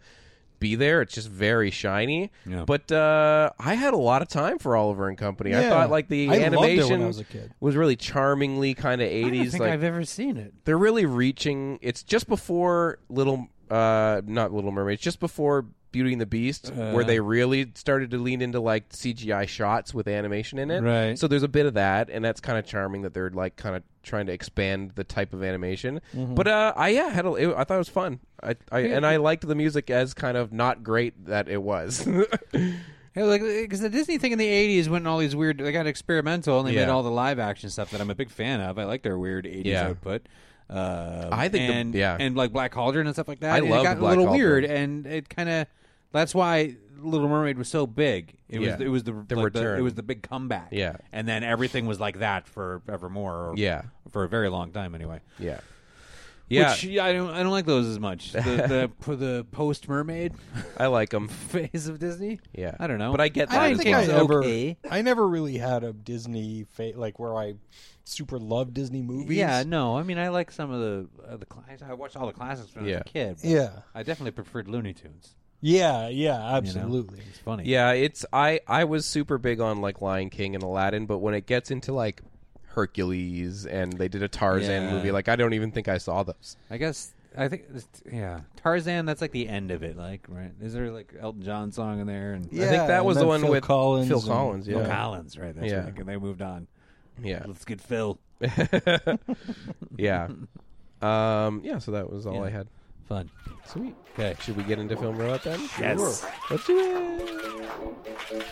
Speaker 1: be there it's just very shiny but uh i had a lot of time for oliver and company i
Speaker 2: Yeah.
Speaker 1: thought like the
Speaker 2: I loved it when I
Speaker 1: animation
Speaker 2: was a kid.
Speaker 1: was really charmingly kind of
Speaker 3: I don't
Speaker 1: 80s
Speaker 3: think
Speaker 1: like
Speaker 3: I've ever seen it.
Speaker 1: they're really reaching it's just before little uh not little mermaid it's just before beauty and the beast
Speaker 3: Uh.
Speaker 1: where they really started to lean into like cgi shots with animation in it
Speaker 3: Right.
Speaker 1: so there's a bit of that and that's kind of charming that they're like kind of trying to expand the type of animation
Speaker 3: Mm-hmm.
Speaker 1: but uh i yeah had a, it, i thought it was fun I, I and i liked the music as kind of not great that it was
Speaker 3: Yeah, like because the Disney thing in the '80s went in all these weird. They got experimental and they
Speaker 1: Yeah.
Speaker 3: made all the live action stuff that I'm a big fan of. I like their weird '80s
Speaker 1: Yeah.
Speaker 3: output. Uh,
Speaker 1: I think the-
Speaker 3: and,
Speaker 1: yeah.
Speaker 3: and like Black Cauldron and stuff like that.
Speaker 1: I
Speaker 3: and
Speaker 1: love
Speaker 3: it got
Speaker 1: Black
Speaker 3: a little
Speaker 1: Cauldron.
Speaker 3: weird, and it kind of that's why Little Mermaid was so big. It was
Speaker 1: Yeah.
Speaker 3: it was the,
Speaker 1: The
Speaker 3: like,
Speaker 1: return.
Speaker 3: it was the big comeback.
Speaker 1: Yeah.
Speaker 3: and then everything was like that for evermore. Or
Speaker 1: Yeah.
Speaker 3: for a very long time anyway.
Speaker 1: yeah yeah
Speaker 3: Which yeah, I don't I don't like those as much. The the, the post mermaid
Speaker 1: i like them
Speaker 3: phase of Disney.
Speaker 1: Yeah.
Speaker 3: I don't know.
Speaker 1: But I get
Speaker 2: I
Speaker 1: that
Speaker 2: don't
Speaker 1: as
Speaker 2: think I
Speaker 1: well.
Speaker 2: ever.
Speaker 3: Okay.
Speaker 2: I never really had a Disney fa- like where I super loved Disney movies.
Speaker 3: Yeah, no. I mean, I like some of the uh, the class. I watched all the classics when I
Speaker 1: Yeah.
Speaker 3: was a kid. but
Speaker 2: Yeah.
Speaker 3: I definitely preferred Looney Tunes.
Speaker 2: yeah, yeah,
Speaker 3: you know?
Speaker 2: absolutely.
Speaker 3: it's funny.
Speaker 1: Yeah, it's I I was super big on like Lion King and Aladdin, but when it gets into like Hercules and they did a Tarzan
Speaker 3: Yeah.
Speaker 1: movie, like I don't even think I saw those.
Speaker 3: I guess I think it's- yeah, Tarzan. That's like the end of it. Like, right? Is there like Elton John song in there and
Speaker 2: Yeah,
Speaker 1: I think that
Speaker 2: and
Speaker 1: was the
Speaker 2: then
Speaker 1: one
Speaker 2: Phil
Speaker 1: with
Speaker 2: Collins
Speaker 1: Phil
Speaker 2: and-
Speaker 1: Collins,
Speaker 3: Phil
Speaker 1: yeah,
Speaker 3: Collins? Right? That's
Speaker 1: Yeah.
Speaker 3: right, And they moved on.
Speaker 1: yeah,
Speaker 3: Let's get Phil.
Speaker 1: yeah. Um, yeah. So that was all I had.
Speaker 3: Fun.
Speaker 1: Sweet.
Speaker 3: Okay.
Speaker 1: Should we get into film robot then?
Speaker 3: Yes.
Speaker 1: Let's do it.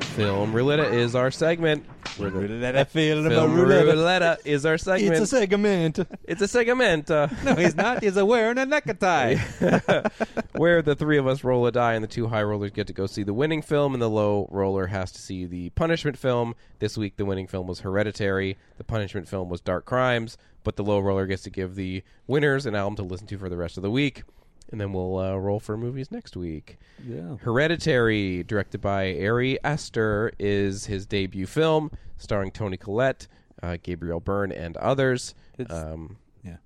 Speaker 1: Film roulette is our segment.
Speaker 2: I feel
Speaker 1: Film roulette is our segment.
Speaker 2: It's a segment.
Speaker 1: It's a segment uh,
Speaker 3: No, he's not. He's a wearing a necktie.
Speaker 1: where the three of us roll a die, and the two high rollers get to go see the winning film, and the low roller has to see the punishment film. This week, the winning film was Hereditary. The punishment film was Dark Crimes, but the low roller gets to give the winners an album to listen to for the rest of the week, and then we'll uh, roll for movies next week.
Speaker 3: Yeah.
Speaker 1: Hereditary, directed by Ari Aster, is his debut film, starring Tony Collette, uh, Gabriel Byrne, and others. um,
Speaker 3: Yeah.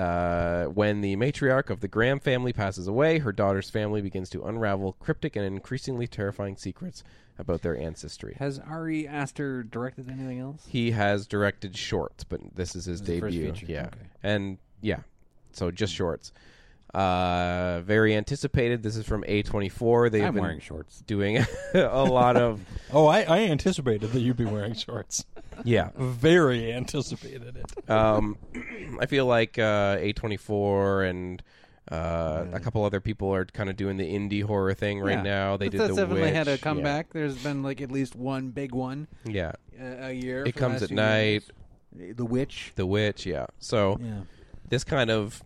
Speaker 1: uh, when the matriarch of the Graham family passes away, her daughter's family begins to unravel cryptic and increasingly terrifying secrets about their ancestry.
Speaker 3: Has Ari Aster directed anything else?
Speaker 1: He has directed shorts, but this is his
Speaker 3: is the first
Speaker 1: debut.
Speaker 3: feature,
Speaker 1: yeah,
Speaker 3: okay.
Speaker 1: and yeah, so just shorts. Uh, very anticipated. This is from A24. They've
Speaker 3: I'm
Speaker 1: been
Speaker 3: wearing shorts.
Speaker 1: doing a lot of
Speaker 2: Oh, I, I anticipated that you'd be wearing shorts.
Speaker 1: yeah.
Speaker 2: Very anticipated it.
Speaker 1: Um, I feel like uh, A24 and uh, a couple other people are kind of doing the indie horror thing right
Speaker 3: Yeah.
Speaker 1: now. They
Speaker 3: But
Speaker 1: did
Speaker 3: that's
Speaker 1: the
Speaker 3: definitely had a
Speaker 1: Witch.
Speaker 3: comeback. There's been like at least one big one
Speaker 1: Yeah. yeah.
Speaker 3: uh, a year.
Speaker 1: It
Speaker 3: for the
Speaker 1: comes
Speaker 3: last
Speaker 1: at
Speaker 3: few
Speaker 1: night.
Speaker 3: years. The Witch.
Speaker 1: The Witch, yeah. So
Speaker 3: Yeah.
Speaker 1: this kind of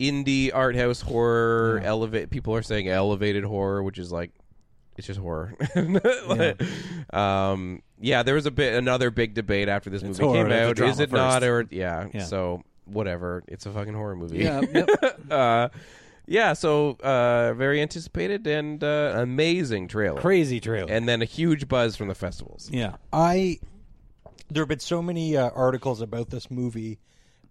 Speaker 1: indie art house horror elevate people are saying elevated horror, which is like it's just horror. Like, Um yeah, there was a bit another big debate after this movie
Speaker 3: horror,
Speaker 1: came
Speaker 3: it's a
Speaker 1: out.
Speaker 3: drama
Speaker 1: Is it not
Speaker 3: first.
Speaker 1: or yeah,
Speaker 3: Yeah.
Speaker 1: So whatever. It's a fucking horror movie.
Speaker 3: Yeah. yep.
Speaker 1: uh yeah, so uh very anticipated and uh amazing trailer.
Speaker 3: Crazy trailer.
Speaker 1: And then a huge buzz from the festivals.
Speaker 3: yeah.
Speaker 2: I there have been so many uh, articles about this movie,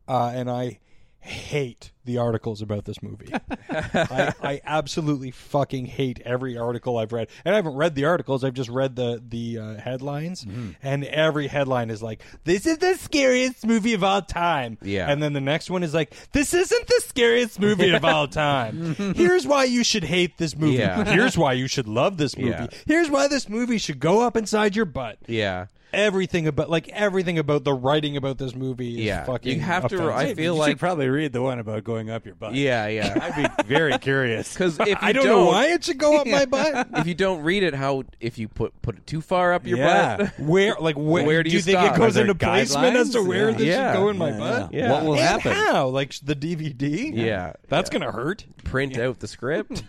Speaker 2: uh, and I hate the articles about this movie. I, I absolutely fucking hate every article I've read, and I haven't read the articles. I've just read the the uh, headlines,
Speaker 1: Mm-hmm.
Speaker 2: and every headline is like, "This is the scariest movie of all time."
Speaker 1: Yeah.
Speaker 2: and then the next one is like, "This isn't the scariest movie of all time." Here's why you should hate this movie.
Speaker 1: Yeah.
Speaker 2: Here's why you should love this movie.
Speaker 1: Yeah.
Speaker 2: Here's why this movie should go up inside your butt
Speaker 1: Yeah.
Speaker 2: everything about like everything about the writing about this movie is
Speaker 1: Yeah.
Speaker 2: fucking
Speaker 1: You have to-
Speaker 2: offensive.
Speaker 1: I feel like
Speaker 3: probably read the one about going up your butt.
Speaker 1: Yeah, yeah.
Speaker 3: I'd be very curious.
Speaker 1: Because if you
Speaker 2: I don't, know why it should go up my butt.
Speaker 1: if you don't read it, how if you put put it too far up your
Speaker 3: Yeah.
Speaker 1: butt?
Speaker 2: Where like where,
Speaker 1: Where do
Speaker 2: do
Speaker 1: you
Speaker 2: you, think
Speaker 1: stop?
Speaker 2: it goes
Speaker 3: Are there
Speaker 2: into placement as to
Speaker 3: guidelines?
Speaker 2: where
Speaker 3: Yeah.
Speaker 2: this
Speaker 1: Yeah.
Speaker 2: should go in my
Speaker 3: Yeah.
Speaker 2: butt?
Speaker 1: Yeah. What will
Speaker 2: And
Speaker 3: happen?
Speaker 2: How like the DVD?
Speaker 1: Yeah.
Speaker 2: that's gonna hurt.
Speaker 1: Print out the script.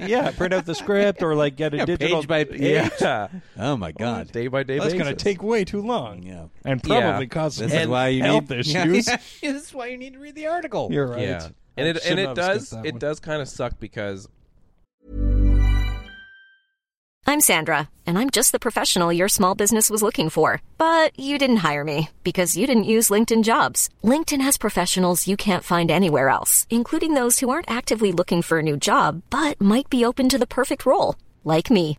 Speaker 2: Yeah, print out the script or like get a digital.
Speaker 3: page by page.
Speaker 1: yeah,
Speaker 3: Oh my god.
Speaker 1: day by day.
Speaker 2: that's
Speaker 1: basis.
Speaker 2: gonna take way too long.
Speaker 3: Yeah.
Speaker 2: and
Speaker 1: Yeah.
Speaker 2: probably cause some
Speaker 3: This is why you
Speaker 2: health
Speaker 3: need,
Speaker 2: issues.
Speaker 3: Yeah, this is why you need to read the article.
Speaker 2: You're right.
Speaker 1: Yeah,
Speaker 2: I
Speaker 1: and it and
Speaker 2: shouldn't
Speaker 1: it
Speaker 2: have
Speaker 1: does
Speaker 2: skipped that
Speaker 1: it
Speaker 2: one.
Speaker 1: does kind of suck because
Speaker 4: I'm Sandra, and I'm just the professional your small business was looking for. But you didn't hire me because you didn't use LinkedIn jobs. LinkedIn has professionals you can't find anywhere else, including those who aren't actively looking for a new job but might be open to the perfect role, like me.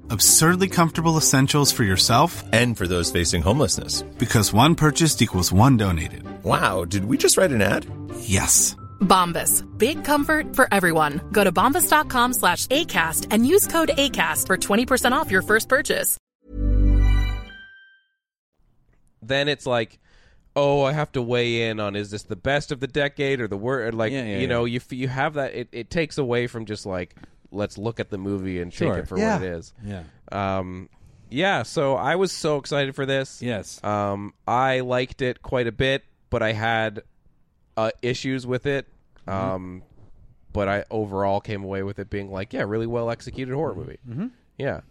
Speaker 5: Absurdly comfortable essentials for yourself
Speaker 6: And for those facing homelessness.
Speaker 5: because one purchased equals one donated.
Speaker 6: Wow, did we just write an ad?
Speaker 5: Yes.
Speaker 7: Bombas. Big comfort for everyone. Go to bombas.com slash ACAST and use code ACAST for 20% off your first purchase.
Speaker 1: then it's like, oh, I have to weigh in on is this the best of the decade or the worst? Like
Speaker 3: Yeah, yeah,
Speaker 1: you
Speaker 3: yeah.
Speaker 1: know, you f- you have that. It, it takes away from just like let's look at the movie and
Speaker 3: Sure.
Speaker 1: take it for
Speaker 2: Yeah.
Speaker 1: what it is.
Speaker 3: Yeah.
Speaker 1: Um, yeah. So I was so excited for this.
Speaker 3: Yes.
Speaker 1: Um, I liked it quite a bit, but I had uh, issues with it. Um, but I overall came away with it being like, yeah, really well executed horror movie. Mm-hmm. Yeah,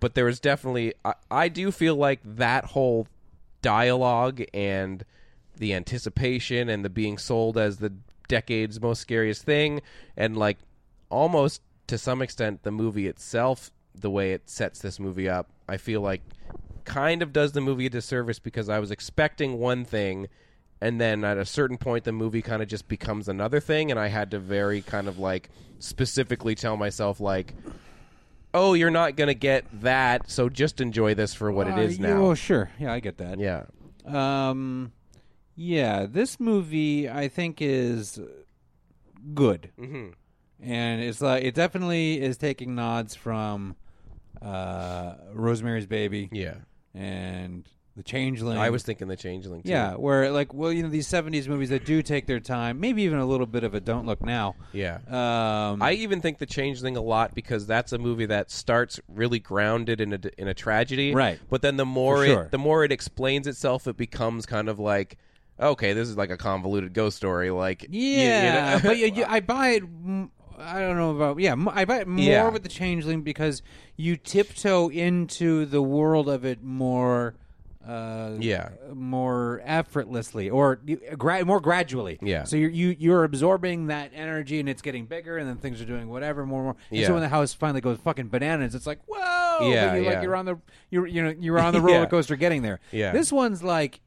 Speaker 1: but there was definitely I, I do feel like that whole dialogue and the anticipation and the being sold as the decade's most scariest thing and like almost to some extent the movie itself the way it sets this movie up. I feel like kind of does the movie a disservice because I was expecting one thing and then at a certain point the movie kind of just becomes another thing and I had to very kind of like specifically tell myself like oh you're not going to get that so just enjoy this for what it is now.
Speaker 3: Oh, sure. Yeah, I get that.
Speaker 1: Yeah.
Speaker 3: Um, yeah, this movie I think is good, mm-hmm. and it's like it definitely is taking nods from uh, Rosemary's Baby,
Speaker 1: Yeah.
Speaker 3: and The Changeling.
Speaker 1: I was thinking the changeling too.
Speaker 3: yeah, where like well, you know, these '70s movies that do take their time, maybe even a little bit of a Don't Look Now.
Speaker 1: Yeah.
Speaker 3: Um,
Speaker 1: I even think The Changeling a lot because that's a movie that starts really grounded in a in a tragedy,
Speaker 3: Right.
Speaker 1: But then the more
Speaker 3: For
Speaker 1: it
Speaker 3: sure.
Speaker 1: the more it explains itself, it becomes kind of like, okay, this is like a convoluted ghost story. Like, y- you know-
Speaker 3: Yeah, Uh, but you, you, I buy it. m- I don't know about yeah. m- I buy it more
Speaker 1: Yeah.
Speaker 3: with the changeling because you tiptoe into the world of it more. Uh,
Speaker 1: Yeah.
Speaker 3: more effortlessly or you- gra- more gradually.
Speaker 1: Yeah.
Speaker 3: So you're, you you're absorbing that energy and it's getting bigger and then things are doing whatever more and more. And
Speaker 1: Yeah.
Speaker 3: So when the house finally goes fucking bananas, it's like whoa. but
Speaker 1: Yeah,
Speaker 3: You're
Speaker 1: yeah.
Speaker 3: Like you're on the you're you know you're on the roller coaster getting there.
Speaker 1: Yeah.
Speaker 3: This one's like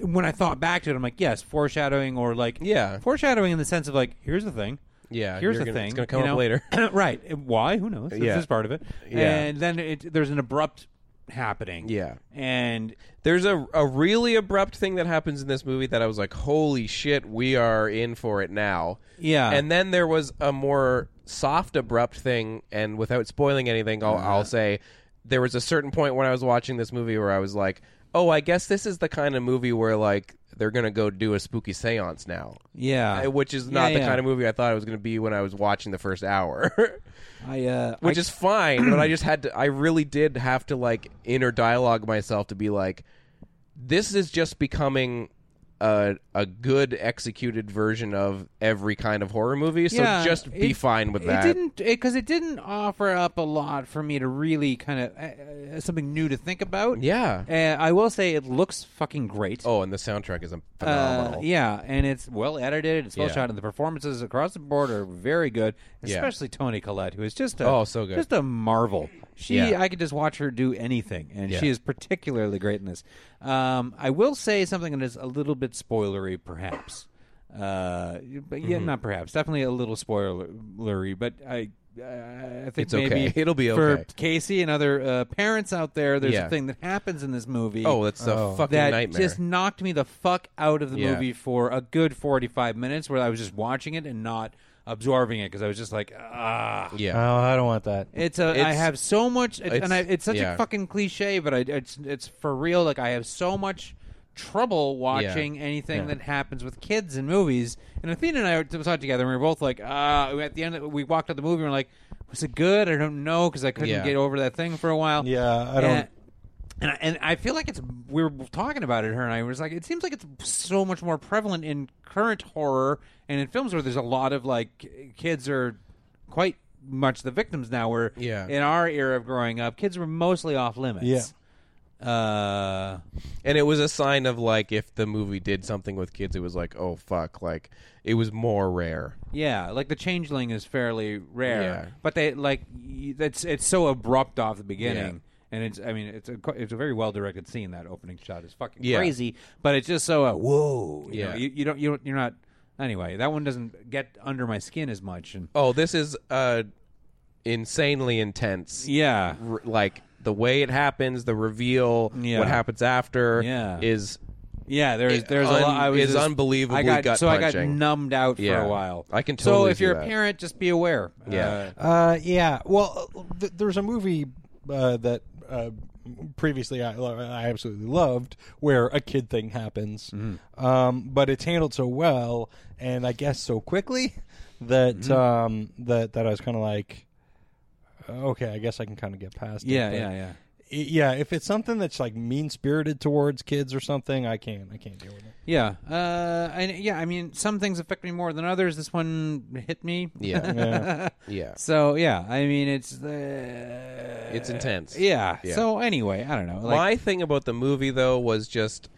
Speaker 3: when I thought back to it, I'm like, yes, foreshadowing or like,
Speaker 1: Yeah.
Speaker 3: foreshadowing in the sense of like, here's the thing,
Speaker 1: Yeah,
Speaker 3: here's
Speaker 1: you're
Speaker 3: the
Speaker 1: gonna-
Speaker 3: thing,
Speaker 1: it's gonna come
Speaker 3: you
Speaker 1: up
Speaker 3: know?
Speaker 1: later.
Speaker 3: right? Why? Who knows?
Speaker 1: Yeah.
Speaker 3: This is part of it.
Speaker 1: Yeah.
Speaker 3: and then it, there's an abrupt happening.
Speaker 1: Yeah.
Speaker 3: and
Speaker 1: There's a a really abrupt thing that happens in this movie that I was like, holy shit, we are in for it now.
Speaker 3: Yeah.
Speaker 1: And then there was a more soft abrupt thing, and without spoiling anything, I'll,
Speaker 3: Uh-huh.
Speaker 1: I'll say there was a certain point when I was watching this movie where I was like, oh, I guess this is the kind of movie where like they're gonna go do a spooky séance now.
Speaker 3: yeah,
Speaker 1: Uh, Which is not the
Speaker 3: Yeah, yeah.
Speaker 1: kind of movie I thought it was going to be when I was watching the first hour.
Speaker 3: I uh,
Speaker 1: which
Speaker 3: I-
Speaker 1: is fine but i just had to i really did have to like inner dialogue myself to be like this is just becoming a, a good executed version of every kind of horror movie so
Speaker 3: Yeah,
Speaker 1: just be
Speaker 3: it-
Speaker 1: fine with that
Speaker 3: It didn't because it, didn't offer up a lot for me to really kind of uh, uh, something new to think about.
Speaker 1: Yeah.
Speaker 3: uh, I will say it looks fucking great.
Speaker 1: oh and the soundtrack is
Speaker 3: Uh,
Speaker 1: phenomenal
Speaker 3: yeah, and it's well edited. It's well
Speaker 1: Yeah.
Speaker 3: shot, and the performances across the board are very good.
Speaker 1: Yeah.
Speaker 3: Especially Toni Collette, who is just a,
Speaker 1: Oh, so good.
Speaker 3: just a marvel. She,
Speaker 1: Yeah.
Speaker 3: I could just watch her do anything, and
Speaker 1: Yeah.
Speaker 3: she is particularly great in this. Um, I will say something that is a little bit spoilery, perhaps. Uh, but
Speaker 1: Mm-hmm.
Speaker 3: yeah, not perhaps. Definitely a little spoilery, but I. I think
Speaker 1: It's
Speaker 3: maybe
Speaker 1: okay. It'll be
Speaker 3: for
Speaker 1: okay.
Speaker 3: Casey and other uh, parents out there. There's
Speaker 1: Yeah.
Speaker 3: a thing that happens in this movie
Speaker 1: oh that's a fucking
Speaker 3: that
Speaker 1: nightmare
Speaker 3: just knocked me the fuck out of the
Speaker 1: Yeah.
Speaker 3: movie for a good 45 minutes where I was just watching it and not absorbing it because I was just like, ah.
Speaker 1: yeah
Speaker 2: Oh, I don't want that.
Speaker 3: It's a. I
Speaker 1: It's-
Speaker 3: have so much, it,
Speaker 1: it's-
Speaker 3: and I, it's such
Speaker 1: yeah.
Speaker 3: a fucking cliche, but I, it's it's for real. Like I have so much trouble watching anything that happens with kids in movies. And Athena and I were- saw it together, and we were both like, ah. At the end, of, we walked out the movie, and we're like, was it good? I don't know because I couldn't
Speaker 1: Yeah.
Speaker 3: get over that thing for a while.
Speaker 2: Yeah, I don't-
Speaker 3: And, and I, and I feel like it's we were talking about it. Her and I was like, it seems like it's so much more prevalent in current horror and in films where there's a lot of like k- kids are quite much the victims now. Where
Speaker 1: Yeah.
Speaker 3: in our era of growing up, kids were mostly off limits.
Speaker 2: Yeah.
Speaker 3: Uh,
Speaker 1: and it was a sign of like if the movie did something with kids it was like oh fuck like it was more rare
Speaker 3: yeah, like the changeling is fairly rare,
Speaker 1: Yeah.
Speaker 3: but they like y- that's it's so abrupt off the beginning, and it's I mean it's a qu- it's a very well directed scene. That opening shot is fucking
Speaker 1: Yeah.
Speaker 3: crazy, but it's just so uh, whoa, you
Speaker 1: Yeah.
Speaker 3: know, you, you don't you don't, you're not anyway. That one doesn't get under my skin as much, and
Speaker 1: oh this is uh insanely intense
Speaker 3: yeah,
Speaker 1: r- like the way it happens, the reveal,
Speaker 3: Yeah.
Speaker 1: what happens after
Speaker 3: Yeah.
Speaker 1: is
Speaker 3: Yeah, there's
Speaker 1: It
Speaker 3: there's
Speaker 1: un-
Speaker 3: a lot. I was
Speaker 1: is
Speaker 3: just-
Speaker 1: unbelievably
Speaker 3: I got
Speaker 1: gut
Speaker 3: so I got
Speaker 1: punching.
Speaker 3: numbed out for
Speaker 1: Yeah.
Speaker 3: a while.
Speaker 1: I can
Speaker 3: So
Speaker 1: totally
Speaker 3: if
Speaker 1: see
Speaker 3: you're
Speaker 1: that.
Speaker 3: a parent, just be aware.
Speaker 1: Yeah.
Speaker 3: Uh,
Speaker 2: Uh, yeah. Well, th- there's a movie uh, that uh, previously I, I absolutely loved where a kid thing happens, um, but it's handled so well and I guess so quickly that um, that that I was kind of like, okay, I guess I can kind of get past.
Speaker 3: yeah,
Speaker 2: it. But
Speaker 3: yeah, yeah.
Speaker 2: it- yeah. If it's something that's like mean spirited towards kids or something, I can't. I can't deal with it.
Speaker 3: Yeah, uh, and yeah, I mean, some things affect me more than others. This one hit me.
Speaker 1: yeah, yeah.
Speaker 3: So yeah, I mean, it's uh,
Speaker 1: It's intense.
Speaker 3: yeah.
Speaker 1: Yeah.
Speaker 3: So anyway, I don't know. Like,
Speaker 1: My thing about the movie though was just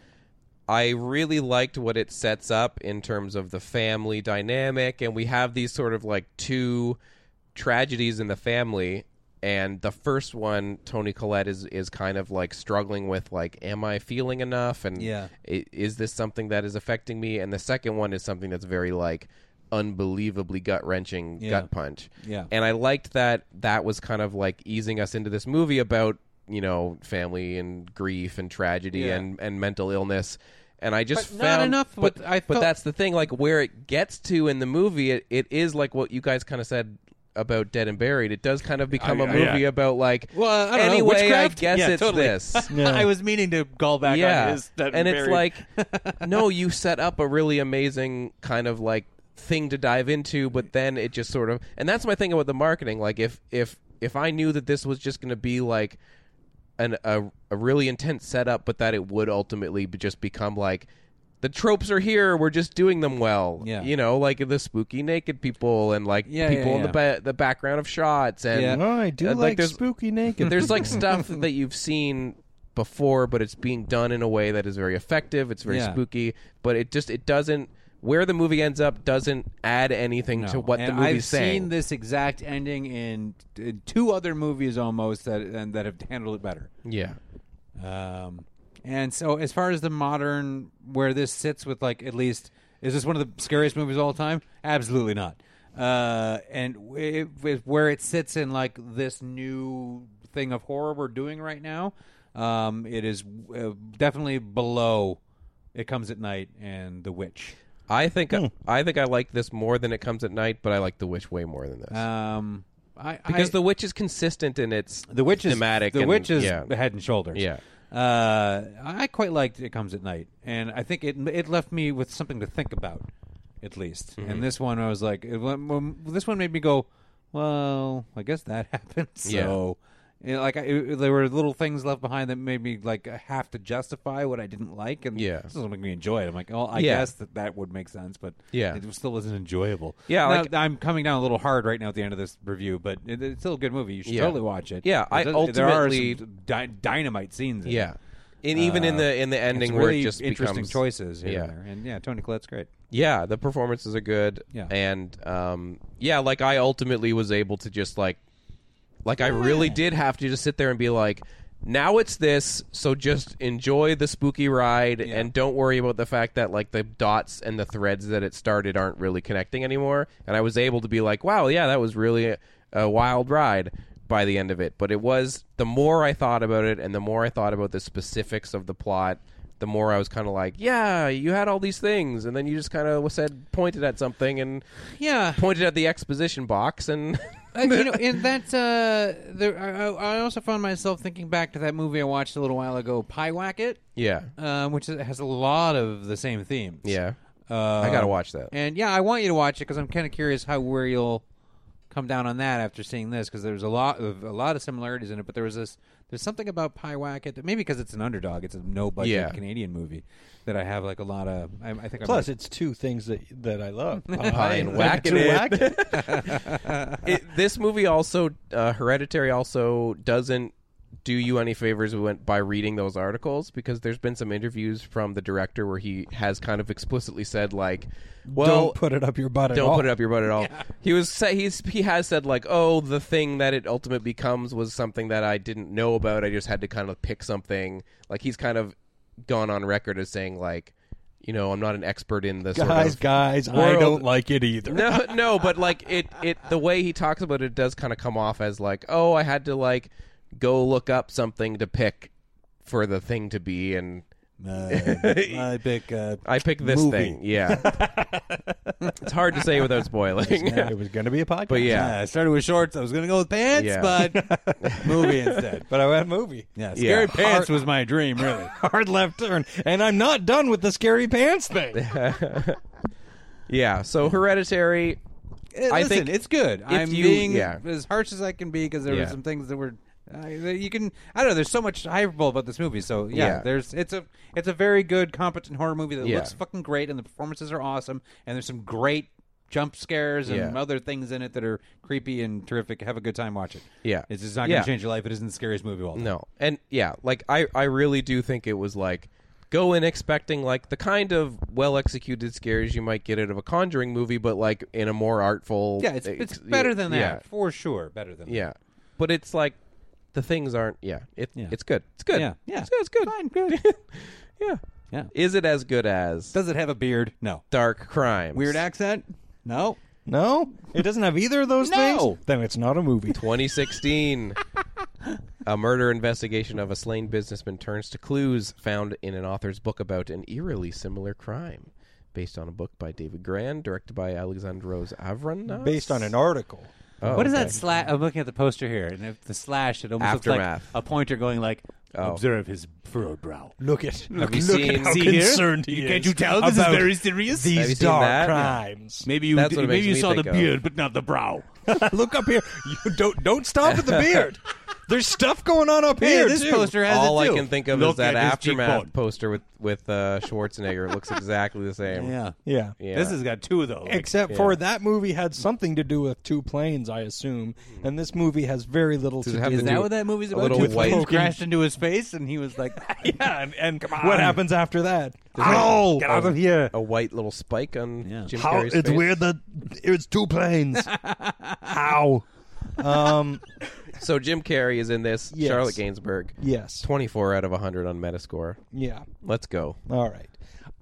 Speaker 1: I really liked what it sets up in terms of the family dynamic and we have these sort of like two tragedies in the family and the first one tony collette is is kind of like struggling with like am i feeling enough and
Speaker 3: Yeah.
Speaker 1: i- is this something that is affecting me and the second one is something that's very like unbelievably gut-wrenching gut punch
Speaker 3: Yeah.
Speaker 1: and i liked that that was kind of like easing us into this movie about you know family and grief and tragedy
Speaker 3: Yeah.
Speaker 1: and and mental illness and i just
Speaker 3: But not
Speaker 1: found
Speaker 3: enough
Speaker 1: but,
Speaker 3: with- I
Speaker 1: but
Speaker 3: felt-
Speaker 1: that's the thing like where it gets to in the movie it, it is like what you guys kind of said about dead and buried it does kind of become a movie about like
Speaker 3: Well, I don't know,
Speaker 1: anyway i
Speaker 3: witchcraft?
Speaker 1: guess
Speaker 3: Yeah,
Speaker 1: it's
Speaker 3: totally.
Speaker 1: this
Speaker 2: Yeah.
Speaker 3: I was meaning to call back on his. That
Speaker 1: and it's
Speaker 3: very-
Speaker 1: like no you set up a really amazing kind of like thing to dive into but then it just sort of and that's my thing about the marketing like if if if i knew that this was just going to be like an a, a really intense setup but that it would ultimately be- just become like the tropes are here we're just doing them well
Speaker 3: Yeah.
Speaker 1: you know like the spooky naked people and like
Speaker 3: Yeah,
Speaker 1: people
Speaker 3: yeah,
Speaker 1: in the ba- the background of shots and
Speaker 3: Yeah.
Speaker 2: Oh, I do
Speaker 1: uh,
Speaker 2: like,
Speaker 1: there's-
Speaker 2: spooky naked.
Speaker 1: there's like stuff that you've seen before, but it's being done in a way that is very effective. It's very
Speaker 3: Yeah.
Speaker 1: spooky, but it just it doesn't where the movie ends up doesn't add anything to
Speaker 3: No.
Speaker 1: what the
Speaker 3: And
Speaker 1: movie's
Speaker 3: I've
Speaker 1: saying.
Speaker 3: seen this exact ending in, in two other movies almost that and that have handled it better.
Speaker 1: yeah,
Speaker 3: Um, and so, as far as the modern, where this sits with like at least, is this one of the scariest movies of all time? Absolutely not. Uh, and w- it, with where it sits in like this new thing of horror we're doing right now, um, it is uh, definitely below. It comes at night and The Witch.
Speaker 1: I think
Speaker 3: Hmm.
Speaker 1: I think I like this more than it comes at night, but I like The Witch way more than this
Speaker 3: Um, I,
Speaker 1: because
Speaker 3: I,
Speaker 1: The Witch is consistent in its
Speaker 3: The Witch is
Speaker 1: thematic.
Speaker 3: The
Speaker 1: and-
Speaker 3: Witch is
Speaker 1: yeah.
Speaker 3: head and shoulders.
Speaker 1: Yeah.
Speaker 3: Uh, I quite liked It Comes at Night, and I think it it left me with something to think about, at least.
Speaker 1: Mm-hmm.
Speaker 3: And this one, I was like, it, wa- well, this one made me go, well, I guess that happened.
Speaker 1: Yeah.
Speaker 3: So, you know, like, I, it- there were little things left behind that made me like have to justify what I didn't like, and
Speaker 1: Yeah.
Speaker 3: this doesn't make me enjoy it. I'm like, oh, I
Speaker 1: Yeah.
Speaker 3: guess that that would make sense, but
Speaker 1: Yeah.
Speaker 3: it still wasn't enjoyable.
Speaker 1: Yeah,
Speaker 3: Now,
Speaker 1: like-
Speaker 3: I'm coming down a little hard right now at the end of this review, but it, it's still a good movie. You should
Speaker 1: Yeah.
Speaker 3: totally watch it.
Speaker 1: Yeah,
Speaker 3: It
Speaker 1: I
Speaker 3: does- there are
Speaker 1: ultimately-
Speaker 3: some dy- dynamite scenes. In
Speaker 1: yeah,
Speaker 3: it.
Speaker 1: and even in
Speaker 3: Uh,
Speaker 1: the in the ending
Speaker 3: It's
Speaker 1: where
Speaker 3: really
Speaker 1: it just
Speaker 3: interesting
Speaker 1: becomes
Speaker 3: choices. Here
Speaker 1: yeah.
Speaker 3: and, there. and yeah, Tony Collette's great.
Speaker 1: Yeah, the performances are good.
Speaker 3: Yeah.
Speaker 1: And um yeah, like I ultimately was able to just like like I really did have to just sit there and be like now it's this, so just enjoy the spooky ride and don't worry about the fact that like the dots and the threads that it started aren't really connecting anymore. And I was able to be like, wow, yeah, that was really a, a wild ride by the end of it. But it was the more I thought about it and the more I thought about the specifics of the plot, the more I was kind of like, yeah, you had all these things, and then you just kind of said pointed at something and
Speaker 3: Yeah,
Speaker 1: pointed at the exposition box, and
Speaker 3: Uh, you know, and that uh, there, I, I I also found myself thinking back to that movie I watched a little while ago, Pie Whack It,
Speaker 1: yeah,
Speaker 3: um, which is- has a lot of the same themes.
Speaker 1: yeah,
Speaker 3: Uh,
Speaker 1: I gotta watch that.
Speaker 3: And yeah, I want you to watch it because I'm kind of curious how where you'll come down on that after seeing this because there's a lot of a lot of similarities in it. But there was this there's something about Pie Wacket that maybe because it's an underdog, it's a no budget
Speaker 1: Yeah.
Speaker 3: Canadian movie that I have like a lot of. I, I think
Speaker 2: Plus,
Speaker 3: I'm,
Speaker 2: it's two things that that I love: Uh,
Speaker 1: Pie and whacking
Speaker 2: to
Speaker 1: it.
Speaker 2: whack it.
Speaker 1: it, this movie also uh, hereditary also doesn't do you any favors when- by reading those articles because there's been some interviews from the director where he has kind of explicitly said like well
Speaker 2: Don't put it up your butt at
Speaker 1: don't
Speaker 2: all.
Speaker 1: put it up your butt at all he was sa- he's he has said like oh the thing that it ultimately becomes was something that i didn't know about i just had to kind of pick something like he's kind of gone on record as saying like you know i'm not an expert in the sort
Speaker 2: guys,
Speaker 1: of
Speaker 2: guys. I
Speaker 1: world-
Speaker 2: don't like it either.
Speaker 1: no, no, but like it, it the way he talks about it does kind of come off as like, oh, I had to like go look up something to pick for the thing to be, and
Speaker 3: I pick. Uh,
Speaker 1: I picked this thing. Yeah, it's hard to say without spoiling.
Speaker 2: It was going to be a podcast,
Speaker 1: But yeah,
Speaker 3: I started with shorts. I was gonna go with pants,
Speaker 1: Yeah.
Speaker 3: but movie instead.
Speaker 2: but I had a movie.
Speaker 3: Yeah, scary pants was my dream, really.
Speaker 2: Hard left turn, and I'm not done with the scary pants thing.
Speaker 1: yeah. So hereditary,
Speaker 3: I
Speaker 1: I
Speaker 3: think
Speaker 1: think
Speaker 3: Eh, it's good. I'm
Speaker 1: you-
Speaker 3: being
Speaker 1: yeah.
Speaker 3: as harsh as I can be because there were
Speaker 1: Yeah.
Speaker 3: some things that were. Uh, that you can I don't know. There's so much hyperbole about this movie. So yeah,
Speaker 1: Yeah.
Speaker 3: there's it's a it's a very good, competent horror movie that
Speaker 1: Yeah.
Speaker 3: looks fucking great, and the performances are awesome, and there's some great jump scares and
Speaker 1: Yeah.
Speaker 3: other things in it that are creepy and terrific. Have a good time, watch it.
Speaker 1: Yeah.
Speaker 3: it's just not
Speaker 1: Yeah.
Speaker 3: going to change your life. It isn't the scariest movie of all time.
Speaker 1: No. And yeah, like I I really do think it was like go in expecting like the kind of well executed scares you might get out of a conjuring movie but like in a more artful
Speaker 3: Yeah, it's it's better than that
Speaker 1: yeah,
Speaker 3: for sure. Better than
Speaker 1: yeah but it's like the things aren't. Yeah, it,
Speaker 3: Yeah.
Speaker 1: it's good. It's good.
Speaker 3: Yeah. Yeah.
Speaker 1: it's, it's good.
Speaker 3: Fine, good.
Speaker 1: yeah.
Speaker 3: Yeah.
Speaker 1: Is it as good as
Speaker 3: Does it have a beard? No.
Speaker 1: Dark Crimes?
Speaker 3: Weird accent? No.
Speaker 2: No, it doesn't have either of those
Speaker 3: No.
Speaker 2: things. Then it's not a movie.
Speaker 1: 2016. a murder investigation of a slain businessman turns to clues found in an author's book about an eerily similar crime. Based on a book by David Grand, directed by Alexandros Avranos.
Speaker 2: Based on an article.
Speaker 1: Oh,
Speaker 3: what is
Speaker 1: okay.
Speaker 3: that slash? I'm looking at the poster here, and if the slash, it almost looks
Speaker 1: Aftermath.
Speaker 3: like a pointer going like,
Speaker 1: Oh.
Speaker 3: "Observe his furrowed brow."
Speaker 2: Look at
Speaker 1: Have you seen?
Speaker 3: how-
Speaker 2: how
Speaker 3: See here?
Speaker 2: concerned he
Speaker 3: You-
Speaker 2: is.
Speaker 3: can't you tell this is
Speaker 2: about
Speaker 3: very serious?
Speaker 1: Have you
Speaker 2: These
Speaker 1: seen
Speaker 2: dark
Speaker 1: that?
Speaker 2: crimes.
Speaker 3: Maybe you
Speaker 1: That's
Speaker 3: d-
Speaker 1: what it
Speaker 3: maybe
Speaker 1: makes
Speaker 3: you
Speaker 1: me
Speaker 3: saw the
Speaker 1: think of.
Speaker 3: beard, but not the brow.
Speaker 2: Look up here. You don't don't stop at the beard. There's stuff going on up
Speaker 3: Hey,
Speaker 2: here.
Speaker 3: this
Speaker 2: too.
Speaker 3: poster has
Speaker 1: All
Speaker 3: it
Speaker 1: I
Speaker 3: too.
Speaker 1: can think of
Speaker 3: Look
Speaker 1: is that
Speaker 3: at his
Speaker 1: aftermath
Speaker 3: cheekbone.
Speaker 1: poster with with uh, Schwarzenegger. it looks exactly the same.
Speaker 3: Yeah.
Speaker 2: Yeah.
Speaker 1: Yeah.
Speaker 3: this has got two of those.
Speaker 2: Except for that movie had something to do with two planes, I assume, and this movie has very little
Speaker 1: Does it
Speaker 2: to
Speaker 1: have
Speaker 2: do.
Speaker 1: to
Speaker 3: is that what that movie's
Speaker 1: A
Speaker 3: about?
Speaker 1: little
Speaker 3: Two planes
Speaker 2: white-
Speaker 3: crashed into his face, and he was like,
Speaker 2: yeah, and, and what happens after that? Ow! Get out of here!
Speaker 1: a white little spike on
Speaker 3: Yeah.
Speaker 1: Jim
Speaker 2: How
Speaker 1: Carrey's
Speaker 2: it's
Speaker 1: face.
Speaker 2: weird that it's two planes. How? Um.
Speaker 1: So Jim Carrey is in this.
Speaker 2: Yes.
Speaker 1: Charlotte Gainsbourg.
Speaker 2: Yes.
Speaker 1: 24 out of 100 on Metascore.
Speaker 2: Yeah.
Speaker 1: Let's go.
Speaker 2: All right.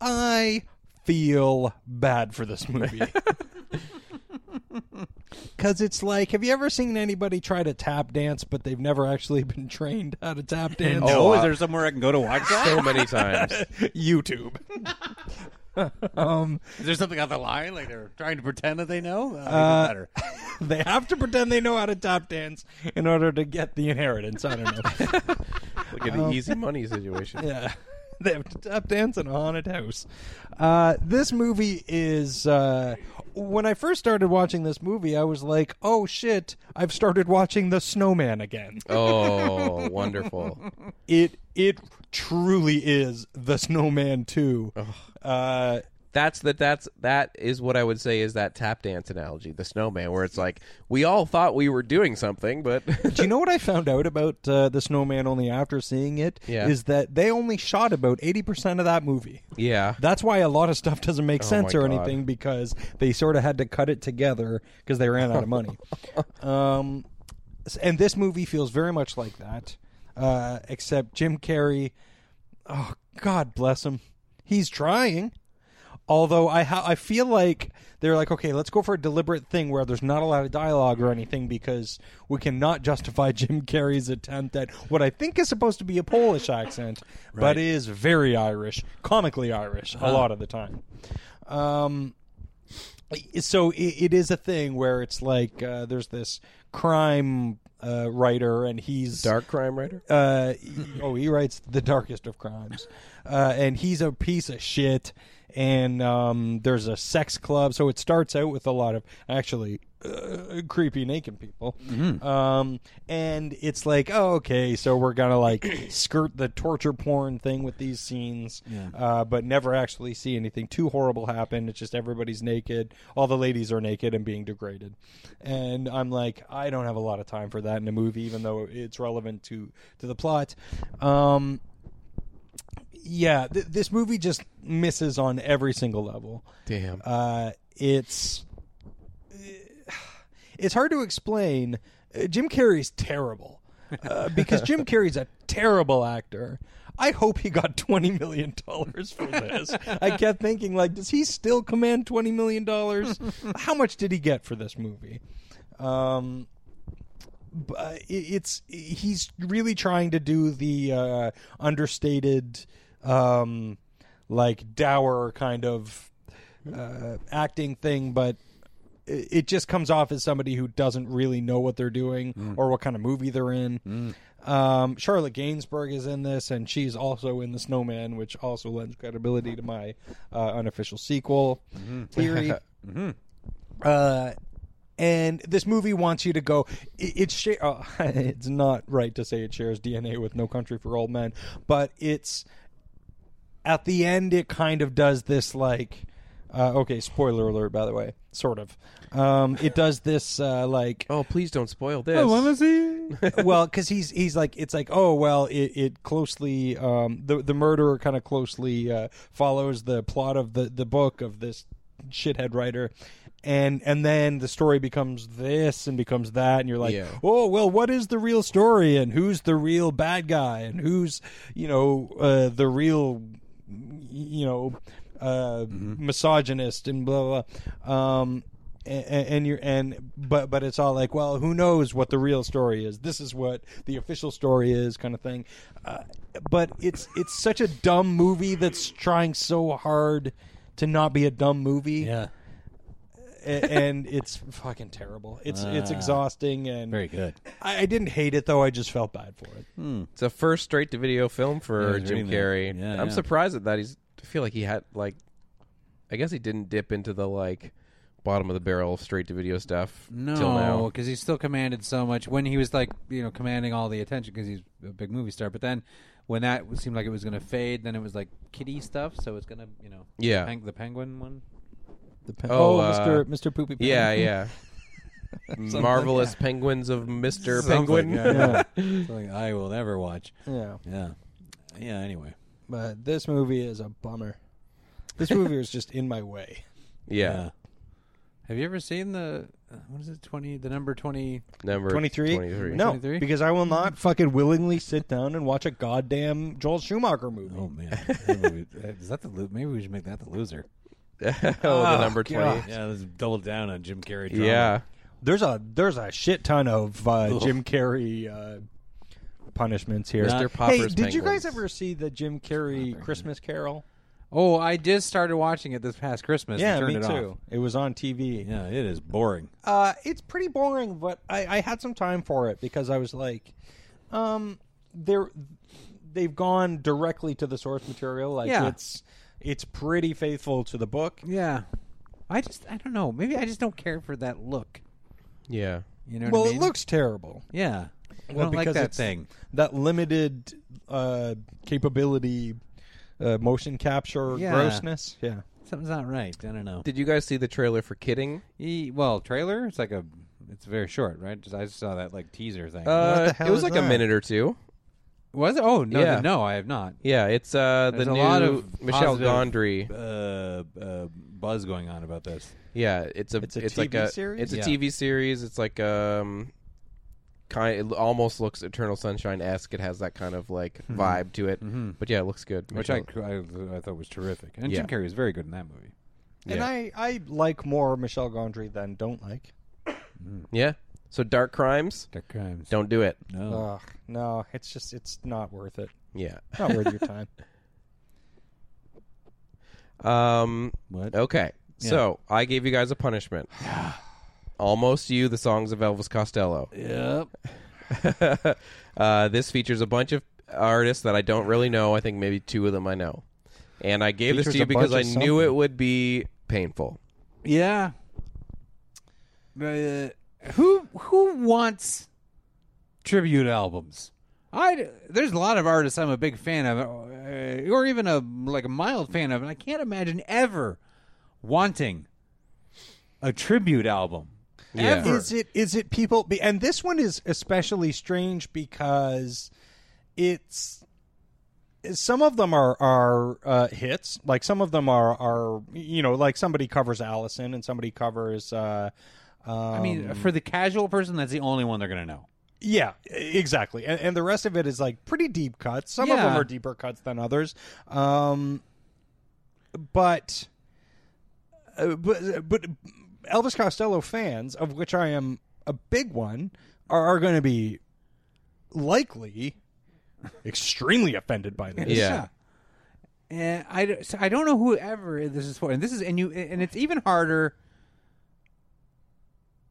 Speaker 2: I feel bad for this movie. Because it's like, have you ever seen anybody try to tap dance, but they've never actually been trained how to tap dance?
Speaker 3: "No, is there somewhere I can go to watch that?
Speaker 1: So many times.
Speaker 2: YouTube. um,
Speaker 3: is there something on the line? Like they're trying to pretend that they know? Uh,
Speaker 2: Uh,
Speaker 3: even better.
Speaker 2: they have to pretend they know how to tap dance in order to get the inheritance. I don't know.
Speaker 1: Look at the easy money situation.
Speaker 2: Um, Yeah. They have to tap dance in a haunted house. Uh, this movie is. Uh, when I first started watching this movie, I was like, oh shit, I've started watching The Snowman again.
Speaker 1: Oh, wonderful.
Speaker 2: It it truly is The Snowman 2. Uh,
Speaker 1: That's the that's that is what I would say is that tap dance analogy, the snowman, where it's like we all thought we were doing something, but
Speaker 2: do you know what I found out about uh, The Snowman only after seeing it? Is
Speaker 1: Yeah.
Speaker 2: that they only shot about 80% of that movie.
Speaker 1: yeah, Oh
Speaker 2: That's why a lot of stuff doesn't make sense
Speaker 1: my
Speaker 2: or
Speaker 1: God.
Speaker 2: anything because they sort of had to cut it together because they ran out of money. um, s- and this movie feels very much like that, uh, except Jim Carrey. Oh God bless him. He's trying. Although I ha- I feel like they're like okay, let's go for a deliberate thing where there's not a lot of dialogue or anything because we cannot justify Jim Carrey's attempt at what I think is supposed to be a Polish accent, but is very Irish, comically Irish a lot of the time. Um, so it, it is a thing where it's like uh, there's this crime uh, writer and he's
Speaker 1: dark crime writer.
Speaker 2: uh, he- oh, he writes the darkest of crimes, uh, and he's a piece of shit. And um, there's a sex club, so it starts out with a lot of actually uh, creepy naked people. Um, and it's like, oh, okay, so we're gonna like skirt the torture porn thing with these scenes, uh, but never actually see anything too horrible happen. It's just everybody's naked, all the ladies are naked and being degraded. And I'm like, I don't have a lot of time for that in a movie, even though it's relevant to to the plot. Um, yeah, th- this movie just misses on every single level.
Speaker 1: Damn.
Speaker 2: Uh, it's it's hard to explain. Uh, Jim Carrey's terrible uh, because Jim Carrey's a terrible actor. I hope he got twenty million dollars for this. I kept thinking, like, does he still command twenty million dollars? How much did he get for this movie? Um, b- uh, it- it's he's really trying to do the uh, understated, um, like dour kind of uh, acting thing, but it it just comes off as somebody who doesn't really know what they're doing or what kind of movie they're in. Um, Charlotte Gainsbourg is in this, and she's also in The Snowman, which also lends credibility to my uh, unofficial sequel theory. Uh, and this movie wants you to go. It, it sha- uh, it's not right to say it shares DNA with No Country for Old Men, but it's at the end it kind of does this like uh, okay spoiler alert by the way sort of um, it does this uh, like
Speaker 1: oh, please don't spoil this.
Speaker 2: Oh, well because he's he's like it's like oh well it, it closely um, the the murderer kind of closely uh, follows the plot of the the book of this shithead writer and and then the story becomes this and becomes that and you're like
Speaker 1: Yeah.
Speaker 2: oh well what is the real story and who's the real bad guy and who's you know uh, the real you know uh,
Speaker 1: Mm-hmm.
Speaker 2: misogynist and blah blah, blah. um and, and you're and but but it's all like well who knows what the real story is this is what the official story is kind of thing uh, but it's it's such a dumb movie that's trying so hard to not be a dumb movie a- and it's fucking terrible. It's
Speaker 1: Uh,
Speaker 2: it's exhausting and
Speaker 3: Very good.
Speaker 2: I, I didn't hate it though. I just felt bad for it.
Speaker 1: It's a first straight to video film
Speaker 3: Yeah, I
Speaker 1: for
Speaker 3: was
Speaker 1: Jim
Speaker 3: reading that.
Speaker 1: Carrey.
Speaker 3: Yeah,
Speaker 1: I'm
Speaker 3: yeah.
Speaker 1: surprised at that. He's I feel like he had like I guess he didn't dip into the like bottom of the barrel straight to video stuff till
Speaker 3: No,
Speaker 1: now.
Speaker 3: because he still commanded so much when he was like you know commanding all the attention because he's a big movie star. But then when that w- seemed like it was going to fade, then it was like kiddie stuff. So it's going to you know
Speaker 1: Yeah.
Speaker 3: peng- the penguin one.
Speaker 2: oh,
Speaker 1: uh,
Speaker 2: Mr. Mr. Poopy. Pants.
Speaker 1: Yeah, yeah. Marvelous Penguins of Mr. Penguin.
Speaker 3: yeah. Something I will never watch.
Speaker 2: yeah.
Speaker 3: Yeah, yeah. Anyway,
Speaker 2: But this movie is a bummer. This movie was just in my way.
Speaker 1: yeah.
Speaker 3: Have you ever seen the uh, what is it twenty the number twenty?
Speaker 1: Number
Speaker 2: 23?
Speaker 1: 23.
Speaker 2: No,
Speaker 3: 23?
Speaker 2: because I will not fucking willingly sit down and watch a goddamn Joel Schumacher movie.
Speaker 3: Oh man, That movie- that- is that the lo- maybe we should make that the loser?
Speaker 1: oh,
Speaker 3: Ah,
Speaker 1: the number 20.
Speaker 3: Yeah, let's double down on Jim Carrey. Drama.
Speaker 1: Yeah.
Speaker 2: There's a there's a shit ton of uh, Jim Carrey uh, punishments here.
Speaker 1: Mr.
Speaker 2: Hey,
Speaker 1: Popper's
Speaker 2: did you guys
Speaker 1: Penguins.
Speaker 2: ever see the Jim Carrey Christmas Carol?
Speaker 3: Oh, I just started watching it this past Christmas.
Speaker 2: Yeah,
Speaker 3: and
Speaker 2: me
Speaker 3: turned
Speaker 2: too.
Speaker 3: it Off.
Speaker 2: It was on TV.
Speaker 3: Yeah, it is boring.
Speaker 2: Uh, it's pretty boring, but I, I had some time for it because I was like, um, they're they've gone directly to the source material. Like
Speaker 3: Yeah.
Speaker 2: it's it's pretty faithful to the book.
Speaker 3: Yeah. I just I don't know. Maybe I just don't care for that look.
Speaker 1: Yeah.
Speaker 3: You know what
Speaker 2: well,
Speaker 3: I mean?
Speaker 2: it looks terrible.
Speaker 3: Yeah. I
Speaker 2: Well,
Speaker 3: don't like
Speaker 2: because
Speaker 3: that
Speaker 2: it's
Speaker 3: thing.
Speaker 2: That limited uh, capability, uh, motion capture
Speaker 3: Yeah.
Speaker 2: grossness. Yeah.
Speaker 3: Something's not right. I don't know.
Speaker 1: Did you guys see the trailer for Kidding?
Speaker 3: E- well, trailer, it's like a it's very short, right? Just I just saw that like teaser thing.
Speaker 1: Uh,
Speaker 2: the hell
Speaker 1: it was
Speaker 2: is
Speaker 1: like a
Speaker 2: that?
Speaker 1: minute or two.
Speaker 3: was it? Oh, no,
Speaker 1: yeah.
Speaker 3: then no, I have not.
Speaker 1: Yeah, it's uh, the
Speaker 3: There's
Speaker 1: new
Speaker 3: a lot of
Speaker 1: Michelle
Speaker 3: positive-
Speaker 1: Gondry.
Speaker 3: Uh, uh buzz going on about this.
Speaker 1: Yeah, it's a
Speaker 2: It's a
Speaker 1: like
Speaker 2: TV
Speaker 1: a
Speaker 2: series?
Speaker 1: it's a
Speaker 3: Yeah.
Speaker 1: TV series. It's like um, kind it almost looks Eternal Sunshine esque. It has that kind of like vibe to it. But yeah, it looks good.
Speaker 3: Mm-hmm. Which I,
Speaker 1: Michelle-
Speaker 3: I, I thought was terrific. And
Speaker 1: Yeah.
Speaker 3: Jim Carrey was very good in that movie.
Speaker 2: And
Speaker 1: Yeah.
Speaker 2: I, I like more Michelle Gondry than don't like.
Speaker 1: yeah. So Dark Crimes, Uh,
Speaker 3: Dark crimes.
Speaker 1: don't do it.
Speaker 3: no.
Speaker 2: Ugh, no, it's just it's not worth it.
Speaker 1: Yeah.
Speaker 2: Not worth your time.
Speaker 1: Um.
Speaker 3: What?
Speaker 1: Okay.
Speaker 3: Yeah.
Speaker 1: So I gave you guys a punishment. Almost you, the songs of Elvis Costello.
Speaker 3: Yep.
Speaker 1: uh, this features a bunch of artists that I don't really know. I think maybe two of them I know. And I gave this
Speaker 2: Features
Speaker 1: to you
Speaker 2: a
Speaker 1: because I
Speaker 2: bunch of
Speaker 1: knew it
Speaker 2: something.
Speaker 1: would be painful.
Speaker 3: Yeah. Uh, who who wants tribute albums? I there's a lot of artists I'm a big fan of, uh, or even a like a mild fan of, and I can't imagine ever wanting a tribute album.
Speaker 1: Yeah.
Speaker 3: Ever.
Speaker 2: Is it is it people? be- And this one is especially strange because it's some of them are are uh, hits. Like some of them are are you know like somebody covers Allison and somebody covers. Uh, um,
Speaker 3: I mean, for the casual person, that's the only one they're gonna know.
Speaker 2: Yeah, e- exactly. And, and the rest of it is like pretty deep cuts. Some of them
Speaker 3: Yeah.
Speaker 2: are deeper cuts than others. Um, but, uh, but, but Elvis Costello fans, of which I am a big one, are, are going to be likely extremely offended by this.
Speaker 1: Yeah.
Speaker 3: And I, d- so I don't know whoever this is for, and this is and you and it's even harder.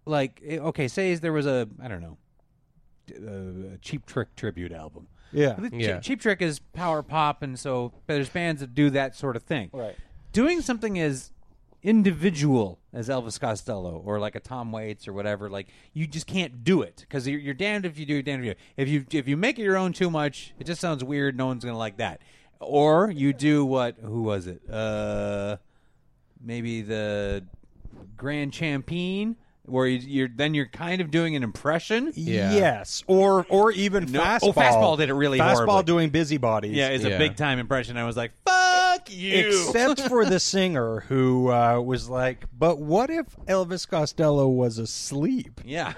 Speaker 3: Like eh, okay, say there was a I don't know, uh, a, a Cheap Trick tribute album.
Speaker 2: Yeah.
Speaker 3: The Che-
Speaker 1: Yeah.
Speaker 3: Cheap Trick is power pop, and so there's bands that do that sort of thing.
Speaker 2: Right.
Speaker 3: Doing something as individual as Elvis Costello or like a Tom Waits or whatever, like you just can't do it because you're, you're damned if you do, you're damned if you. If you if you make it your own too much, it just sounds weird. No one's gonna like that. Or you do what? Who was it? Uh, maybe the Grand Champagne, where you, you're then you're kind of doing an impression.
Speaker 1: Yeah.
Speaker 2: Yes, or or even
Speaker 3: No-
Speaker 2: fastball.
Speaker 3: oh, Fastball did it really
Speaker 2: Fastball
Speaker 3: horribly.
Speaker 2: doing busybodies.
Speaker 3: Yeah, it's
Speaker 1: Yeah.
Speaker 3: a big time impression. I was like, "Fuck
Speaker 8: Fuck you.
Speaker 2: Except for the singer who uh, was like, but what if Elvis Costello was asleep?
Speaker 3: Yeah.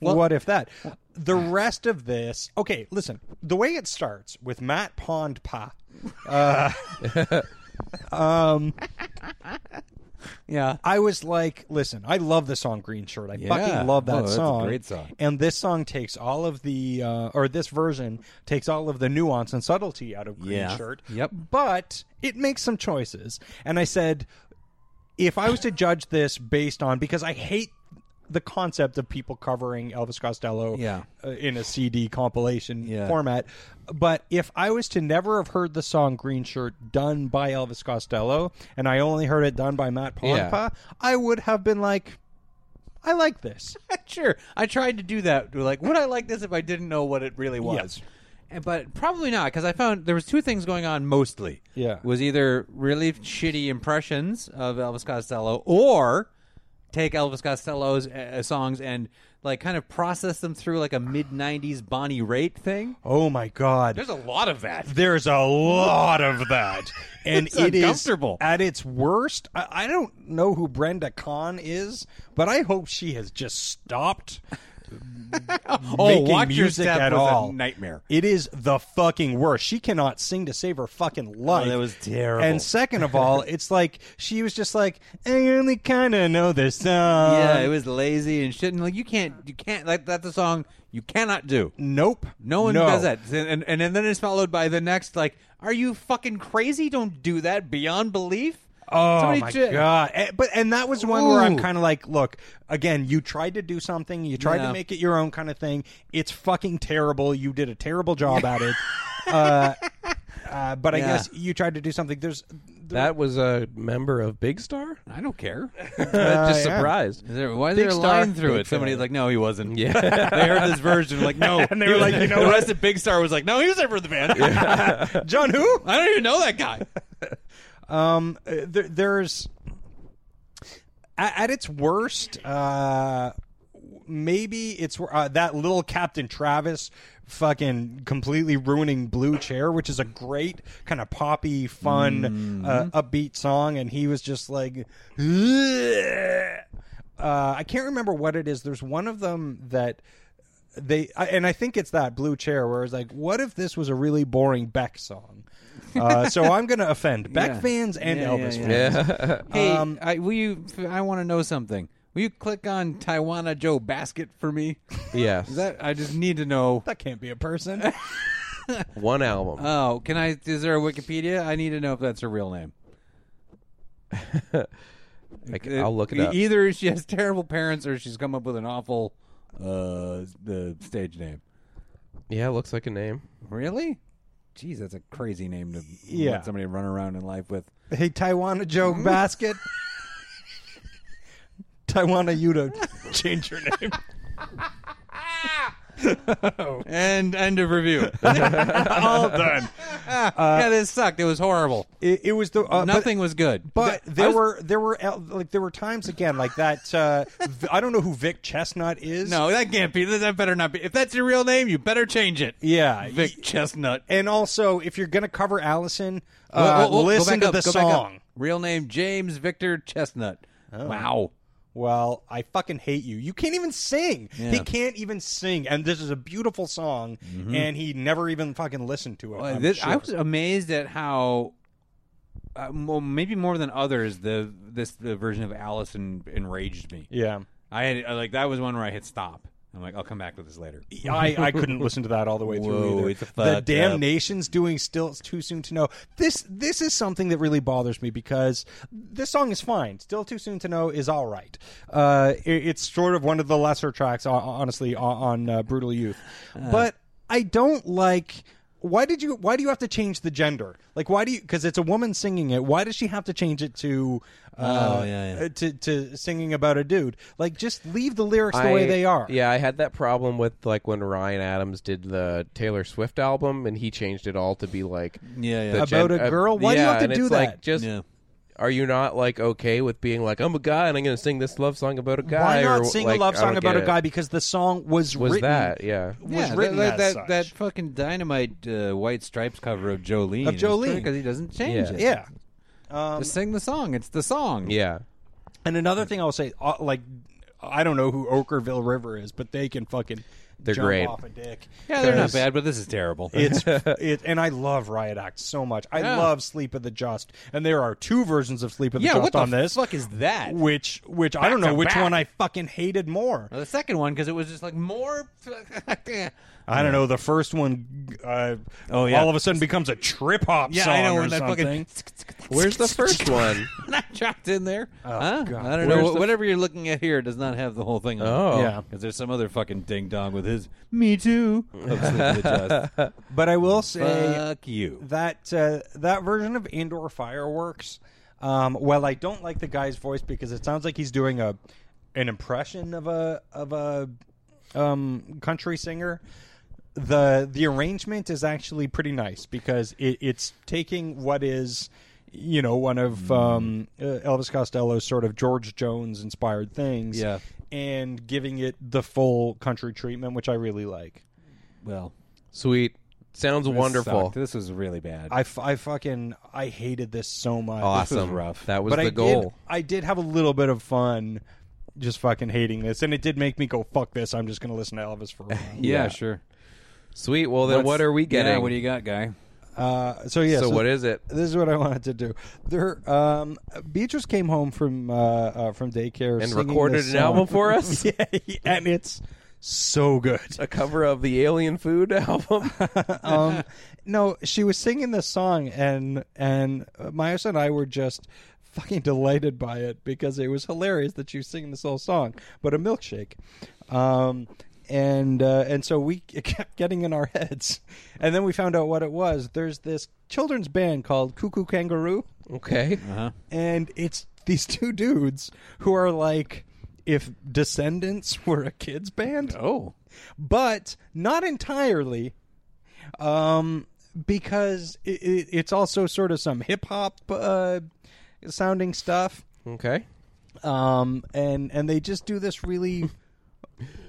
Speaker 2: what if that? The rest of this, okay, listen. The way it starts with Matt Pond Pa,
Speaker 3: Yeah.
Speaker 2: I was like, listen, I love the song Green Shirt. I
Speaker 3: Yeah.
Speaker 2: fucking love
Speaker 3: Oh,
Speaker 2: that
Speaker 3: that's a
Speaker 2: song.
Speaker 3: great song.
Speaker 2: And this song takes all of the, uh, or this version takes all of the nuance and subtlety out of Green
Speaker 3: Yeah.
Speaker 2: Shirt.
Speaker 3: Yep.
Speaker 2: But it makes some choices. And I said, if I was to judge this based on, because I hate the concept of people covering Elvis Costello
Speaker 3: Yeah.
Speaker 2: uh, in a CD compilation
Speaker 3: Yeah.
Speaker 2: format, but if I was to never have heard the song Green Shirt done by Elvis Costello and I only heard it done by Matt
Speaker 1: Yeah.
Speaker 2: Ponpa, I would have been like, I like this.
Speaker 3: sure. I tried to do that. Like, would I like this if I didn't know what it really was? And, but probably not, because I found there was two things going on mostly.
Speaker 2: Yeah.
Speaker 3: was either really shitty impressions of Elvis Costello, or take Elvis Costello's uh, songs and like kind of process them through like a mid '90s Bonnie Raitt thing.
Speaker 2: Oh my God.
Speaker 3: There's a lot of that.
Speaker 2: There's a lot of that, and
Speaker 3: It's
Speaker 2: it is
Speaker 3: uncomfortable.
Speaker 2: at its worst. I, I don't know who Brenda Kahn is, but I hope she has just stopped.
Speaker 3: Oh,
Speaker 2: making
Speaker 3: Watch Your
Speaker 2: music
Speaker 3: Step
Speaker 2: at
Speaker 3: was a
Speaker 2: all.
Speaker 3: nightmare.
Speaker 2: It is the fucking worst. She cannot sing to save her fucking life.
Speaker 3: Oh, that was terrible.
Speaker 2: And second of all, it's like she was just like, I only kind of know this song.
Speaker 3: yeah, it was lazy and shit. And like, you can't, you can't. Like, that's a song you cannot do.
Speaker 2: Nope.
Speaker 3: No one does that. And, and and then it's followed by the next like, are you fucking crazy? Don't do that beyond belief.
Speaker 2: Oh
Speaker 3: Somebody
Speaker 2: my
Speaker 3: ju-
Speaker 2: god! Eh, But and that was one where I'm
Speaker 3: Ooh.
Speaker 2: kind of like, look, again, you tried to do something, you tried
Speaker 3: Yeah.
Speaker 2: to make it your own kind of thing. It's fucking terrible. You did a terrible job at it. Uh, uh, but I
Speaker 3: Yeah.
Speaker 2: guess you tried to do something. There's
Speaker 1: That was a member of Big Star. Uh,
Speaker 3: I don't care.
Speaker 1: Just
Speaker 2: yeah.
Speaker 1: surprised.
Speaker 3: Is there, why is
Speaker 1: Big
Speaker 3: there a
Speaker 1: Star,
Speaker 3: line through
Speaker 1: big
Speaker 3: it? Somebody's
Speaker 1: fan.
Speaker 3: like, no, he wasn't. Yeah, they heard this version like, no,
Speaker 2: And they were like, you know
Speaker 3: the
Speaker 2: what?
Speaker 3: rest of Big Star was like, no, he was there for the band.
Speaker 2: John who?
Speaker 3: I don't even know that guy.
Speaker 2: Um, uh, there, there's at, at its worst. Uh, maybe it's uh, that little Captain Travis fucking completely ruining Blue Chair, which is a great kind of poppy, fun, uh, upbeat song, and he was just like. "Ugh." Uh, I can't remember what it is. There's one of them that they, I, and I think it's that blue chair where it's like, what if this was a really boring Beck song? Uh, so I'm going to offend Beck fans and Elvis fans.
Speaker 3: Hey,
Speaker 2: Um,
Speaker 3: I, will you? I want to know something. Will you click on Tijuana Joe Basket for me?
Speaker 1: Yes.
Speaker 3: Is that I just need to know.
Speaker 2: That can't be a person.
Speaker 1: One album.
Speaker 3: Oh, can I? Is there a Wikipedia? I need to know if that's her real name.
Speaker 1: I will look it
Speaker 3: E-
Speaker 1: up.
Speaker 3: Either she has terrible parents or she's come up with an awful uh the stage name.
Speaker 1: yeah, looks like a name.
Speaker 3: Really? Jeez, that's a crazy name to
Speaker 2: Yeah.
Speaker 3: let somebody run around in life with.
Speaker 2: hey, Taiwan a joke basket. Taiwan a you to change your name.
Speaker 3: And end of review. All done. yeah, this sucked. It was horrible.
Speaker 2: It, it was the uh, but-
Speaker 3: Nothing was good.
Speaker 2: But
Speaker 3: Th- I
Speaker 2: there
Speaker 3: was-
Speaker 2: were there were el- like there were times again like that. Uh, v- I don't know who Vic Chestnut is.
Speaker 3: no. That can't be. That better not be. If that's your real name, you better change it.
Speaker 2: Yeah.
Speaker 3: Vic Chestnut.
Speaker 2: And also, if you're gonna cover Allison,
Speaker 3: Whoa,
Speaker 2: uh,
Speaker 3: whoa, whoa, go
Speaker 2: listen
Speaker 3: back
Speaker 2: to
Speaker 3: up,
Speaker 2: the
Speaker 3: go back up. Oh.
Speaker 2: song.
Speaker 3: Real name James Victor Chestnut. Wow.
Speaker 2: Well, I fucking hate you. You can't even sing. He can't even sing. And this is a beautiful song, and he never even fucking listened to it.
Speaker 3: Mm-hmm. Well,
Speaker 2: I'm
Speaker 3: Uh, this- I
Speaker 2: sure.
Speaker 3: was amazed at how, uh, well, maybe more than others, the this the version of Allison enraged me.
Speaker 2: yeah.
Speaker 3: I had I, like that was one where I hit stop. I'm like, I'll come back to this later.
Speaker 2: I, I couldn't listen to that all the way
Speaker 3: Whoa,
Speaker 2: through either.
Speaker 3: it's
Speaker 2: the
Speaker 3: fucked
Speaker 2: damnation's doing still it's too soon to know. This this is something that really bothers me because this song is fine. Still too soon to know is all right. Uh, it- it's sort of one of the lesser tracks, ho- honestly, on, on uh, Brutal Youth. but I don't like. Why did you? Why do you have to change the gender? Like, why do you? Because it's a woman singing it. Why does she have to change it to, uh,
Speaker 3: Oh, yeah, yeah.
Speaker 2: uh, to to singing about a dude? Like, just leave the lyrics the way they are.
Speaker 1: Yeah, I had that problem with like when Ryan Adams did the Taylor Swift album and he changed it all to be like
Speaker 3: Yeah, yeah.
Speaker 1: the
Speaker 2: About a
Speaker 1: uh,
Speaker 2: girl? Why do you
Speaker 1: yeah,
Speaker 2: have to
Speaker 1: and
Speaker 2: do
Speaker 1: it's
Speaker 2: that?
Speaker 1: Like, just
Speaker 3: Yeah.
Speaker 1: are you not like okay with being like I'm a guy and I'm going to sing this love song about a guy?
Speaker 2: Why not
Speaker 1: or,
Speaker 2: sing
Speaker 1: like,
Speaker 2: a love
Speaker 1: I
Speaker 2: song
Speaker 1: don't
Speaker 2: about
Speaker 1: get
Speaker 2: a
Speaker 1: it.
Speaker 2: guy? Because the song was,
Speaker 1: Was
Speaker 2: written.
Speaker 1: that? Yeah.
Speaker 2: was
Speaker 3: Yeah,
Speaker 2: written
Speaker 3: that,
Speaker 2: as
Speaker 3: that,
Speaker 2: such.
Speaker 3: that fucking dynamite uh, White Stripes cover of Jolene
Speaker 2: Of Jolene.
Speaker 3: because he doesn't change
Speaker 1: Yeah.
Speaker 3: it.
Speaker 2: yeah. Um,
Speaker 3: Just sing the song. It's the song.
Speaker 1: Yeah.
Speaker 2: and another thing I'll say, uh, like, I don't know who Okerville River is, but they can fucking
Speaker 1: They're
Speaker 2: jump
Speaker 1: great.
Speaker 2: off a dick.
Speaker 3: Yeah, they're not
Speaker 2: 'Cause
Speaker 3: bad, but this is terrible.
Speaker 2: It's it, and I love Riot Act so much. I
Speaker 3: Yeah.
Speaker 2: love Sleep of the Just, and there are two versions of Sleep of the
Speaker 3: yeah,
Speaker 2: Just
Speaker 3: what the
Speaker 2: on this.
Speaker 3: fuck is that?
Speaker 2: which which I don't
Speaker 3: Back
Speaker 2: know
Speaker 3: to
Speaker 2: which
Speaker 3: back.
Speaker 2: one I fucking hated more.
Speaker 3: Well, the second one because it was just like more. yeah,
Speaker 2: I don't know. The first one, uh,
Speaker 3: Oh, yeah.
Speaker 2: all of a sudden becomes a trip hop song
Speaker 3: I know
Speaker 2: or
Speaker 3: when that
Speaker 2: something.
Speaker 3: fucking
Speaker 1: Where's the first one?
Speaker 3: not dropped in there. huh?
Speaker 2: God.
Speaker 3: I
Speaker 1: Where's
Speaker 3: don't know.
Speaker 1: the-
Speaker 3: Wh- Whatever you're looking at here does not have the whole thing. on
Speaker 1: Oh.
Speaker 2: Yeah.
Speaker 3: because there's some other fucking ding dong with his "Me Too." of Sleep with the Just.
Speaker 2: But I will say
Speaker 1: Uh,
Speaker 3: Fuck you.
Speaker 2: that uh, that version of Indoor Fireworks. Um, well, I don't like the guy's voice because it sounds like he's doing a an impression of a of a um, country singer. the The arrangement is actually pretty nice because it, it's taking what is you know one of um, uh, Elvis Costello's sort of George Jones inspired things,
Speaker 3: Yeah.
Speaker 2: and giving it the full country treatment, which I really like.
Speaker 3: Well,
Speaker 1: Sweet. Sounds
Speaker 3: this
Speaker 1: wonderful.
Speaker 3: sucked. This was really bad.
Speaker 2: I, f- I fucking I hated this so much.
Speaker 3: This
Speaker 1: Awesome.
Speaker 3: was rough.
Speaker 1: That was
Speaker 2: but
Speaker 1: Oh, the
Speaker 2: I Did,
Speaker 1: goal.
Speaker 2: I did have a little bit of fun just fucking hating this, and it did make me go, fuck this, I'm just going to listen to Elvis for a while.
Speaker 3: yeah, sure.
Speaker 1: Sweet. Well, then
Speaker 3: What's-
Speaker 1: what are we getting?
Speaker 3: Yeah, what do you got, guy?
Speaker 2: uh, so, yeah.
Speaker 1: so, what is it?
Speaker 2: This is what I wanted to do. There, um, Beatrice came home from uh, uh, from daycare
Speaker 1: And
Speaker 2: singing
Speaker 1: recorded
Speaker 2: this
Speaker 1: an
Speaker 2: song.
Speaker 1: album for us?
Speaker 2: yeah, and it's so good.
Speaker 1: A cover of the Alien Food album?
Speaker 2: um, no, she was singing this song, and and Myers and I were just fucking delighted by it because it was hilarious that she was singing this whole song, but a milkshake. Um, and uh, and so we it kept getting in our heads, and then we found out what it was. There's this children's band called Cuckoo Kangaroo
Speaker 1: okay.
Speaker 3: Uh-huh.
Speaker 2: and it's these two dudes who are like if descendants were a kids band oh but not entirely um because it, it, it's also sort of some hip hop uh sounding stuff
Speaker 1: Okay.
Speaker 2: um and and they just do this really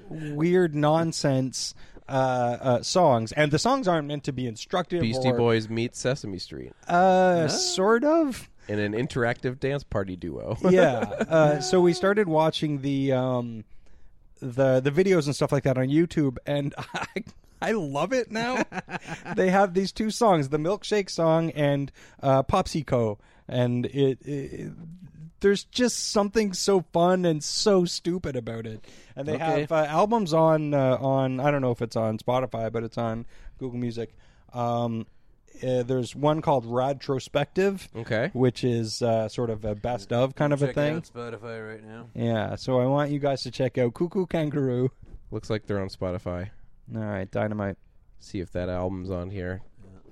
Speaker 2: weird nonsense uh, uh songs and the songs aren't meant to be instructive
Speaker 1: Beastie
Speaker 2: or,
Speaker 1: Boys meets Sesame Street
Speaker 2: uh sort of
Speaker 1: in an interactive dance party duo.
Speaker 2: yeah. Uh, so we started watching the um, the the videos and stuff like that on YouTube, and I I love it now. they have these two songs, the milkshake song and uh, Popsico, and it. it there's just something so fun and so stupid about it, and they
Speaker 1: Okay.
Speaker 2: have uh, albums on uh, on I don't know if it's on Spotify, but it's on Google Music. Um, uh, there's one called Radtrospective,
Speaker 1: Okay.
Speaker 2: which is uh, sort of a best of kind of a thing.
Speaker 3: Spotify right now.
Speaker 2: Yeah, so I want you guys to check out Cuckoo Kangaroo.
Speaker 1: Looks like they're on Spotify.
Speaker 2: All right, Dynamite.
Speaker 1: See if that album's on here.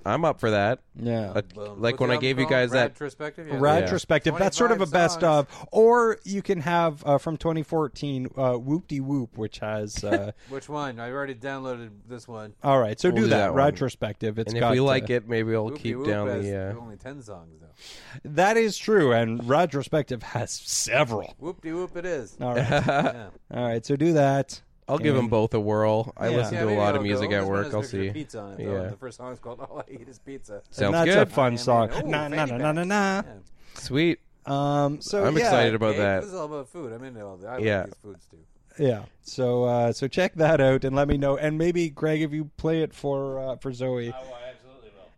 Speaker 1: I'm up for that.
Speaker 2: Yeah.
Speaker 1: Uh,
Speaker 3: Um,
Speaker 1: like when I gave you
Speaker 3: Oh,
Speaker 1: guys that.
Speaker 3: retrospective.
Speaker 2: Retrospective. That's sort of a
Speaker 3: 25
Speaker 2: best
Speaker 3: songs.
Speaker 2: of. Or you can have uh, from 2014 uh, Whoop De Whoop, which has. Uh,
Speaker 3: Which one? I already downloaded this one.
Speaker 2: all right, so do
Speaker 1: do
Speaker 2: that.
Speaker 1: that one.
Speaker 2: retrospective. It's
Speaker 1: And if
Speaker 2: got,
Speaker 1: we like
Speaker 2: uh,
Speaker 1: it, maybe I'll keep down the. Uh,
Speaker 3: only ten songs though.
Speaker 2: That is true, and retrospective has several.
Speaker 3: Whoop de whoop, it is.
Speaker 2: All right. all right, so do that.
Speaker 1: I'll give them both a whirl. I
Speaker 2: Yeah.
Speaker 1: listen
Speaker 2: Yeah,
Speaker 1: to a lot of
Speaker 3: I'll
Speaker 1: music
Speaker 3: go.
Speaker 1: at
Speaker 3: This one
Speaker 1: work.
Speaker 3: has
Speaker 1: I'll
Speaker 3: picture of
Speaker 1: see.
Speaker 3: Pizza on it, though.
Speaker 1: yeah.
Speaker 3: The first song is called "All I Eat Is Pizza."
Speaker 2: And
Speaker 1: Sounds
Speaker 2: that's
Speaker 1: good.
Speaker 2: a fun song.
Speaker 3: Ooh,
Speaker 2: Na na na
Speaker 3: fanny
Speaker 2: na na na.
Speaker 3: pack.
Speaker 1: Sweet.
Speaker 2: Um, so
Speaker 1: I'm
Speaker 2: yeah.
Speaker 1: excited about
Speaker 3: Hey,
Speaker 1: that.
Speaker 3: This is all about food. I'm into all that. I
Speaker 1: Yeah.
Speaker 3: like these foods too.
Speaker 2: Yeah. So uh, so check that out and let me know. And maybe Greg, if you play it for uh, for
Speaker 3: Oh,
Speaker 2: Zoe,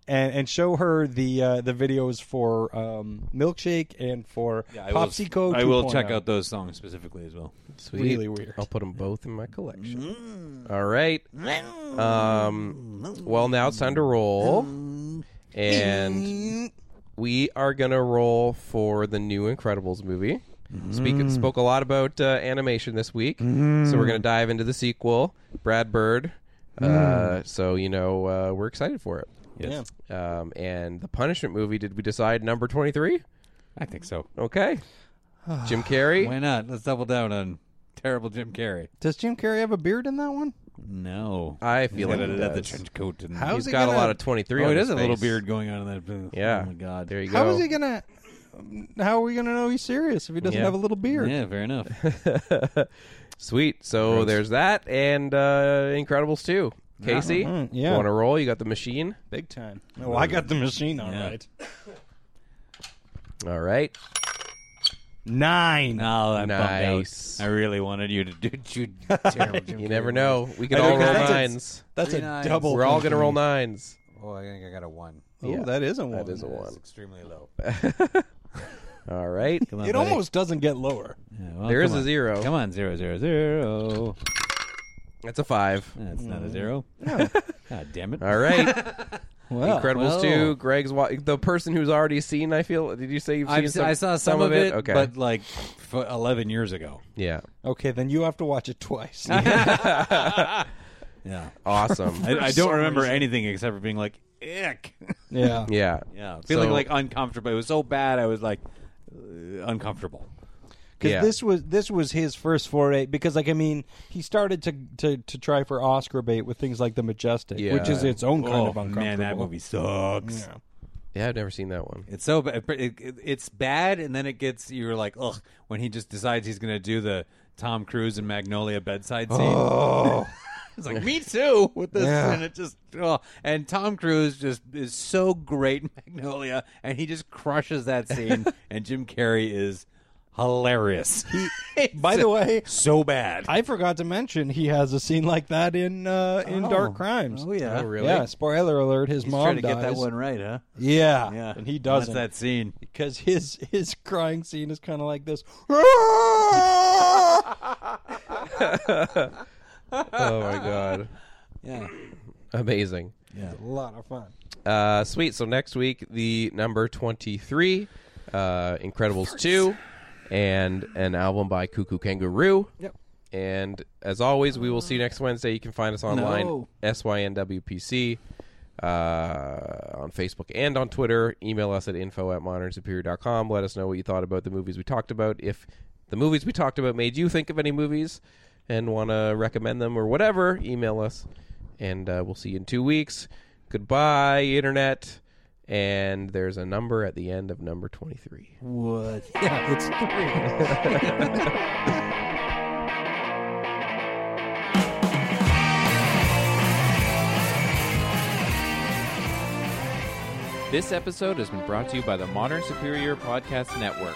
Speaker 2: and and show her the uh, the videos for um, milkshake and for Popsico. oh.
Speaker 3: I will
Speaker 2: 2.0.
Speaker 1: oh.
Speaker 3: check out those songs specifically as well.
Speaker 1: Sweet.
Speaker 2: Really weird.
Speaker 1: I'll put them both in my collection. All right. Um, well, now it's time to roll. And we are going to roll for the new Incredibles movie.
Speaker 3: Mm.
Speaker 1: Speak, spoke a lot about uh, animation this week. So we're going to dive into the sequel, Brad Bird.
Speaker 3: Mm.
Speaker 1: Uh, so, you know, uh, we're excited for it.
Speaker 2: Yeah.
Speaker 1: Um, and the punishment movie, did we decide number 23?
Speaker 3: I think so.
Speaker 1: Okay. Jim Carrey.
Speaker 3: Why not? Let's double down on terrible Jim Carrey.
Speaker 2: Does Jim Carrey have a beard in that one?
Speaker 3: No,
Speaker 1: I
Speaker 3: He's
Speaker 1: feel
Speaker 3: got
Speaker 1: like
Speaker 3: a
Speaker 1: he
Speaker 3: leather
Speaker 1: does.
Speaker 3: trench coat. And
Speaker 2: How's
Speaker 1: He's
Speaker 2: he
Speaker 1: got a
Speaker 2: gonna-
Speaker 1: lot of 23
Speaker 3: oh,
Speaker 1: on
Speaker 3: it
Speaker 1: his
Speaker 3: is a little
Speaker 1: face.
Speaker 3: beard going on in that.
Speaker 1: Yeah.
Speaker 3: Oh my god.
Speaker 1: There you go.
Speaker 2: How is he gonna? How are we gonna know he's serious if he doesn't
Speaker 1: Yeah.
Speaker 2: have a little beard?
Speaker 3: Yeah, fair enough.
Speaker 1: Sweet. So there's that and uh Incredibles 2. Casey,
Speaker 2: yeah.
Speaker 1: want to roll? You got the machine.
Speaker 2: Big time. Oh, I got the machine all right.
Speaker 1: All right.
Speaker 2: Nine.
Speaker 3: No, I'm bummed out.
Speaker 1: Nice.
Speaker 3: I really wanted you to do. You, terrible Jim
Speaker 1: You
Speaker 3: Carrey.
Speaker 1: never know. We can
Speaker 2: I know,
Speaker 1: all
Speaker 2: 'cause
Speaker 1: roll
Speaker 2: that's a-
Speaker 1: nines.
Speaker 2: That's
Speaker 3: Three
Speaker 2: a
Speaker 3: nines.
Speaker 2: double.
Speaker 1: We're all going
Speaker 2: thing
Speaker 1: to
Speaker 2: for
Speaker 1: roll
Speaker 2: me.
Speaker 1: nines.
Speaker 3: Oh, I think I got a one.
Speaker 2: Ooh,
Speaker 1: Yeah.
Speaker 2: that is a one.
Speaker 1: That is a one.
Speaker 3: Extremely low.
Speaker 1: All right.
Speaker 3: Come on,
Speaker 2: It
Speaker 3: buddy.
Speaker 2: almost doesn't get lower.
Speaker 3: Yeah, well,
Speaker 1: There is
Speaker 3: come
Speaker 1: a
Speaker 3: on.
Speaker 1: zero.
Speaker 3: Come on, zero, zero, zero.
Speaker 1: That's a five.
Speaker 3: That's not a zero. God damn it!
Speaker 1: All right.
Speaker 2: Well,
Speaker 1: Incredibles
Speaker 3: well.
Speaker 1: 2, Greg's wa- the person who's already seen, I feel. Did you say you've seen
Speaker 3: I've,
Speaker 1: some,
Speaker 3: I saw some,
Speaker 1: of it? Okay.
Speaker 3: but like f- eleven years ago.
Speaker 1: yeah.
Speaker 2: Okay, then you have to watch it twice.
Speaker 3: Yeah,
Speaker 1: Awesome.
Speaker 3: I, I don't remember anything except for being like, "Ick."
Speaker 2: yeah.
Speaker 1: yeah.
Speaker 3: yeah, feeling
Speaker 1: So-
Speaker 3: like oh. uncomfortable. It was so bad. I was like uh, uncomfortable.
Speaker 2: because
Speaker 1: Yeah.
Speaker 2: this was this was his first foray. Because like I mean, he started to to, to try for Oscar bait with things like The Majestic,
Speaker 1: Yeah.
Speaker 2: which is its own kind
Speaker 3: oh
Speaker 2: of uncomfortable.
Speaker 3: man, that movie sucks.
Speaker 2: Yeah.
Speaker 1: Yeah, I've never seen that one.
Speaker 3: It's so bad. It, it, it's bad, and then it gets you're like, ugh, when he just decides he's gonna do the Tom Cruise and Magnolia bedside scene.
Speaker 2: Oh.
Speaker 3: it's like me too with this, and it just oh. And Tom Cruise just is so great in Magnolia, and he just crushes that scene. and Jim Carrey is hilarious. It's
Speaker 2: By the way,
Speaker 3: so bad.
Speaker 2: I forgot to mention he has a scene like that in uh, in Dark Crimes.
Speaker 3: yeah,
Speaker 1: Oh, really?
Speaker 2: Yeah, spoiler alert: his
Speaker 3: He's
Speaker 2: mom
Speaker 3: trying to get that
Speaker 2: dies.
Speaker 3: one right, huh?
Speaker 2: Yeah,
Speaker 3: Yeah,
Speaker 2: and he
Speaker 3: What's
Speaker 2: doesn't
Speaker 3: that scene.
Speaker 2: because his his crying scene is kind of like this.
Speaker 1: Oh, my God.
Speaker 3: Yeah,
Speaker 1: Amazing.
Speaker 2: a lot of fun.
Speaker 1: Uh, sweet. So next week, the number 23, uh, Incredibles 2, and an album by Cuckoo Kangaroo.
Speaker 2: Yep.
Speaker 1: And as always, we will see you next Wednesday. You can find us online,
Speaker 2: No.
Speaker 1: SYNWPC, uh, on Facebook and on Twitter. Email us at info at modernsuperior.com. Let us know what you thought about the movies we talked about. If the movies we talked about made you think of any movies and want to recommend them or whatever, email us. And uh, we'll see you in two weeks. Goodbye, Internet. And there's a number at the end of number 23.
Speaker 2: What? Yeah, it's three.
Speaker 8: This episode has been brought to you by the Modern Superior Podcast Network.